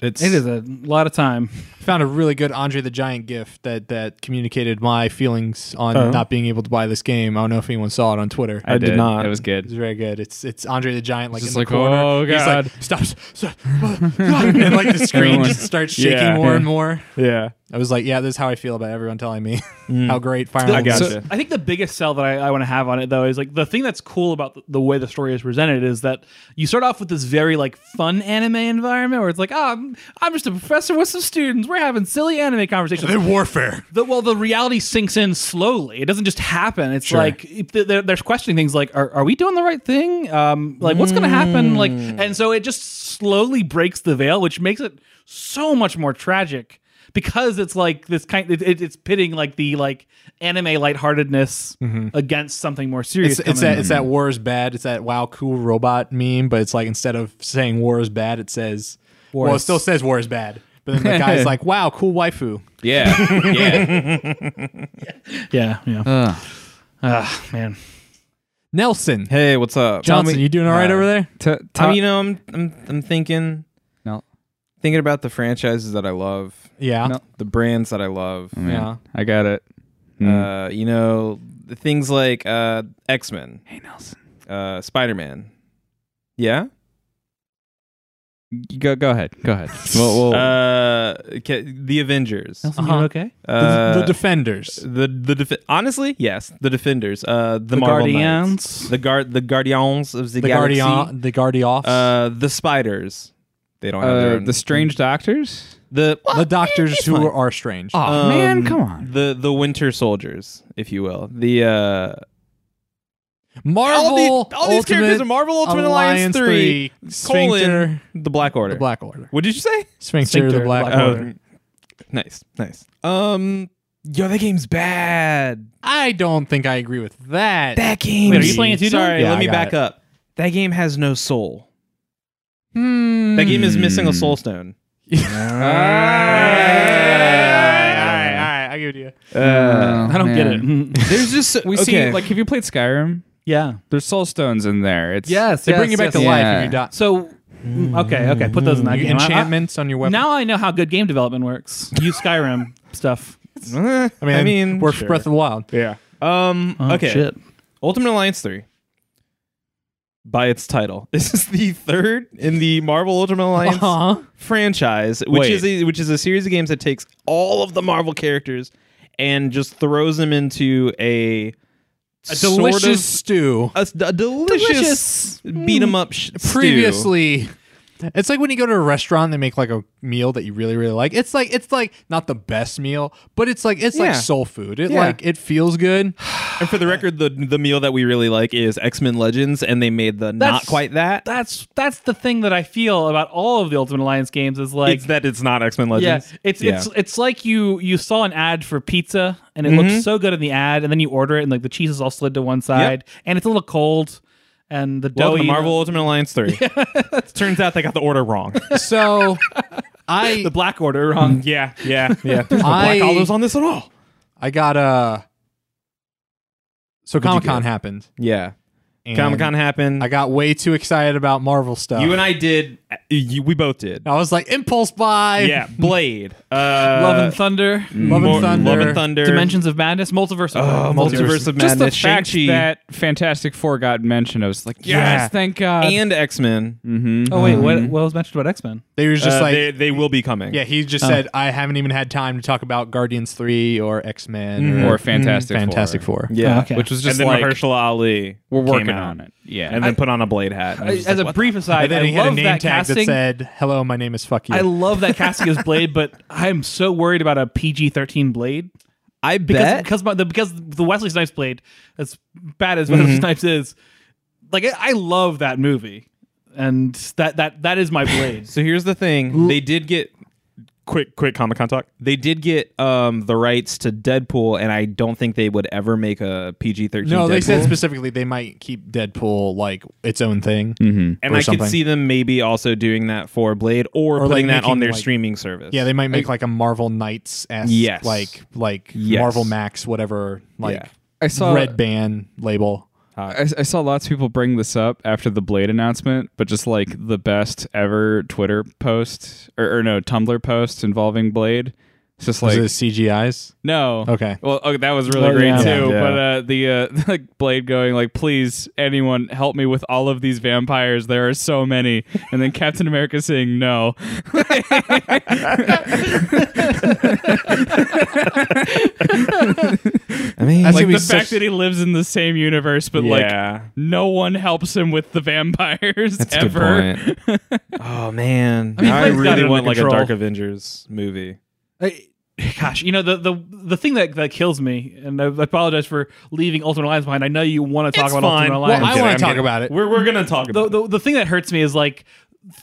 it's
It is a lot of time.
found a really good Andre the Giant gift that that communicated my feelings on
Uh-huh.
Oh.
not being able to buy this game. I don't know if anyone saw it on Twitter.
I did not.
It was
It's
good.
very good. It's it's Andre the Giant like
Just
in
like,
the corner.
"Oh,
He's
God." *laughs*
like, stop, stop, stop," *laughs* and like the screen
Everyone-
just starts shaking
Yeah.
more
Yeah.
and more.
Yeah,
I was like, yeah, this is how I feel about everyone telling me *laughs* how great Fire Emblem
Mm. I
is.
gotcha.
So, I think the biggest sell that I, I want to have on it though is like the thing that's cool about the, the way the story is presented is that you start off with this very like fun anime environment where it's like, oh, I'm, I'm just a professor with some students. We're having silly anime conversations.
The warfare.
the, well, the reality sinks in slowly. It doesn't just happen. It's like it- th- there- there's questioning things like, are, are we doing the right thing? Um, like, what's going to happen? Like,
Hmm.
and so it just slowly breaks the veil, which makes it so much more tragic because it's like this kind. It, it- it's pitting like the like anime lightheartedness against something more serious.
Mm-hmm. It's, it's
coming
that it's that war is bad. It's that wow cool robot meme, but it's like instead of saying war is bad, it says well, it
is-
still says war is bad. But *laughs* then the guy's like, wow, cool waifu.
*laughs*
Yeah, yeah.
up. yeah, yeah.
Ugh.
Ah, man.
Nelson
Hey, what's up?
Johnson, you doing all right
Uh,
over there?
T-
Tom,
Tom-
you know, I'm I'm I'm thinking
No.
thinking about the franchises that I love,
Yeah,
No.
the brands that I love.
oh, Man,
Yeah.
I got it. Mm.
Uh, you know, the things like uh X-Men,
hey Nelson,
uh Spider-Man. Yeah?
You go go ahead, go *laughs* ahead.
Well,
Oh.
uh ca- the Avengers.
Nelson,
Uh-huh.
you okay?
Uh,
the, the defenders.
the the defi- honestly, yes, the Defenders, uh the,
The
Marvel Knights.
Guardians.
the guard the Guardians of the,
The
Galaxy,
guardian, the guardians,
uh the Spiders. They don't have their
Uh,
own-
the Strange Doctors.
the
the doctors who
fine.
are strange. Uh,
Oh
Um, The the Winter Soldiers, if you will. The uh
Marvel,
all, the, all these characters
Ultimate
are Marvel Ultimate
Alliance
Alliance, 3, colon,
Sphincter,
the Black Order.
the Black Order,
What did you say? Oh,
Sphincter, the
Sphincter,
Black,
Black
Order.
Order.
nice, nice. Um yo, that game's bad.
I don't think I agree with that.
That game
Wait, are you playing it too, dude?
Sorry,
Yeah,
let
I
me
got
back
it.
up. That game has no soul.
Hmm.
That game is missing a soul stone.
I give it to you.
I don't
Hmm.
get it.
There's just *laughs*
We
okay.
see, like, have you played Skyrim?
yeah.
There's soul stones in there. It's
Yes.
They
yes,
Mm-hmm. bring you back to
yes, yes.
life
Yeah.
if you die.
So mm, okay, okay, put those in that
You-
game. I- I-
enchantments on your weapon.
now I know how good game development works. Use Skyrim *laughs* stuff.
Eh,
I mean, we're for Breath of the Wild.
yeah.
um
Oh,
okay.
shit.
Ultimate Alliance 3 by its title. *laughs* This is the third in the Marvel Ultimate Alliance
Uh-huh.
franchise, which
Wait.
is a, which is a series of games that takes all of the Marvel characters and just throws them into a,
A
sort
delicious
of-
stew.
a, s- a delicious, beat 'em up sh- stew.
Previously, it's like when you go to a restaurant, they make like a meal that you really, really like. It's like it's like not the best meal, but it's like it's like
Yeah.
soul food. It
Yeah.
like it feels good.
And for the record, the the meal that we really like is X Men Legends, and they made the not
That's-
quite that.
That's that's the thing that I feel about all of the Ultimate Alliance games is like
it's that it's not X Men
yeah,
Legends.
it's it's it's like you you saw an ad for pizza and it
Mm-hmm.
looked so good in the ad, and then you order it and like the cheese is all slid to one side and it's a little cold, and the
Welcome
doughy
to Marvel Ultimate Alliance three. Turns out they got the order wrong. *laughs*
So I
the black order wrong.
yeah, yeah, yeah. There's no
I-
black olives on this at all.
I got uh So Comic Con happened.
Yeah,
and
Comic Con happened.
I got way too excited about Marvel stuff.
you and I did. uh, You, we both did.
I was like impulse buy.
Yeah, Blade. Uh,
Love and Thunder,
Love and
Mor-
Thunder.
Love and Thunder.
Dimensions of Madness, Multiverse, of
Oh,
Madness.
Multiverse of
Just
Madness.
the fact
Shang-Chi
that Fantastic Four got mentioned, I was like, yes,
Yeah.
thank
uh,
God.
and X Men.
mm-hmm.
Oh wait, what, what was mentioned about X Men?
They was just like
Uh, they, they will be coming.
Yeah, he
Uh.
just said I haven't even had time to talk about Guardians 3 or X-Men
Or Fantastic
Fantastic
Four.
Four.
Mm-hmm. yeah.
Oh, okay.
Which was just
And then
like Mahershala Ali.
We're working on it. Yeah.
and then put on a blade hat.
I- as a brief aside,
And then
I
he
love
had a name
that
tag that
casting.
said, "Hello, my name is Fuck You."
I love that casting as
*laughs*
Blade, but I'm so worried about a PG-13 Blade
I
because
bet.
because, my, the, because the Wesley Snipes Blade, as bad as
Mm-hmm.
Wesley Snipes is, like I, I love that movie, and that that that is my
*laughs*
Blade.
So here's the thing: they did get quick, quick Comic Con talk. They did get um, the rights to Deadpool, and I don't think they would ever make a PG-13.
no, they
Deadpool.
said specifically they might keep Deadpool like its own thing.
and
or
I
something.
could see them maybe also doing that for Blade or,
like,
putting that
making,
on their
like-
streaming service.
Yeah, they might make like a Marvel Knights esque,
Yes.
like like
Yes.
Marvel Max, whatever, like
Yeah.
I saw
red band label.
I, I saw lots of people bring this up after the Blade announcement, but just like the best ever Twitter post or, or no Tumblr post involving Blade It's just
Was
like
it CGI's?
no.
Okay.
Well, okay, that was really
Oh,
great
yeah.
too.
Yeah.
But uh, the uh, *laughs* like Blade going like, please, anyone, help me with all of these vampires. There are so many, and then Captain America saying no.
I mean,
That's gonna
like the
be
fact
such-
that he lives in the same universe, but like
yeah.
no one helps him with the vampires
That's a
ever.
good point. *laughs* oh man,
mean,
Now I
Blade's got it
really
under
want like a
control.
Dark Avengers movie.
I, gosh, you know the the the thing that that kills me, and I apologize for leaving Ultimate Alliance behind. I know you want to talk
It's
about
fine.
Ultimate
Well,
Alliance.
I
kidding,
want
I'm
to talk
kidding.
about it.
We're we're gonna talk
the, the the thing that hurts me is like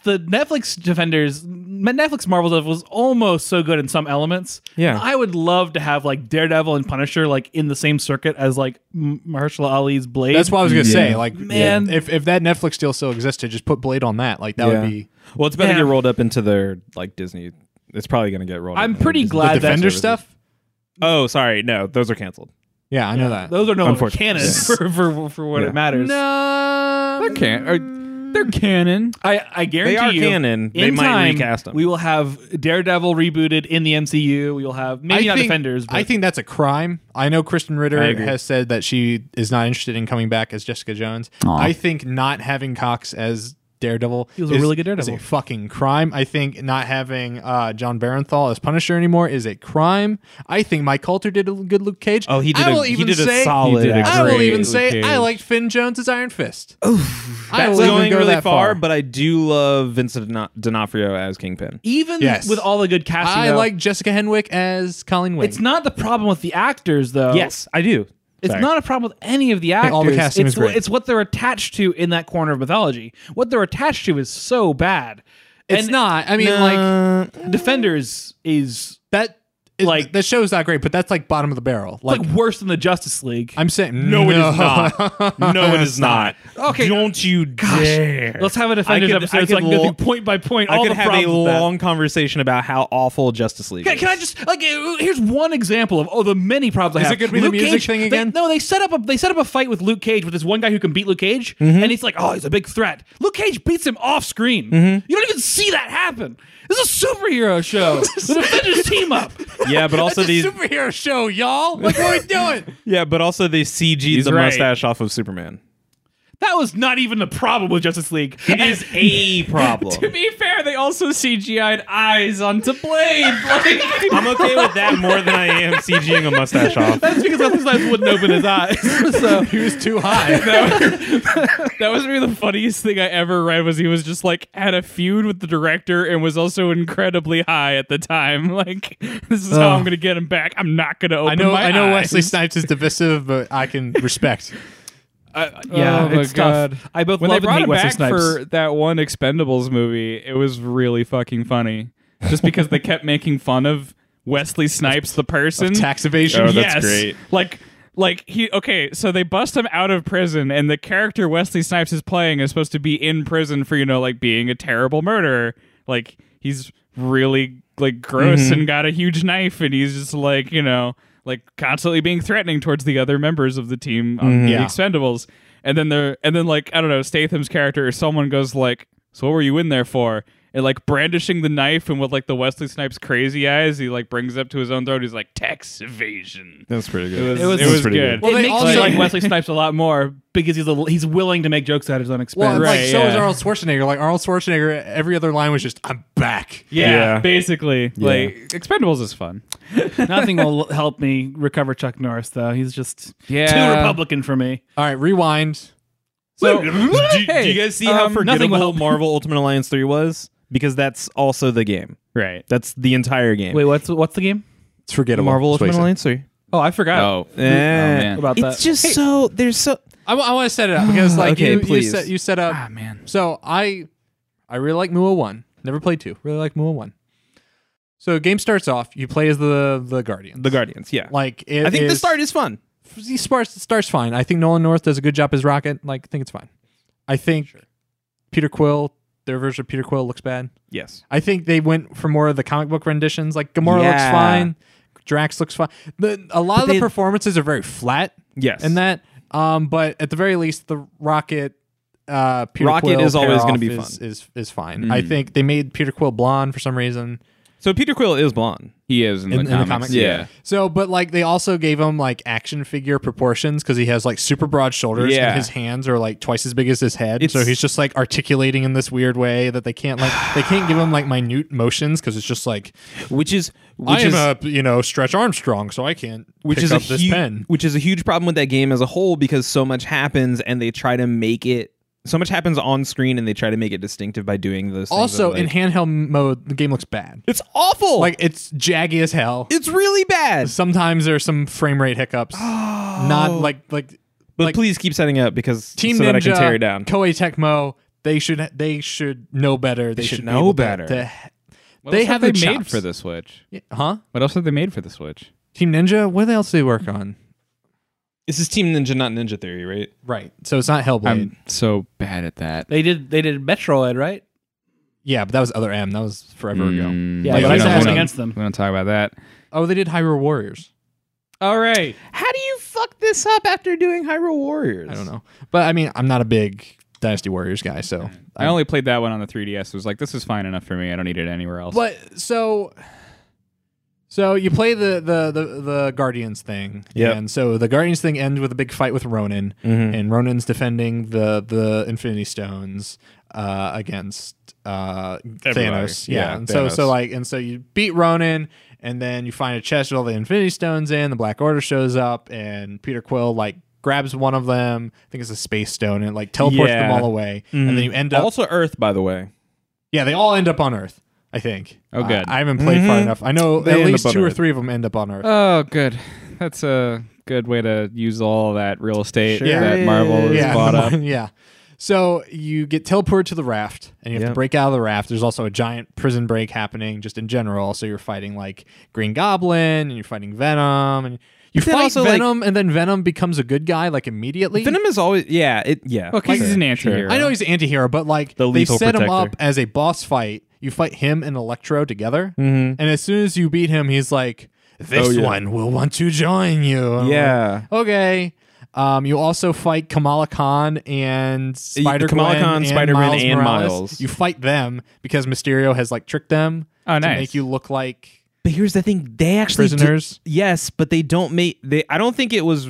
the Netflix defenders Netflix Marvel stuff was almost so good in some elements.
Yeah.
I would love to have like Daredevil and Punisher like in the same circuit as like M- Mahershala Ali's Blade.
That's what I was gonna say. Like,
Man.
if if that Netflix deal still existed, just put Blade on that. Like, that
Yeah.
would be
Well, it's about
Yeah.
to get rolled up into their like Disney. It's probably gonna get rolled.
I'm
up into
pretty
Disney.
glad
the
that-
Defender stuff.
Oh, sorry, no, those are canceled.
Yeah, I know that.
Those are no longer
Unfortunately.
canon for, for for what
Yeah.
it matters.
Um,
No, they're canon. They're canon.
I, I guarantee
are
you,
canon. They
in
might
time,
recast 'em.
We will have Daredevil rebooted in the MCU. We will have maybe
I
not
think,
Defenders, but
I think that's a crime. I know Kristen Ritter
I agree.
has said that she is not interested in coming back as Jessica Jones. I think not having Cox as Daredevil
was a
is-
really good
is a
Daredevil.
fucking crime. I think not having uh, John Barenthal as Punisher anymore is a crime. I think Mike Coulter did a good Luke Cage.
Oh, he did
I
a-
will
he
even
did a
say,
solid
I will
great
even
Luke
say I
Cage.
liked Finn Jones as Iron Fist. I
That's
will even
going
go
really
that
far, but I do love Vincent D'Ono- D'Onofrio as Kingpin.
even
Yes.
with all the good casting,
I
though,
like Jessica Henwick as Colleen Wing.
It's not the problem with the actors, though.
I do.
It's
Sorry.
not a problem with any of the actors.
all the casting
it's,
is great.
it's what they're attached to in that corner of mythology. What they're attached to is so bad.
It's
And
not. I mean, like
Defenders is
that. It,
Like-
like that show's not great, but that's like bottom of the barrel.
like,
Like
worse than the Justice League.
I'm saying,
No, it
*laughs*
is not. No, it is not.
Okay.
Don't you dare.
Let's have a
I
Defenders
could-
episode.
I
It's like
could
go
lo-
through point by point.
I
all
could
the
have a
problems with that.
long conversation about how awful Justice League.
Can,
is.
can I just like uh, here's one example of oh the many problems I
Is
have.
it gonna be the
Luke
music
Cage-
thing
they-
again?
no, they set up a they set up a fight with Luke Cage with this one guy who can beat Luke Cage,
Mm-hmm.
and he's like oh he's a big threat. Luke Cage beats him off screen.
Mm-hmm.
You don't even see that happen. This is a superhero
*laughs*
show. the Defenders team up.
Yeah, but also these.
superhero show, y'all. Like, what are we doing?
Yeah, but also they CG the
right.
mustache off of Superman.
That was not even the problem with Justice League.
It is a
To
problem.
be fair, they also CGI'd eyes onto Blade. *laughs* Like,
I'm okay with that more than I am CGing a mustache off.
That's because Wesley Snipes wouldn't open his eyes.
*laughs*
so
He was too high.
That was maybe the funniest thing I ever read was he was just like had a feud with the director and was also incredibly high at the time. *laughs* Like this is how I'm gonna get him back. I'm not gonna
*laughs*
open
I know.
my
I know.
eyes.
Wesley Snipes is divisive, but I can *laughs* respect.
yeah,
Oh my
it's tough.
God.
I both
When they
love and
brought
hate
him
Wesley
back
Snipes.
for that one Expendables movie, it was really fucking funny. Just because they kept making fun of Wesley Snipes the person.
Tax evasion.
Oh, that's
*laughs* yes.
great.
Like like he okay, so they bust him out of prison and the character Wesley Snipes is playing is supposed to be in prison for, you know, like being a terrible murderer. Like he's really like gross and got a huge knife and he's just like, you know, like constantly being threatening towards the other members of the team on the
Yeah.
Expendables. And then they're and then like, I don't know, Statham's character or someone goes like, So what were you in there for? And like brandishing the knife and with like the Wesley Snipes crazy eyes, he like brings it up to his own throat. He's like tax evasion.
That's pretty good.
It was, it was
pretty
good.
Well, they
it makes me
also- *laughs*
like Wesley Snipes a lot more because he's a, he's willing to make jokes at his own expense.
Well, and,
Right,
like so is
yeah.
Arnold Schwarzenegger. Like Arnold Schwarzenegger, every other line was just "I'm back."
Yeah,
Yeah.
basically. Like Expendables is fun. *laughs*
Nothing will help me recover Chuck Norris, though. He's just
Yeah.
too Republican for me.
All right, rewind.
So
do, do you guys see how
um, nothing will
*laughs*
forgettable
help.
Marvel Ultimate Alliance 3 was? Because that's also the game.
right.
That's the entire game.
Wait, what's what's the game?
It's forgettable.
Marvel
That's what he
Ultimate
said.
Alliance 3.
Oh, I forgot
Eh.
about that.
It's just so there's so
I, want to set it up
*sighs*
because like
Okay,
you- you,
please.
set you set up. Ah
man.
So I I really like Mua one. Never played two. Really like Mua one. So game starts off. You play as the the guardian.
the Guardians, yeah.
Like it
I think the
is-
start is fun.
he starts starts fine. I think Nolan North does a good job as Rocket. Like, I think it's fine. I think Peter Quill, their version of Peter Quill looks bad.
Yes.
I think they went for more of the comic book renditions. Like Gamora looks
Yeah.
fine, Drax looks fine. The, a lot of
they-
the performances are very flat
Yes.
in that. Um, but at the very least, the Rocket. Uh, Peter
Rocket
Quill
is always
going
gonna
to
be Mm.
is, Is is fine. I think they made Peter Quill blonde for some reason.
So Peter Quill is blonde.
He is in,
in, in
the, comics. Yeah.
So, but like they also gave him like action figure proportions because he has like super broad shoulders
Yeah.
and his hands are like twice as big as his head. so he's just like articulating in this weird way that they can't like they can't give him like minute motions because it's just like
Which is which
I am
is
a you know Stretch Armstrong, so I can't
which
pick
is a
up this
hu-
pen.
which is a huge problem with that game as a whole because so much happens and they try to make it so much happens on screen and they try to make it distinctive by doing those. things
Also,
of, like-
in handheld mode, the game looks bad.
it's awful.
Like it's jaggy as hell.
it's really bad.
Sometimes there's some frame rate hiccups. Not like like
But
like-
please keep setting up because
Team
so
Ninja,
that I can tear it down.
Koei Tecmo, they should they should know better. They,
should
be
know
able to-
better.
to-
What
they
else
have
they
the
made
chops.
for the Switch.
Yeah, huh?
What else have they made for the Switch?
Team Ninja. What else do they work on?
This is Team Ninja, not Ninja Theory, right?
Right. So it's not Hellblade.
I'm so bad at that.
They did they did Metroid, right?
yeah, but that was other M. That was forever ago.
Yeah,
Like,
but
we
I
don't- we
said nothing
don't-
against them.
We don't talk about that.
Oh, they did Hyrule Warriors.
All right.
How do you fuck this up after doing Hyrule Warriors?
I don't know, but I mean, I'm not a big Dynasty Warriors guy, so.
I only played that one on the 3DS. It was like, this is fine enough for me. I don't need it anywhere else.
But so, so you play the the the, the Guardians thing,
Yep.
and so the Guardians thing ends with a big fight with Ronan, and Ronan's defending the the Infinity Stones uh, against uh,
Everybody.
Thanos. Yeah,
Yeah,
and so so
Thanos.
like and so you beat Ronan. And then you find a chest with all the Infinity Stones in. The Black Order shows up, and Peter Quill like grabs one of them. I think it's a Space Stone, and like teleports
Yeah.
them all away. And then you end up
Also, Earth, by the way.
yeah, they all end up on Earth. I think.
Oh,
I-
good.
I, haven't played far enough. I know
They
at
end
least
up on
two or
Earth.
three of them end up on Earth.
oh, good. That's a good way to use all that real estate
Sure
that
is.
Marvel has
yeah,
bought up.
*laughs* yeah. So you get teleported to the raft, and you have
Yep.
to break out of the raft. There's also a giant prison break happening, just in general. So you're fighting like Green Goblin, and you're fighting Venom, and you
then
fight
also, like-
Venom, and then Venom becomes a good guy like immediately.
Venom is always yeah it yeah.
Well, 'cause he's an anti-hero.
I know he's an anti-hero, but like
The
they
lethal
set him
protector.
up as a boss fight. You fight him and Electro together, and as soon as you beat him, he's like, "This
Mm-hmm. Oh, yeah.
one will want to join you." And I'm
Yeah.
like, okay. Um, you also fight Kamala Khan and Spider
Kamala Khan,
and
Spider-Man,
Miles
and
Morales.
Miles.
You fight them because Mysterio has like tricked them
Oh,
to
nice.
make you look like
But here's the thing: they actually do-
prisoners.
yes, but they don't make they. I don't think it was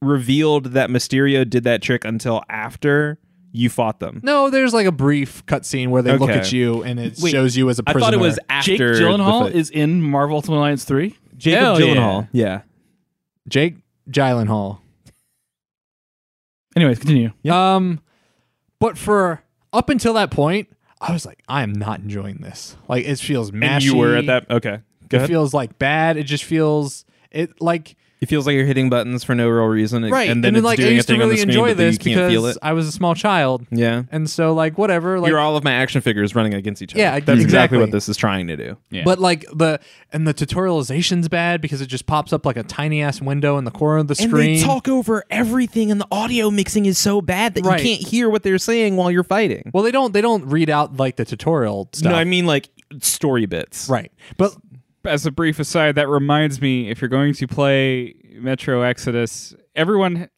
revealed that Mysterio did that trick until after you fought them.
No, there's like a brief cutscene where they look
Okay.
at you and it
Wait,
shows you as a
I
prisoner.
thought it was after
Jake
the
Gyllenhaal
fight.
is in Marvel Ultimate Alliance 3.
Jacob
Hell yeah.
Gyllenhaal. Yeah.
Jake Gyllenhaal.
Anyways, continue.
Um, but for up until that point, I was like, I am not enjoying this. Like, it feels mashy.
And you were at that. Okay. Go
It
ahead.
feels like bad. It just feels it like
It feels like you're hitting buttons for no real reason,
right.
And then, it's
like
doing
I used
a thing
to
on the
really
screen,
enjoy
but then
this
you can't
because
feel it.
I was a small child,
Yeah.
and so like whatever. Like,
you're all of my action figures running against each other.
Yeah,
that's exactly
exactly.
what this is trying to do.
Yeah.
but like the and the tutorialization's bad because it just pops up like a tiny ass window in the corner of the screen.
over everything, and the audio mixing is so bad that
Right.
hear what they're saying while you're fighting.
well, they don't they don't read out like the tutorial stuff.
No, I mean like story bits.
right, but
as a brief aside, that reminds me if you're going to play Metro Exodus, everyone,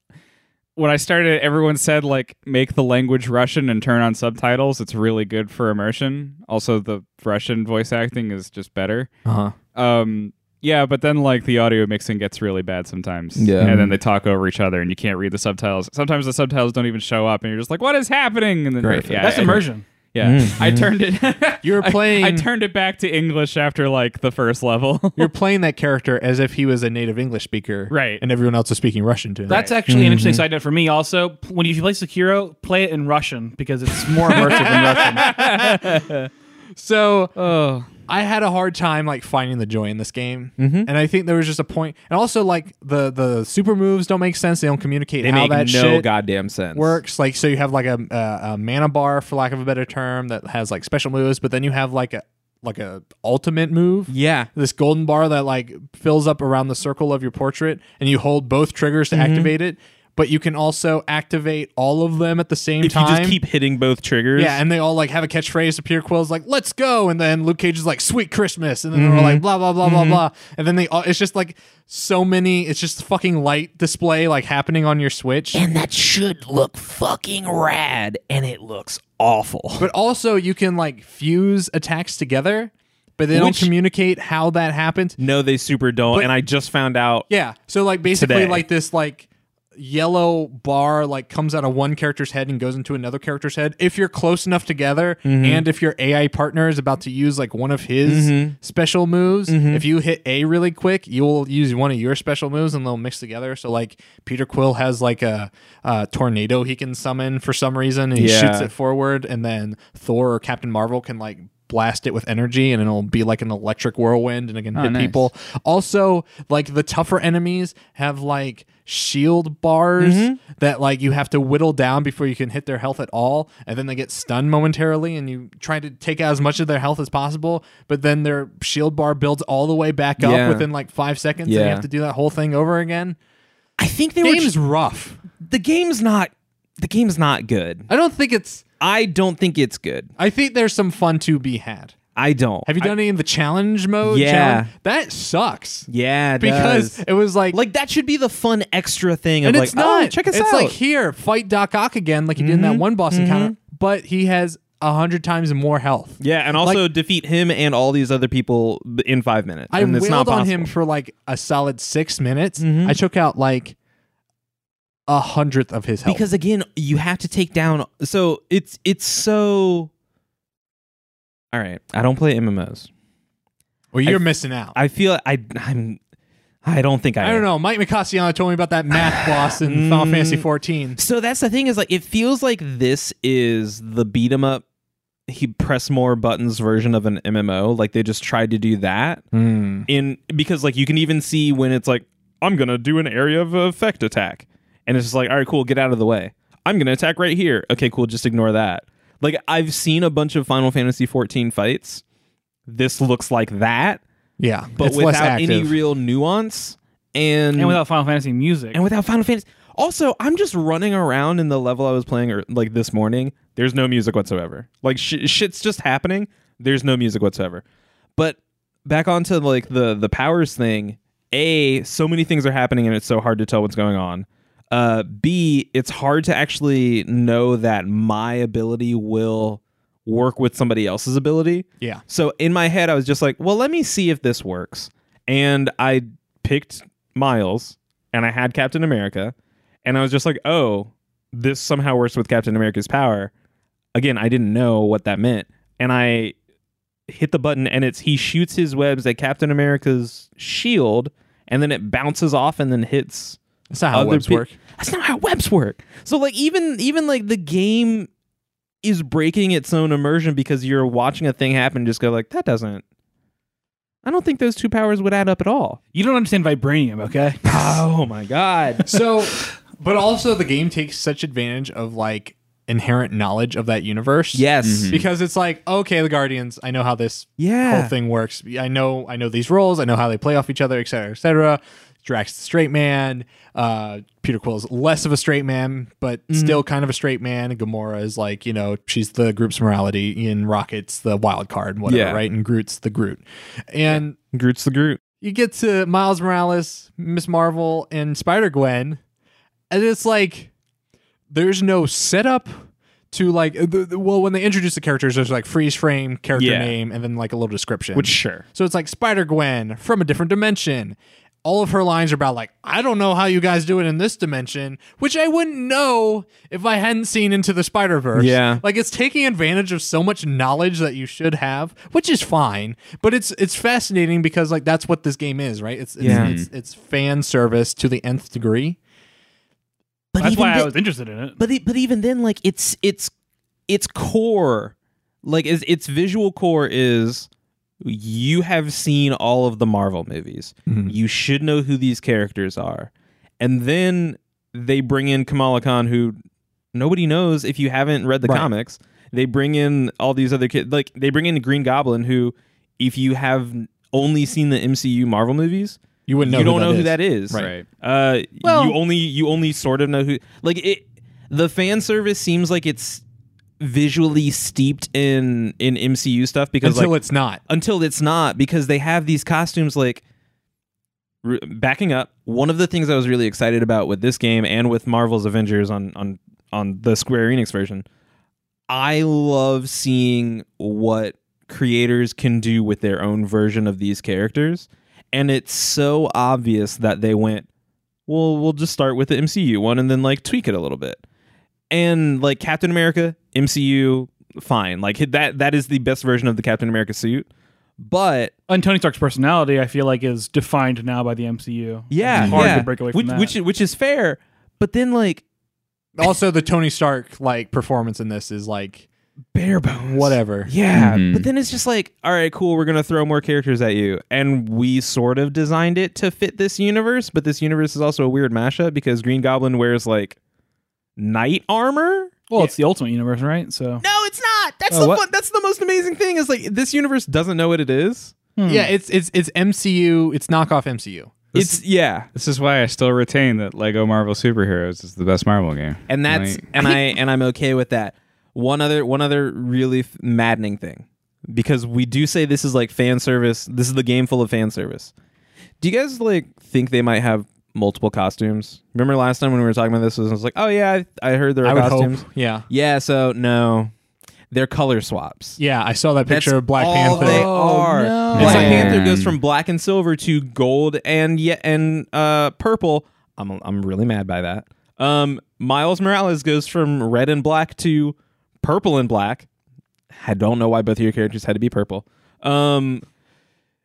when I started, everyone said, like, make the language Russian and turn on subtitles. It's really good for immersion. Also, the Russian voice acting is just better.
uh-huh.
Um, yeah, but then like the audio mixing gets really bad sometimes.
Yeah.
and then they talk over each other, and you can't read the subtitles. Sometimes the subtitles don't even show up, and you're just like, "What is happening?" And then
Great.
yeah,
That's
I-
immersion.
Yeah, I turned it. *laughs*
You're
I-
playing-
I, turned it back to English after like the first level. *laughs*
you're playing that character as if he was a native English speaker,
Right.
And everyone else is speaking Russian to him.
That's actually an
Mm-hmm.
interesting side note for me. Also, P- when you, if you play Sekiro, play it in Russian because it's more immersive in Russian.
*laughs*
so.
oh,
I had a hard time like finding the joy in this game, and I think there was just a point, and also like the the super moves don't make sense. They don't communicate
They
how
make no
that shit
goddamn sense.
works. Like so, you have like a, a a mana bar, for lack of a better term, that has like special moves, but then you have like a like a ultimate move.
Yeah.
This golden bar that like fills up around the circle of your portrait, and you hold both triggers to
Mm-hmm.
activate it. But you can also activate all of them at the same
If
time.
you just keep hitting both triggers.
Yeah, and they all like have a catchphrase. Peter Quill's like, "Let's go," and then Luke Cage is like, "Sweet Christmas," and then they're all like, "Blah blah blah blah blah," and then they all. It's just like so many. It's just fucking light display like happening on your Switch.
and that should look fucking rad, and it looks awful.
But also, you can like fuse attacks together, but they don't
Which-
communicate how that happens.
No, they super don't.
But-
and I just found out.
Yeah. So like basically
Today.
like this like yellow bar like comes out of one character's head and goes into another character's head if you're close enough together and if your AI partner is about to use like one of his special moves if you hit A really quick you'll use one of your special moves and they'll mix together so like Peter Quill has like a, a tornado he can summon for some reason and he
Yeah.
shoots it forward and then Thor or Captain Marvel can like blast it with energy and it'll be like an electric whirlwind and it
Oh,
can hit
nice.
people also, like the tougher enemies have like shield bars
Mm-hmm.
that like you have to whittle down before you can hit their health at all, and then they get stunned momentarily, and you try to take out as much of their health as possible, but then their shield bar builds all the way back up
Yeah.
within like five seconds, and you
Yeah.
have to do that whole thing over again.
I think they
Game's rough.
the game's not the game's not good.
I don't think it's.
I don't think it's good.
I think there's some fun to be had.
I don't.
Have you done any of the challenge mode?
Yeah.
challenge? that sucks.
yeah, it
Because
does.
it was like
like that should be the fun extra thing. Of
and
like,
it's not.
oh, check us
it's
out. Mm-hmm.
like here, fight Doc Ock again, like he did in that one boss encounter, but he has a hundred times more health.
yeah, and also defeat him and all these other people b- in five minutes.
I
and
wailed
it's not
on
possible. Mm-hmm.
him for like a solid six minutes. I took out like a hundredth of his health.
because again, you have to take down. So it's it's so. All right, I don't play MMOs.
well, you're missing out. I,
I feel I I'm I don't think I.
don't
am.
know. Mike Micasiano told me about that math boss in Final
*laughs* Mm.
Fantasy 14.
So that's the thing is like it feels like this is the beat 'em up he press more buttons version of an MMO. Like they just tried to do that
Hmm.
in because like you can even see when it's like I'm gonna do an area of effect attack, and it's just like all right, cool, get out of the way. I'm gonna attack right here. Okay, cool, just ignore that. Like I've seen a bunch of Final Fantasy 14 fights. This looks like that,
Yeah,
but
it's less
without
active.
any real nuance and
and without Final Fantasy music.
and without Final Fantasy. Also, I'm just running around in the level I was playing or like this morning. There's no music whatsoever. Like sh- shit's just happening. There's no music whatsoever. But back onto like the the powers thing. A, so many things are happening and it's so hard to tell what's going on. Uh, B, it's hard to actually know that my ability will work with somebody else's ability.
yeah,
So in my head, I was just like, well, let me see if this works. And I picked Miles and I had Captain America. And I was just like, oh, this somehow works with Captain America's power. Again, I didn't know what that meant. And I hit the button and it's he shoots his webs at Captain America's shield and then it bounces off and then hits
that's not how
other
webs
peo-
work.
That's not how webs work. So like even even like the game is breaking its own immersion because you're watching a thing happen and just go like that doesn't. I don't think those two powers would add up
*laughs*
at all.
you don't understand vibranium, okay?
Oh my god.
so *laughs* but also the game takes such advantage of like inherent knowledge of that universe
Yes. Mhm.
because it's like okay the guardians i know how this
Yeah.
whole thing works i know i know these roles i know how they play off each other etc cetera, etc cetera. drax the straight man uh peter quill's less of a straight man but
Mm-hmm.
still kind of a straight man and gamora is like you know she's the group's morality and rocket's the wild card and whatever
Yeah.
right and groot's the groot and
Groot's the Groot.
you get to Miles Morales, Miss Marvel, and Spider Gwen, and it's like there's no setup to like. The, the- well, when they introduce the characters, there's like freeze frame, character
Yeah.
name, and then like a little description.
Which sure.
so it's like Spider Gwen from a different dimension. All of her lines are about like I don't know how you guys do it in this dimension, which I wouldn't know if I hadn't seen into the Spider Verse.
Yeah.
like it's taking advantage of so much knowledge that you should have, which is fine. But it's it's fascinating because like that's what this game is, right? It's it's
Yeah.
it's, it's fan service to the nth degree.
But
That's
even
why I
thi-
was interested in it.
but e- but even then like it's it's its core like is its visual core is you have seen all of the Marvel movies.
Mm-hmm.
You should know who these characters are. And then they bring in Kamala Khan who nobody knows if you haven't read the
Right.
comics. They bring in all these other kids like they bring in Green Goblin who if you have only seen the MCU Marvel movies,
You wouldn't know.
you
who
don't
that
know who
is.
that is.
Right.
Uh,
Well-
you only you only sort of know who. Like it, the fan service seems like it's visually steeped in in MCU stuff because
until
like,
it's not.
until it's not because they have these costumes like r- backing up one of the things i was really excited about with this game and with marvel's avengers on on on the square enix version i love seeing what creators can do with their own version of these characters. And it's so obvious that they went, well, we'll just start with the MCU one and then like tweak it a little bit. And like Captain America, MCU, fine. Like that that is the best version of the Captain America suit. But
And Tony Stark's personality, I feel like, is defined now by the MCU.
yeah,
It's hard
yeah.
to break away from
which,
that.
which which is fair. But then like
also, the Tony Stark like performance in this is like
bare bones.
whatever.
Yeah,
Mhm.
but then it's just like, all right, cool, we're going to throw more characters at you. And we sort of designed it to fit this universe, but this universe is also a weird mashup because Green Goblin wears like knight armor?
well, it's the Ultimate Universe, right? So
No, it's not. That's
Oh,
the
what?
fun, that's the most amazing thing is like this universe doesn't know what it is.
Yeah, it's it's it's MCU. It's knockoff MCU.
It's yeah.
This is why I still retain that Lego Marvel Superheroes is the best Marvel game.
and that's
Like,
*laughs*
and I and I'm okay with that. One other one other really f- maddening thing because we do say this is like fan service. This is the game full of fan service. Do you guys like think they might have multiple costumes? Remember last time when we were talking about this, I was like, oh yeah, I, I heard there
I
are
would
costumes.
hope. Yeah,
Yeah, so no, they're color swaps.
yeah. I saw that picture
That's
of Black
all
Panther.
They
Oh,
are.
no.
Black
Man.
Panther goes from black and silver to gold and yet and uh purple. I'm I'm really mad by that. Um Miles Morales goes from red and black to purple and black. I don't know why both of your characters had to be purple. Um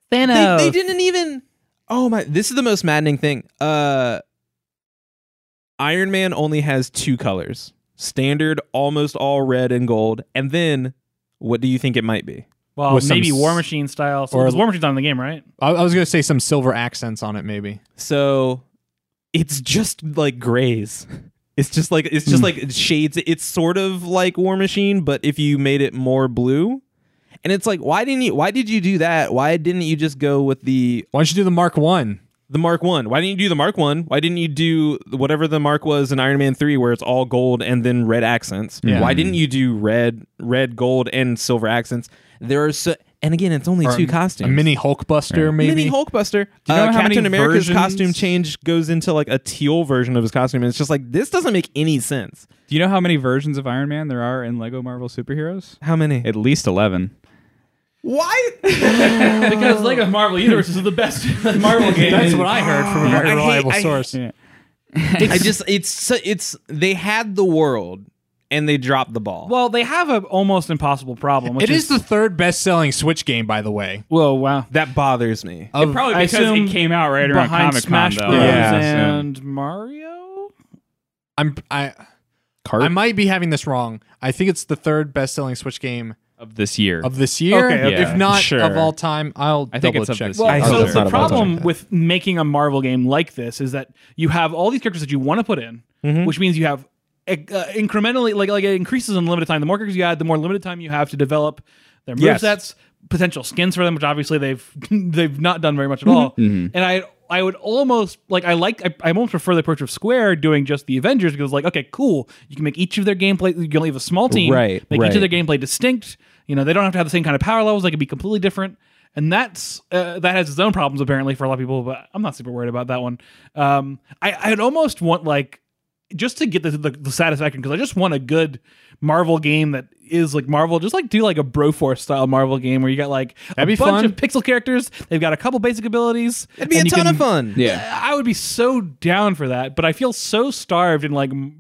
they, they didn't even Oh my this is the most maddening thing. Uh Iron Man only has two colors. Standard almost all red and gold. And then what do you think it might be?
well,
With some
maybe War
s-
Machine style. So
or-
because War Machine's not in the game, right?
I, I was gonna say some silver accents on it, maybe.
So it's just like grays. It's just like it's
Hmm.
just like shades. It's sort of like War Machine, but if you made it more blue, and it's like why didn't you? Why did you do that? Why didn't you just go with the
Why don't you do the Mark One?
the Mark One? Why didn't you do the Mark One? Why didn't you do whatever the Mark was in Iron Man Three, where it's all gold and then red accents?
Yeah. Hmm.
Why didn't you do red, red, gold, and silver accents? There are so, and again, it's only
Or
two
a-
costumes.
A mini Hulkbuster, maybe.
Mini Hulkbuster.
you know
uh,
how many
Captain America's
versions-
costume change goes into like a teal version of his costume, and it's just like this doesn't make any sense.
do you know how many versions of Iron Man there are in Lego Marvel Superheroes?
How many?
At least eleven.
Why? *laughs*
because Lego Marvel Universe is the *laughs* best Marvel game.
That's what I heard from a very
I hate-
reliable
I-
source.
Yeah.
I just it's so, it's they had the world and they dropped the ball.
Well, they have an almost impossible problem.
It
Which
is the third best-selling Switch game, by the way.
whoa, wow.
that bothers me.
Of-
I
Probably because
assume
it came out right around
Behind
Comic Con,
Smash
though.
Bros.
Yeah.
and Mario.
I'm I
Cart
I might be having this wrong. I think it's the third best-selling Switch game
of this year.
of this year,
Okay,
okay.
if not
Sure.
of all time. I'll
I think
double
it's of
check.
this
that.
year. I
Well,
hope
so
it's
the
not
about that.
problem with making a Marvel game like this is that you have all these characters that you want to put in, which means you have uh, incrementally, like like it increases in limited time. The more characters you add, the more limited time you have to develop their movesets,
Yes.
sets, potential skins for them, which obviously they've *laughs* they've not done very much at all. And I I would almost like I like I, I almost prefer the approach of Square doing just the Avengers because like okay cool you can make each of their gameplay you can leave a small team
Right,
make each
right.
of their gameplay distinct. You know, they don't have to have the same kind of power levels. They could be completely different. And that's uh, that has its own problems apparently for a lot of people. But I'm not super worried about that one. Um, I I'd almost want like just to get the the, the satisfaction because I just want a good Marvel game that is like Marvel. Just like do like a Broforce style Marvel game where you got like
That'd
a
be
bunch
fun.
of pixel characters. They've got a couple basic abilities.
It'd be a
and you
ton
can-
of fun.
yeah.
I would be so down for that, but I feel so starved in like m-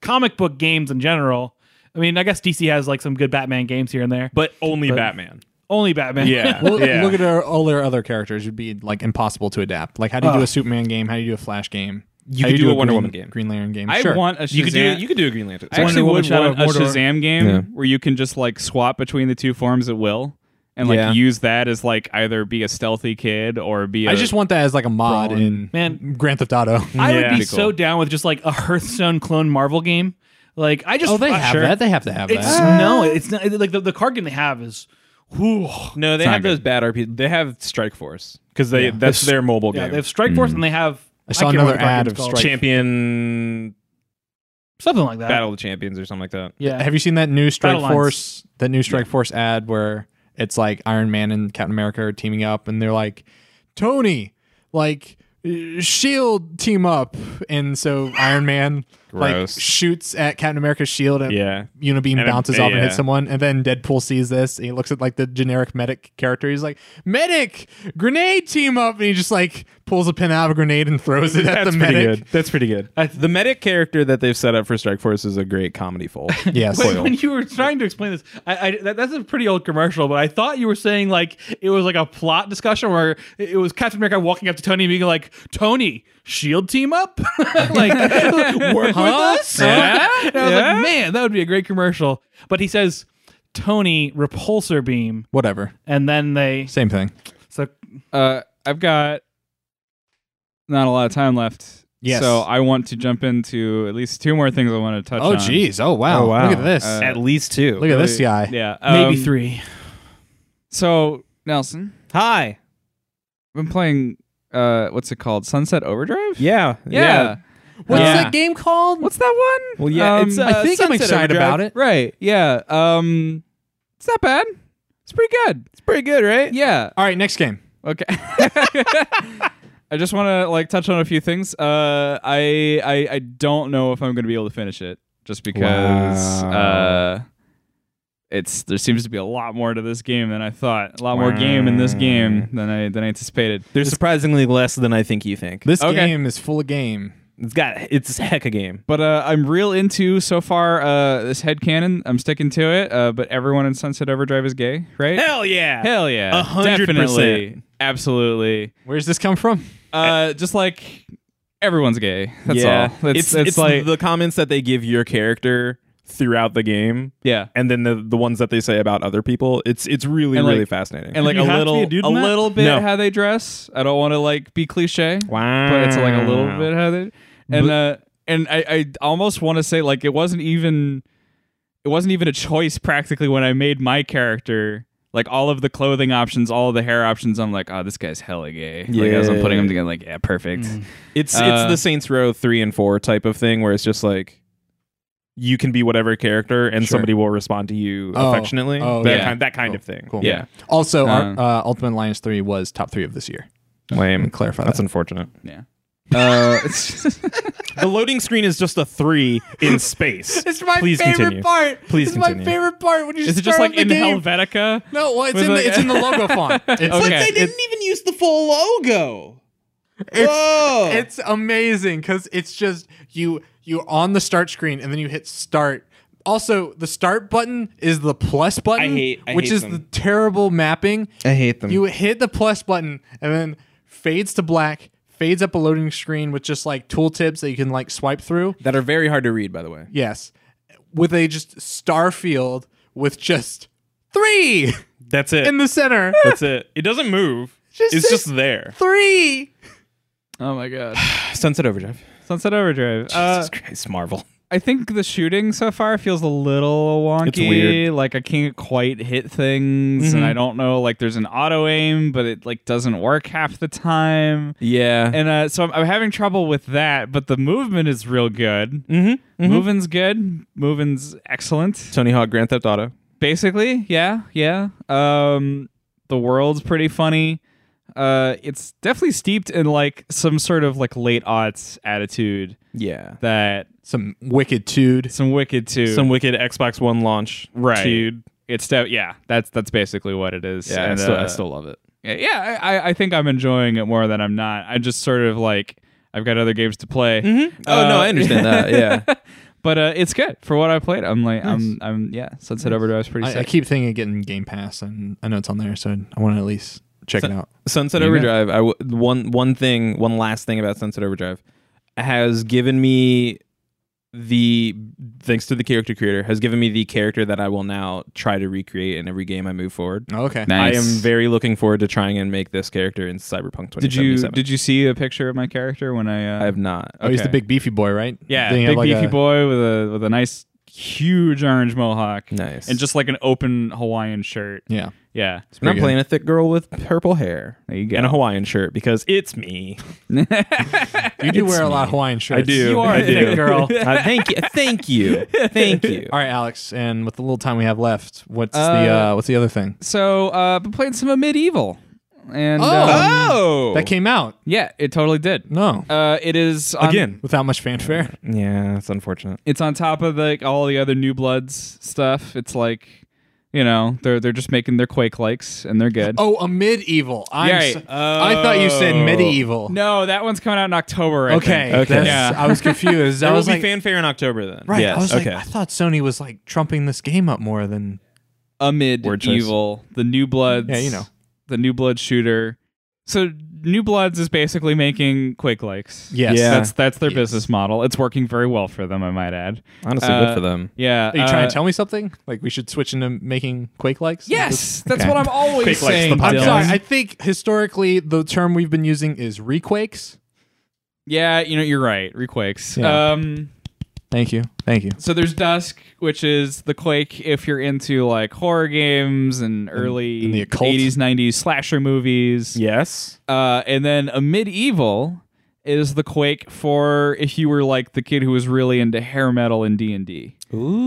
comic book games in general. I mean, I guess DC has like some good Batman games here and there, but
but only Batman.
only Batman.
Yeah.
Well,
yeah.
Look at our, all their other characters; it'd be like impossible to adapt. Like, how do you do a Superman game? How do you do a Flash game?
You
How
could do a
Green-
Wonder Woman game.
Green Lantern game.
I
sure.
want a Shazam.
You could do you could do a Green Lantern.
I actually
Wonder Woman,
would
Shadow
want a
of Mordor.
Shazam game
Yeah.
where you can just like swap between the two forms at will and like
Yeah.
use that as like either be a stealthy kid or be a
I just want that as like a mod in
*laughs* Man.
Grand Theft Auto.
I
Yeah.
would be
Be cool.
so down with just like a Hearthstone clone Marvel game. Like I just
oh, they
uh,
have
sure.
that. They have to have
It's
that.
no, it's not like the, the card game they have is. Whew,
no, they
not
have
good.
those bad RP. They have Strike Force because they that's their mobile
yeah,
game.
they have Strike Force and they have.
Mm. I saw
can't remember
another
the card
ad
game's
of
called.
Strike-
Champion
something like that.
Battle of Champions or something like that.
Yeah,
Have you seen that new Strike
Battle lines.
Force? That new Strike Force ad where it's like Iron Man and Captain America are teaming up, and they're like, E Tony, like uh, Shield team up, and so Iron Man
Gross.
like shoots at Captain America's shield E and
Yeah.
Unibeam
And it-
bounces off and
yeah.
hits someone, and then Deadpool sees this and he looks at like the generic medic character. He's like, "Medic, grenade team up!" And he just like pulls a pin out of a grenade and throws it at
That's
the
pretty
medic.
good. That's pretty good. the medic character that they've set up for Strike Force is a great comedy
*laughs*
fold.
Yes.
Wait, when you were trying to explain this, I, I that, that's a pretty old commercial, but I thought you were saying like it was like a plot discussion where it was Captain America walking up to Tony and being like, "Tony, Shield E team up, *laughs* like work with us."
Yeah.
*laughs* And I was
Yeah.
like, "Man, that would be a great commercial." But he says, "Tony, repulsor beam,"
Whatever.
and then they
Same thing.
so
Uh, I've got not a lot of time left.
Yes.
So I want to jump into at least two more things I want to touch on.
Oh, jeez. Oh, wow.
Oh, wow.
Look at this.
Uh,
At least two.
Look at this guy.
Yeah.
maybe
um,
three.
So, Nelson,
Hi.
I've been playing, uh, what's it called? Sunset Overdrive?
Yeah.
Yeah.
What's
Yeah.
that game called?
What's that one?
Well, yeah,
Um,
it's, uh,
I think I'm
Sunset
excited
Overdrive.
about it. Right. Yeah. Um, it's not bad. It's pretty good.
It's pretty good, right?
Yeah.
All right, next game.
Okay. *laughs* I just want to like touch on a few things. Uh, I I, I don't know if I'm going to be able to finish it just because
Wow.
uh, it's there seems to be a lot more to this game than I thought. A lot more game in this game than I than I anticipated.
There's surprisingly less than I think you think.
This
Okay.
game is full of game.
It's got it's a heck of a game.
But uh, I'm real into so far uh, this head cannon. I'm sticking to it. Uh, but everyone in Sunset Overdrive is gay, right?
Hell yeah.
Hell yeah!
A hundred
Definitely,
percent.
absolutely.
Where's this come from?
Uh, just like everyone's gay. That's
yeah.
all. That's,
it's
that's
it's
like
the comments that they give your character throughout the game
yeah.
and then the the ones that they say about other people. It's it's really
And, like-
really fascinating.
and like
You
a
have to be
little
a dude
a,
in that?
little bit
No.
how they dress. I don't want to like be cliche,
wow.
but it's like a little bit how they and uh and I I almost want to say like it wasn't even it wasn't even a choice practically when I made my character. Like all of the clothing options, all of the hair options, I'm like, oh, this guy's hella gay. Like as I'm
Yeah.
putting them together, like, yeah, perfect.
It's
Uh,
it's the Saints Row three and four type of thing where it's just like you can be whatever character and
Sure.
somebody will respond to you
Oh.
affectionately.
Oh,
that
yeah.
kind that kind of thing.
Cool.
Yeah.
Also,
Uh,
our, uh, Ultimate Alliance 3 was top three of this year. Let me
Lame.
clarify
That's
that.
unfortunate.
Yeah. Uh, *laughs* it's
*laughs* The loading screen is just a three in *laughs* space.
It's my
Please
favorite
continue.
part.
Please
it's my
continue.
favorite part when you
is it just like in Helvetica?
No, well, it's
Was
in
like-
the, it's in the logo font. It's,
Okay. But they didn't
even use the full logo.
it's,
Whoa.
it's amazing because it's just you you on the start screen and then you hit start. Also, the start button is the plus button,
hate- I
which
hate
is
them.
the terrible mapping.
I hate them.
You hit the plus button and then fades to black, fades up a loading screen with just like tooltips that you can like swipe through.
That are very hard to read, by the way.
Yes. With a just star field with just three *laughs*
That's it.
in
*laughs*
the *laughs* center.
That's it. It doesn't move.
Just
it's
say-
just there.
three.
Oh my god.
*sighs* Sunset Overdrive.
Sunset Overdrive. Uh,
Jesus Christ, Marvel.
I think the shooting so far feels a little wonky.
It's weird. Mm-hmm.
Like I can't quite hit things, and I don't know. Like there's an auto aim, but it like doesn't work half the time.
Yeah.
And uh, so I'm, I'm having trouble with that. But the movement is real good. Mm-hmm. Moving's good. Moving's excellent.
Tony Hawk Grand Theft Auto.
Basically, yeah, yeah. Um, the world's pretty funny. Uh, it's definitely steeped in like some sort of like late aughts attitude
Yeah.
that
Some wicked dude.
some wicked too.
Some wicked Xbox One launch.
right.
Dude.
It's de- yeah, that's that's basically what it is.
Yeah, I
And,
still, I
uh,
still love it.
yeah, I- I, I think I'm enjoying it more than I'm not. I just sort of like I've got other games to play.
Oh no,
Uh, *laughs*
I understand that. Yeah.
but uh, it's good for what I played. I'm like I'm I'm yeah. Sunset Overdrive is pretty
I, I
sick.
keep thinking of getting Game Pass, and I know it's on there, so I want to at least check it out.
Sunset Overdrive. I w- one one thing, one last thing about Sunset Overdrive has given me the thanks to the character creator has given me the character that I will now try to recreate in every game I move forward.
Oh, okay.
I am very looking forward to trying and make this character in Cyberpunk 2077.
Did you did you see a picture of my character when I? Uh,
I have not.
Oh, he's the
okay.
big beefy boy, right?
yeah,
Then you
big
have, like,
beefy
a-
boy with a with a nice huge orange mohawk.
Nice.
And just like an open Hawaiian shirt.
Yeah.
*laughs*
I'm
Yeah.
not
pretty good.
playing a thick girl with purple hair
There you go.
and a Hawaiian shirt because it's me.
*laughs*
You do wear a lot of Hawaiian shirts.
do.
You are a
I do.
thick
*laughs*
girl.
Uh, thank you, thank you, thank you.
All right, Alex, and with the little time we have left, what's
Uh,
the uh, what's the other thing?
So, uh, been playing some of Medieval. and
Oh.
um,
Oh,
That came out.
yeah, it totally did.
No.
Uh, it is on-
again.
Without much fanfare.
Yeah, it's unfortunate.
It's on top of like all the other New Bloods stuff. It's like, you know, they're they're just making their Quake likes and they're good.
Oh, a medieval. I'm
Yeah,
s-
right.
I thought you said medieval.
No, that one's coming out in October. I
Okay.
think. Uh,
that's-
Yeah.
I was confused. I
There will
was
be
like,
fanfare in October then.
right.
Yes.
I was
okay.
like, I thought Sony was like trumping this game up more than
Amid
Word choice.
Evil, the New Bloods.
Yeah, you know.
The New Blood shooter. So New Bloods is basically making Quake likes.
yes.
Yeah.
That's that's their
Yes.
business model. It's working very well for them, I might add.
Honestly,
Uh,
good for them.
Yeah.
Are you trying
uh,
to tell me something? Like we should switch into making Quake likes?
Yes, that's
Okay.
what I'm always
Quake likes
saying.
the
I'm
Dylan.
sorry. I think historically the term we've been using is requakes.
yeah, you know you're right. Requakes.
Yeah.
Um,
Thank you. Thank you.
so there's Dusk, which is the Quake if you're into like horror games and early
and the occult.
80s, 90s slasher movies.
Yes.
Uh, and then a medieval is the quake for if you were like the kid who was really into hair metal and D and D.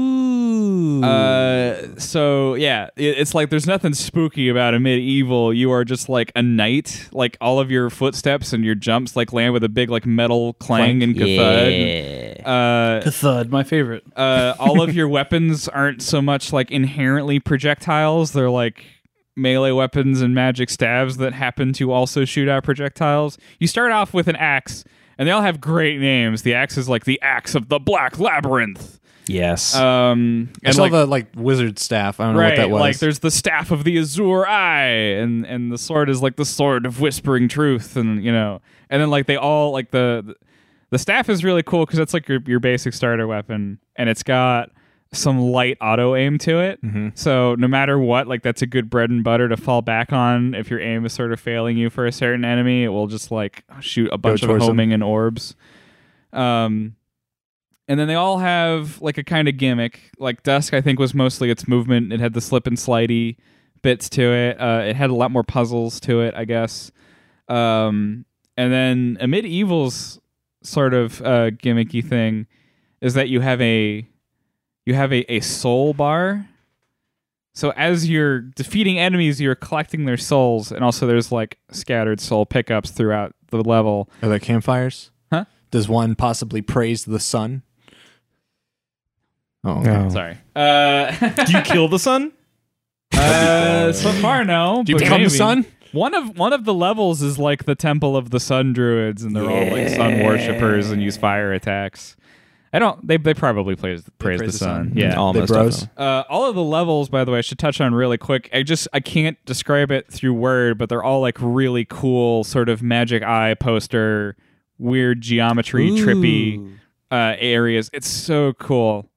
Ooh.
Uh, so yeah, it, it's like there's nothing spooky about a medieval. You are just like a knight. Like all of your footsteps and your jumps like land with a big like metal clang and cathud. Uh,
Thud, my favorite.
uh, all of your weapons aren't so much like inherently projectiles. They're like melee weapons and magic stabs that happen to also shoot out projectiles. You start off with an axe, and they all have great names. The axe is like the axe of the Black Labyrinth.
yes.
Um,
I
and
saw
like,
the like wizard staff. I don't
right,
know what that was.
like there's the staff of the Azure Eye, and and the sword is like the sword of whispering truth, and you know, and then like they all like the the staff is really cool because it's like your your basic starter weapon, and it's got some light auto aim to it.
Mm-hmm.
So no matter what, like that's a good bread and butter to fall back on if your aim is sort of failing you for a certain enemy. It will just like shoot a bunch of
towards them.
homing and orbs. Um, and then they all have like a kind of gimmick. Like Dusk, I think was mostly its movement. It had the slip and slidey bits to it. Uh, it had a lot more puzzles to it, I guess. Um, and then a medieval's sort of uh, gimmicky thing is that you have a you have a, a soul bar. So as you're defeating enemies, you're collecting their souls, and also there's like scattered soul pickups throughout the level.
Are there campfires?
Huh?
Does one possibly praise the sun? Oh, okay.
Sorry. Uh, *laughs*
Do you kill the sun?
Uh, so far, no.
Do you
but
become the
maybe.
sun?
One of one of the levels is like the temple of the sun druids, and they're all like sun worshippers and use fire attacks. I don't. They they probably praise praise, the, sun. Yeah.
They
Almost.
bros.
definitely.
Uh, all of the levels, by the way, I should touch on really quick. I just I can't describe it through word, but they're all like really cool, sort of magic eye poster, weird geometry, trippy uh, areas. It's so cool.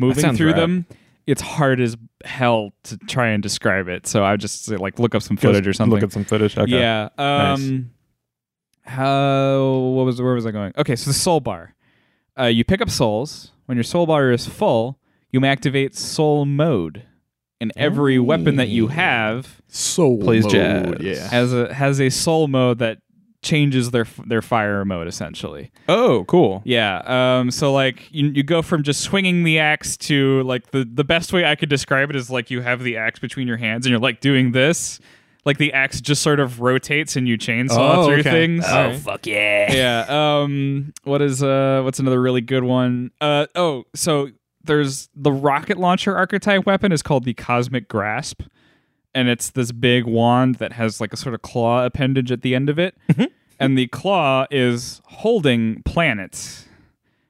Moving
sounds
through
rad.
them, it's hard as hell to try and describe it. So I just say, like look up some footage or something.
Look at some footage. Okay.
Yeah. Um, How? What was? Where was I going? Okay. So the soul bar. Uh, you pick up souls. When your soul bar is full, you may activate soul mode, and every weapon that you have
So
Plays
low,
jazz.
Yeah.
has a has a soul mode that changes their f- their fire mode essentially.
Oh, cool.
Yeah. Um. So like you, you go from just swinging the axe to like the the best way I could describe it is like you have the axe between your hands and you're like doing this. Like the axe just sort of rotates and you chainsaw
Oh,
through
okay.
things.
Oh,
fuck yeah. Yeah. Um. What is uh? What's another really good one? Uh. Oh. So there's the rocket launcher archetype weapon is called the cosmic grasp, and it's this big wand that has like a sort of claw appendage at the end of it
Mm-hmm.
and the claw is holding planets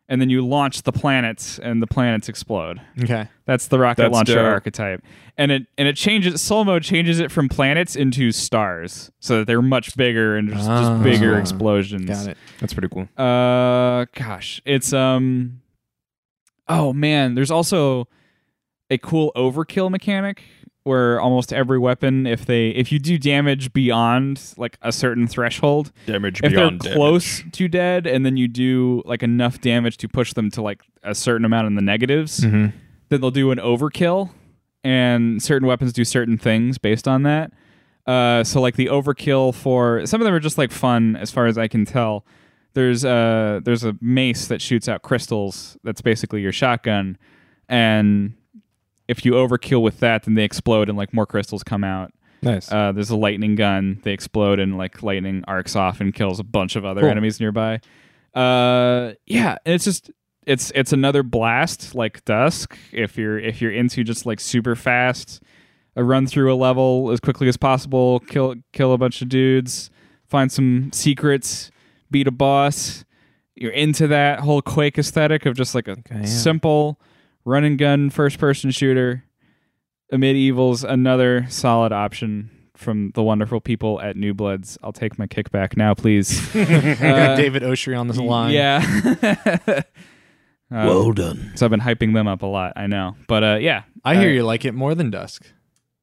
and then you launch the planets and the planets explode
Okay.
that's the rocket
That's
launcher
dope.
archetype and it and it changes soul mode changes it from planets into stars so that they're much bigger and just,
Ah.
just bigger explosions
Got
*laughs*
it.
That's pretty cool.
uh, gosh, it's um. Oh man, there's also a cool overkill mechanic where almost every weapon, if they if you do damage beyond like a certain threshold,
Damage
if they're close to dead, and then you do like enough damage to push them to like a certain amount in the negatives,
Mm-hmm.
then they'll do an overkill, and certain weapons do certain things based on that. Uh, so like the overkill for some of them are just like fun as far as I can tell. There's uh there's a mace that shoots out crystals that's basically your shotgun, and if you overkill with that, then they explode and like more crystals come out.
Nice.
Uh, there's a lightning gun. They explode and like lightning arcs off and kills a bunch of other
Cool.
enemies nearby. Uh, yeah, and it's just it's it's another blast like dusk. If you're if you're into just like super fast, a run through a level as quickly as possible, kill kill a bunch of dudes, find some secrets, beat a boss. You're into that whole Quake aesthetic of just like a
yeah.
simple run and gun first person shooter. A medieval's another solid option from the wonderful people at New Bloods. I'll take my kickback now, please.
*laughs*
*laughs*
Got David Osher on this line.
Yeah. *laughs* Um,
done.
so I've been hyping them up a lot. I know, but uh, yeah,
I hear you like it more than Dusk.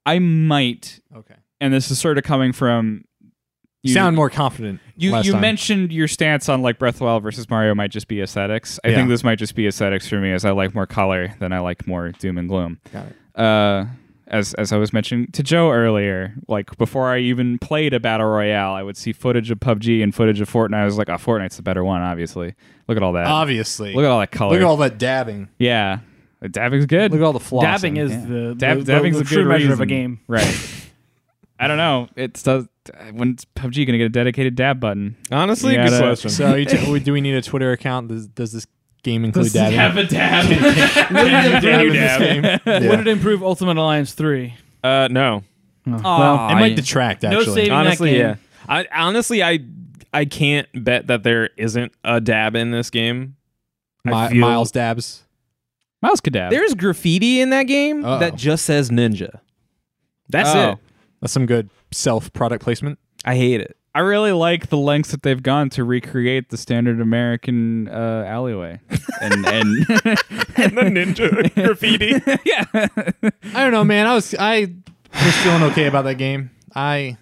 I might,
Okay.
and this is sort of coming from
You sound more confident.
You
last
you
time.
mentioned your stance on like Breath of the Wild versus Mario might just be aesthetics. I
Yeah.
think this might just be aesthetics for me, as I like more color than I like more doom and gloom.
Got it.
Uh, as as I was mentioning to Joe earlier, like before I even played a battle royale, I would see footage of PUBG and footage of Fortnite. I was like, oh, Fortnite's the better one, obviously. Look at all that.
Obviously.
Look at all that color.
Look at all that dabbing.
yeah, dabbing's good.
Look at all the flaws. *laughs*
Dabbing is the,
Dab-
the,
dabbing's
the
a
true
good
measure of a
reason.
game.
right. I don't know. uh, It does. When's PUBG gonna get a dedicated dab button?
Honestly,
Yeah,
good
that-
question.
So you
*laughs*
t- we- do we need a Twitter account? Does, does this game include dabbing? *laughs*
a dab.
Dab in this
you dab?
game? *laughs* Yeah.
Would it improve Ultimate Alliance 3?
uh, no.
It might detract
No
actually.
saving that
honestly,
game.
yeah. I honestly, I I can't bet that there isn't a dab in this game. I
Mi-
feel-
Miles dabs.
Mouse could dab.
There's graffiti in that game
Uh-oh.
that just says ninja. That's
Oh.
it.
That's some good self product placement.
I hate it.
I really like the lengths that they've gone to recreate the standard American uh, alleyway, *laughs* and and
the *laughs* *laughs* ninja graffiti.
yeah,
I don't know, man. I was I was feeling okay about that game. I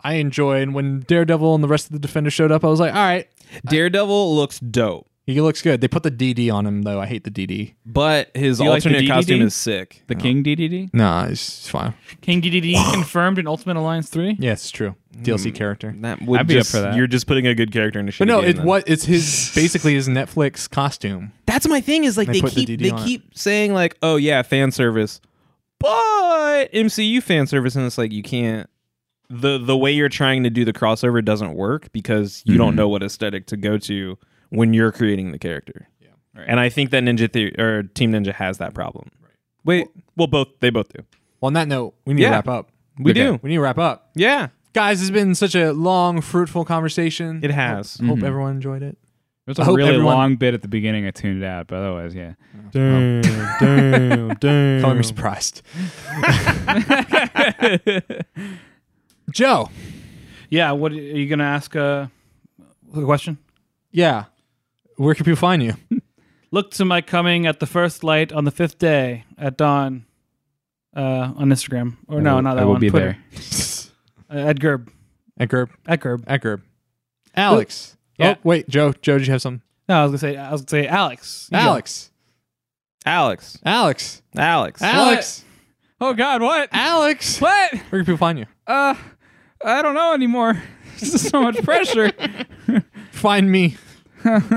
I enjoyed when Daredevil and the rest of the Defenders showed up. I was like, all right,
Daredevil looks dope,
he looks good. They put the DD on him though. I hate the DD.
but his
you like the
alternate
DDD?
costume is sick.
*laughs* the King DDD.
Nah, it's, it's fine.
King DDD confirmed in Ultimate Alliance 3?
Yeah, it's true. DLC character.
That would
I'd be up
just-
for that.
You're just putting a good character in a shitty
But no,
game
it's
then.
what it's his basically his Netflix costume.
That's my thing is like
They
they,
put the
keep
DD
they
on it.
keep saying like, oh yeah, fan service, but MCU fan service, and it's like you can't. the The way you're trying to do the crossover doesn't work because you don't know what aesthetic to go to when you're creating the character. Yeah, and I think that Ninja Theory or Team Ninja has that problem. Wait, well, both they both do.
Well, on that note, we need
Yeah.
to wrap up.
We
Okay.
do.
We need to wrap up,
Yeah,
guys. It's been such a long, fruitful conversation.
it has.
Hope everyone enjoyed it.
It was
I
a
hope
really
everyone-
long bit at the beginning. I tuned out, but otherwise, yeah.
Damn, damn, damn.
Color me surprised. *laughs* Joe.
Yeah, what are you going to ask uh, a question?
Yeah. Where can people find *laughs* you?
Look to my coming at the first light on the fifth day at dawn uh, on Instagram. Or no, not that
I will
one.
be
Twitter. Uh, at Gerb.
At Gerb.
At Gerb.
At Gerb. Alex.
Yeah.
Oh, wait, Joe. Joe, did you have some?
No, I was gonna say I was gonna say Alex. You go.
Alex.
Alex,
Alex.
Alex,
Ah.
Alex.
Oh God, what?
Alex.
What?
Where can people find you?
Uh, I don't know anymore. *laughs* this is so much pressure. *laughs*
Find *laughs* me.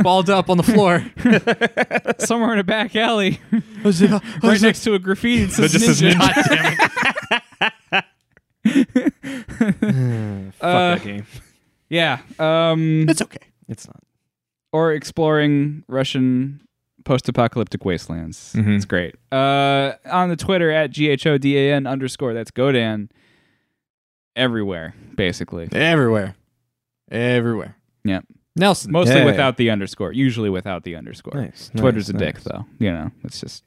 Balled up on the floor. *laughs*
Somewhere in a back *laughs* alley, right
right
next to a graffiti. That says
just says
ninja.
ninja.
Uh,
Fuck that
Uh.
game.
yeah. Um,
It's okay.
It's not.
or exploring Russian post-apocalyptic wastelands. It's great. Uh, on the Twitter at ghodan underscore. That's Godan. Everywhere, basically.
Everywhere. Everywhere.
Yeah.
Nelson.
Mostly
Yeah.
without the underscore. Usually without the underscore.
Nice,
Twitter's
nice,
a dick,
nice.
though. You know, it's just.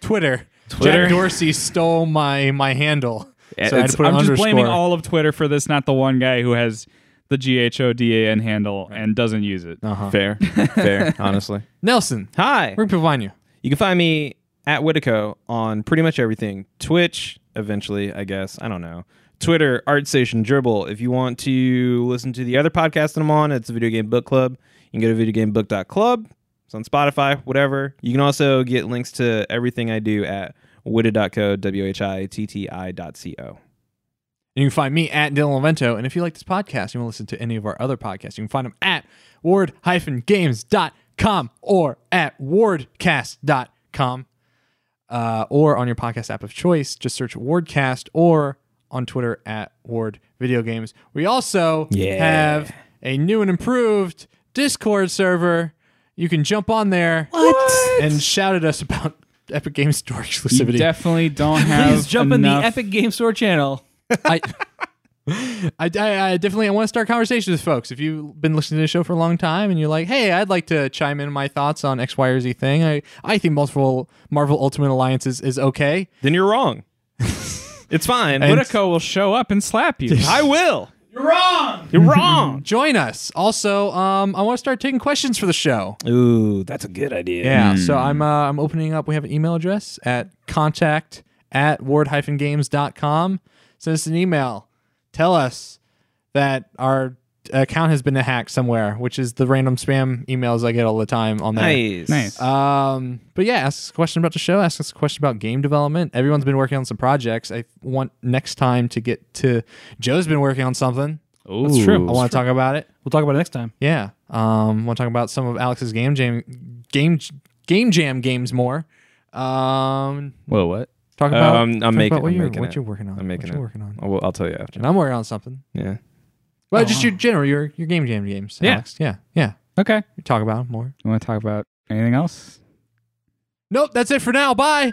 Twitter.
Twitter.
Jack Dorsey stole my my handle. So I had
It's-
to put
I'm
an
just
underscore.
blaming all of Twitter for this, not the one guy who has the ghodan handle and doesn't use it.
Uh-huh.
Fair, fair, *laughs* honestly.
Nelson.
Hi.
Where can people find you?
You can find me at Whitico on pretty much everything. Twitch, eventually, I guess. I don't know. Twitter, ArtStation, Dribble. If you want to listen to the other podcast that I'm on, it's the Video Game Book Club. You can go to videogamebook.club. It's on Spotify, whatever. You can also get links to everything I do at witted.co, W H I T T I dot C O.
And you can find me at Dylan Levento. And if you like this podcast, you want to listen to any of our other podcasts, you can find them at ward-games.com or at wardcast.com uh, or on your podcast app of choice. Just search Wardcast or on Twitter at Ward Video Games. We also
Yeah.
have a new and improved Discord server. You can jump on there and shout at us about Epic Games Store
You
exclusivity.
definitely don't have.
Please jump in the
enough-
Epic Game Store channel.
I, I, I, I definitely want to start conversations with folks. If you've been listening to the show for a long time and you're like, hey, I'd like to chime in my thoughts on X, Y, or Z thing, I, I think multiple Marvel Ultimate Alliance is, is okay.
Then you're wrong. it's fine.
And-
Whitico will show up and slap you.
I will.
*laughs*
You're wrong.
Join us. Also, um, I want to start taking questions for the show.
Ooh, that's a good idea.
Yeah. So I'm uh, I'm opening up. We have an email address at contact at ward-games.com. Send us an email. Tell us that our account has been hacked somewhere, which is the random spam emails I get all the time on there.
Nice. Uh,
Nice.
Um, but yeah, ask us a question about the show. Ask us a question about game development. Everyone's been working on some projects. I want next time to get to Joe's been working on something.
That's true.
I want to talk about it.
We'll talk about it next time.
Yeah. Um, want to talk about some of Alex's game jam game game jam games more. Um,
Well, what?
talk about.
Um,
talk
I'm making.
about what,
I'm
you're,
making
what
it.
you're working on.
I'm making
what
it.
You're working on.
I will- I'll tell you after.
And I'm working on something.
Yeah.
Well,
Oh.
just your general your your game jam games.
Yeah.
Alex. Yeah. Yeah.
Okay.
Talk about 'em more.
You want to talk about anything else?
Nope. That's it for now. Bye.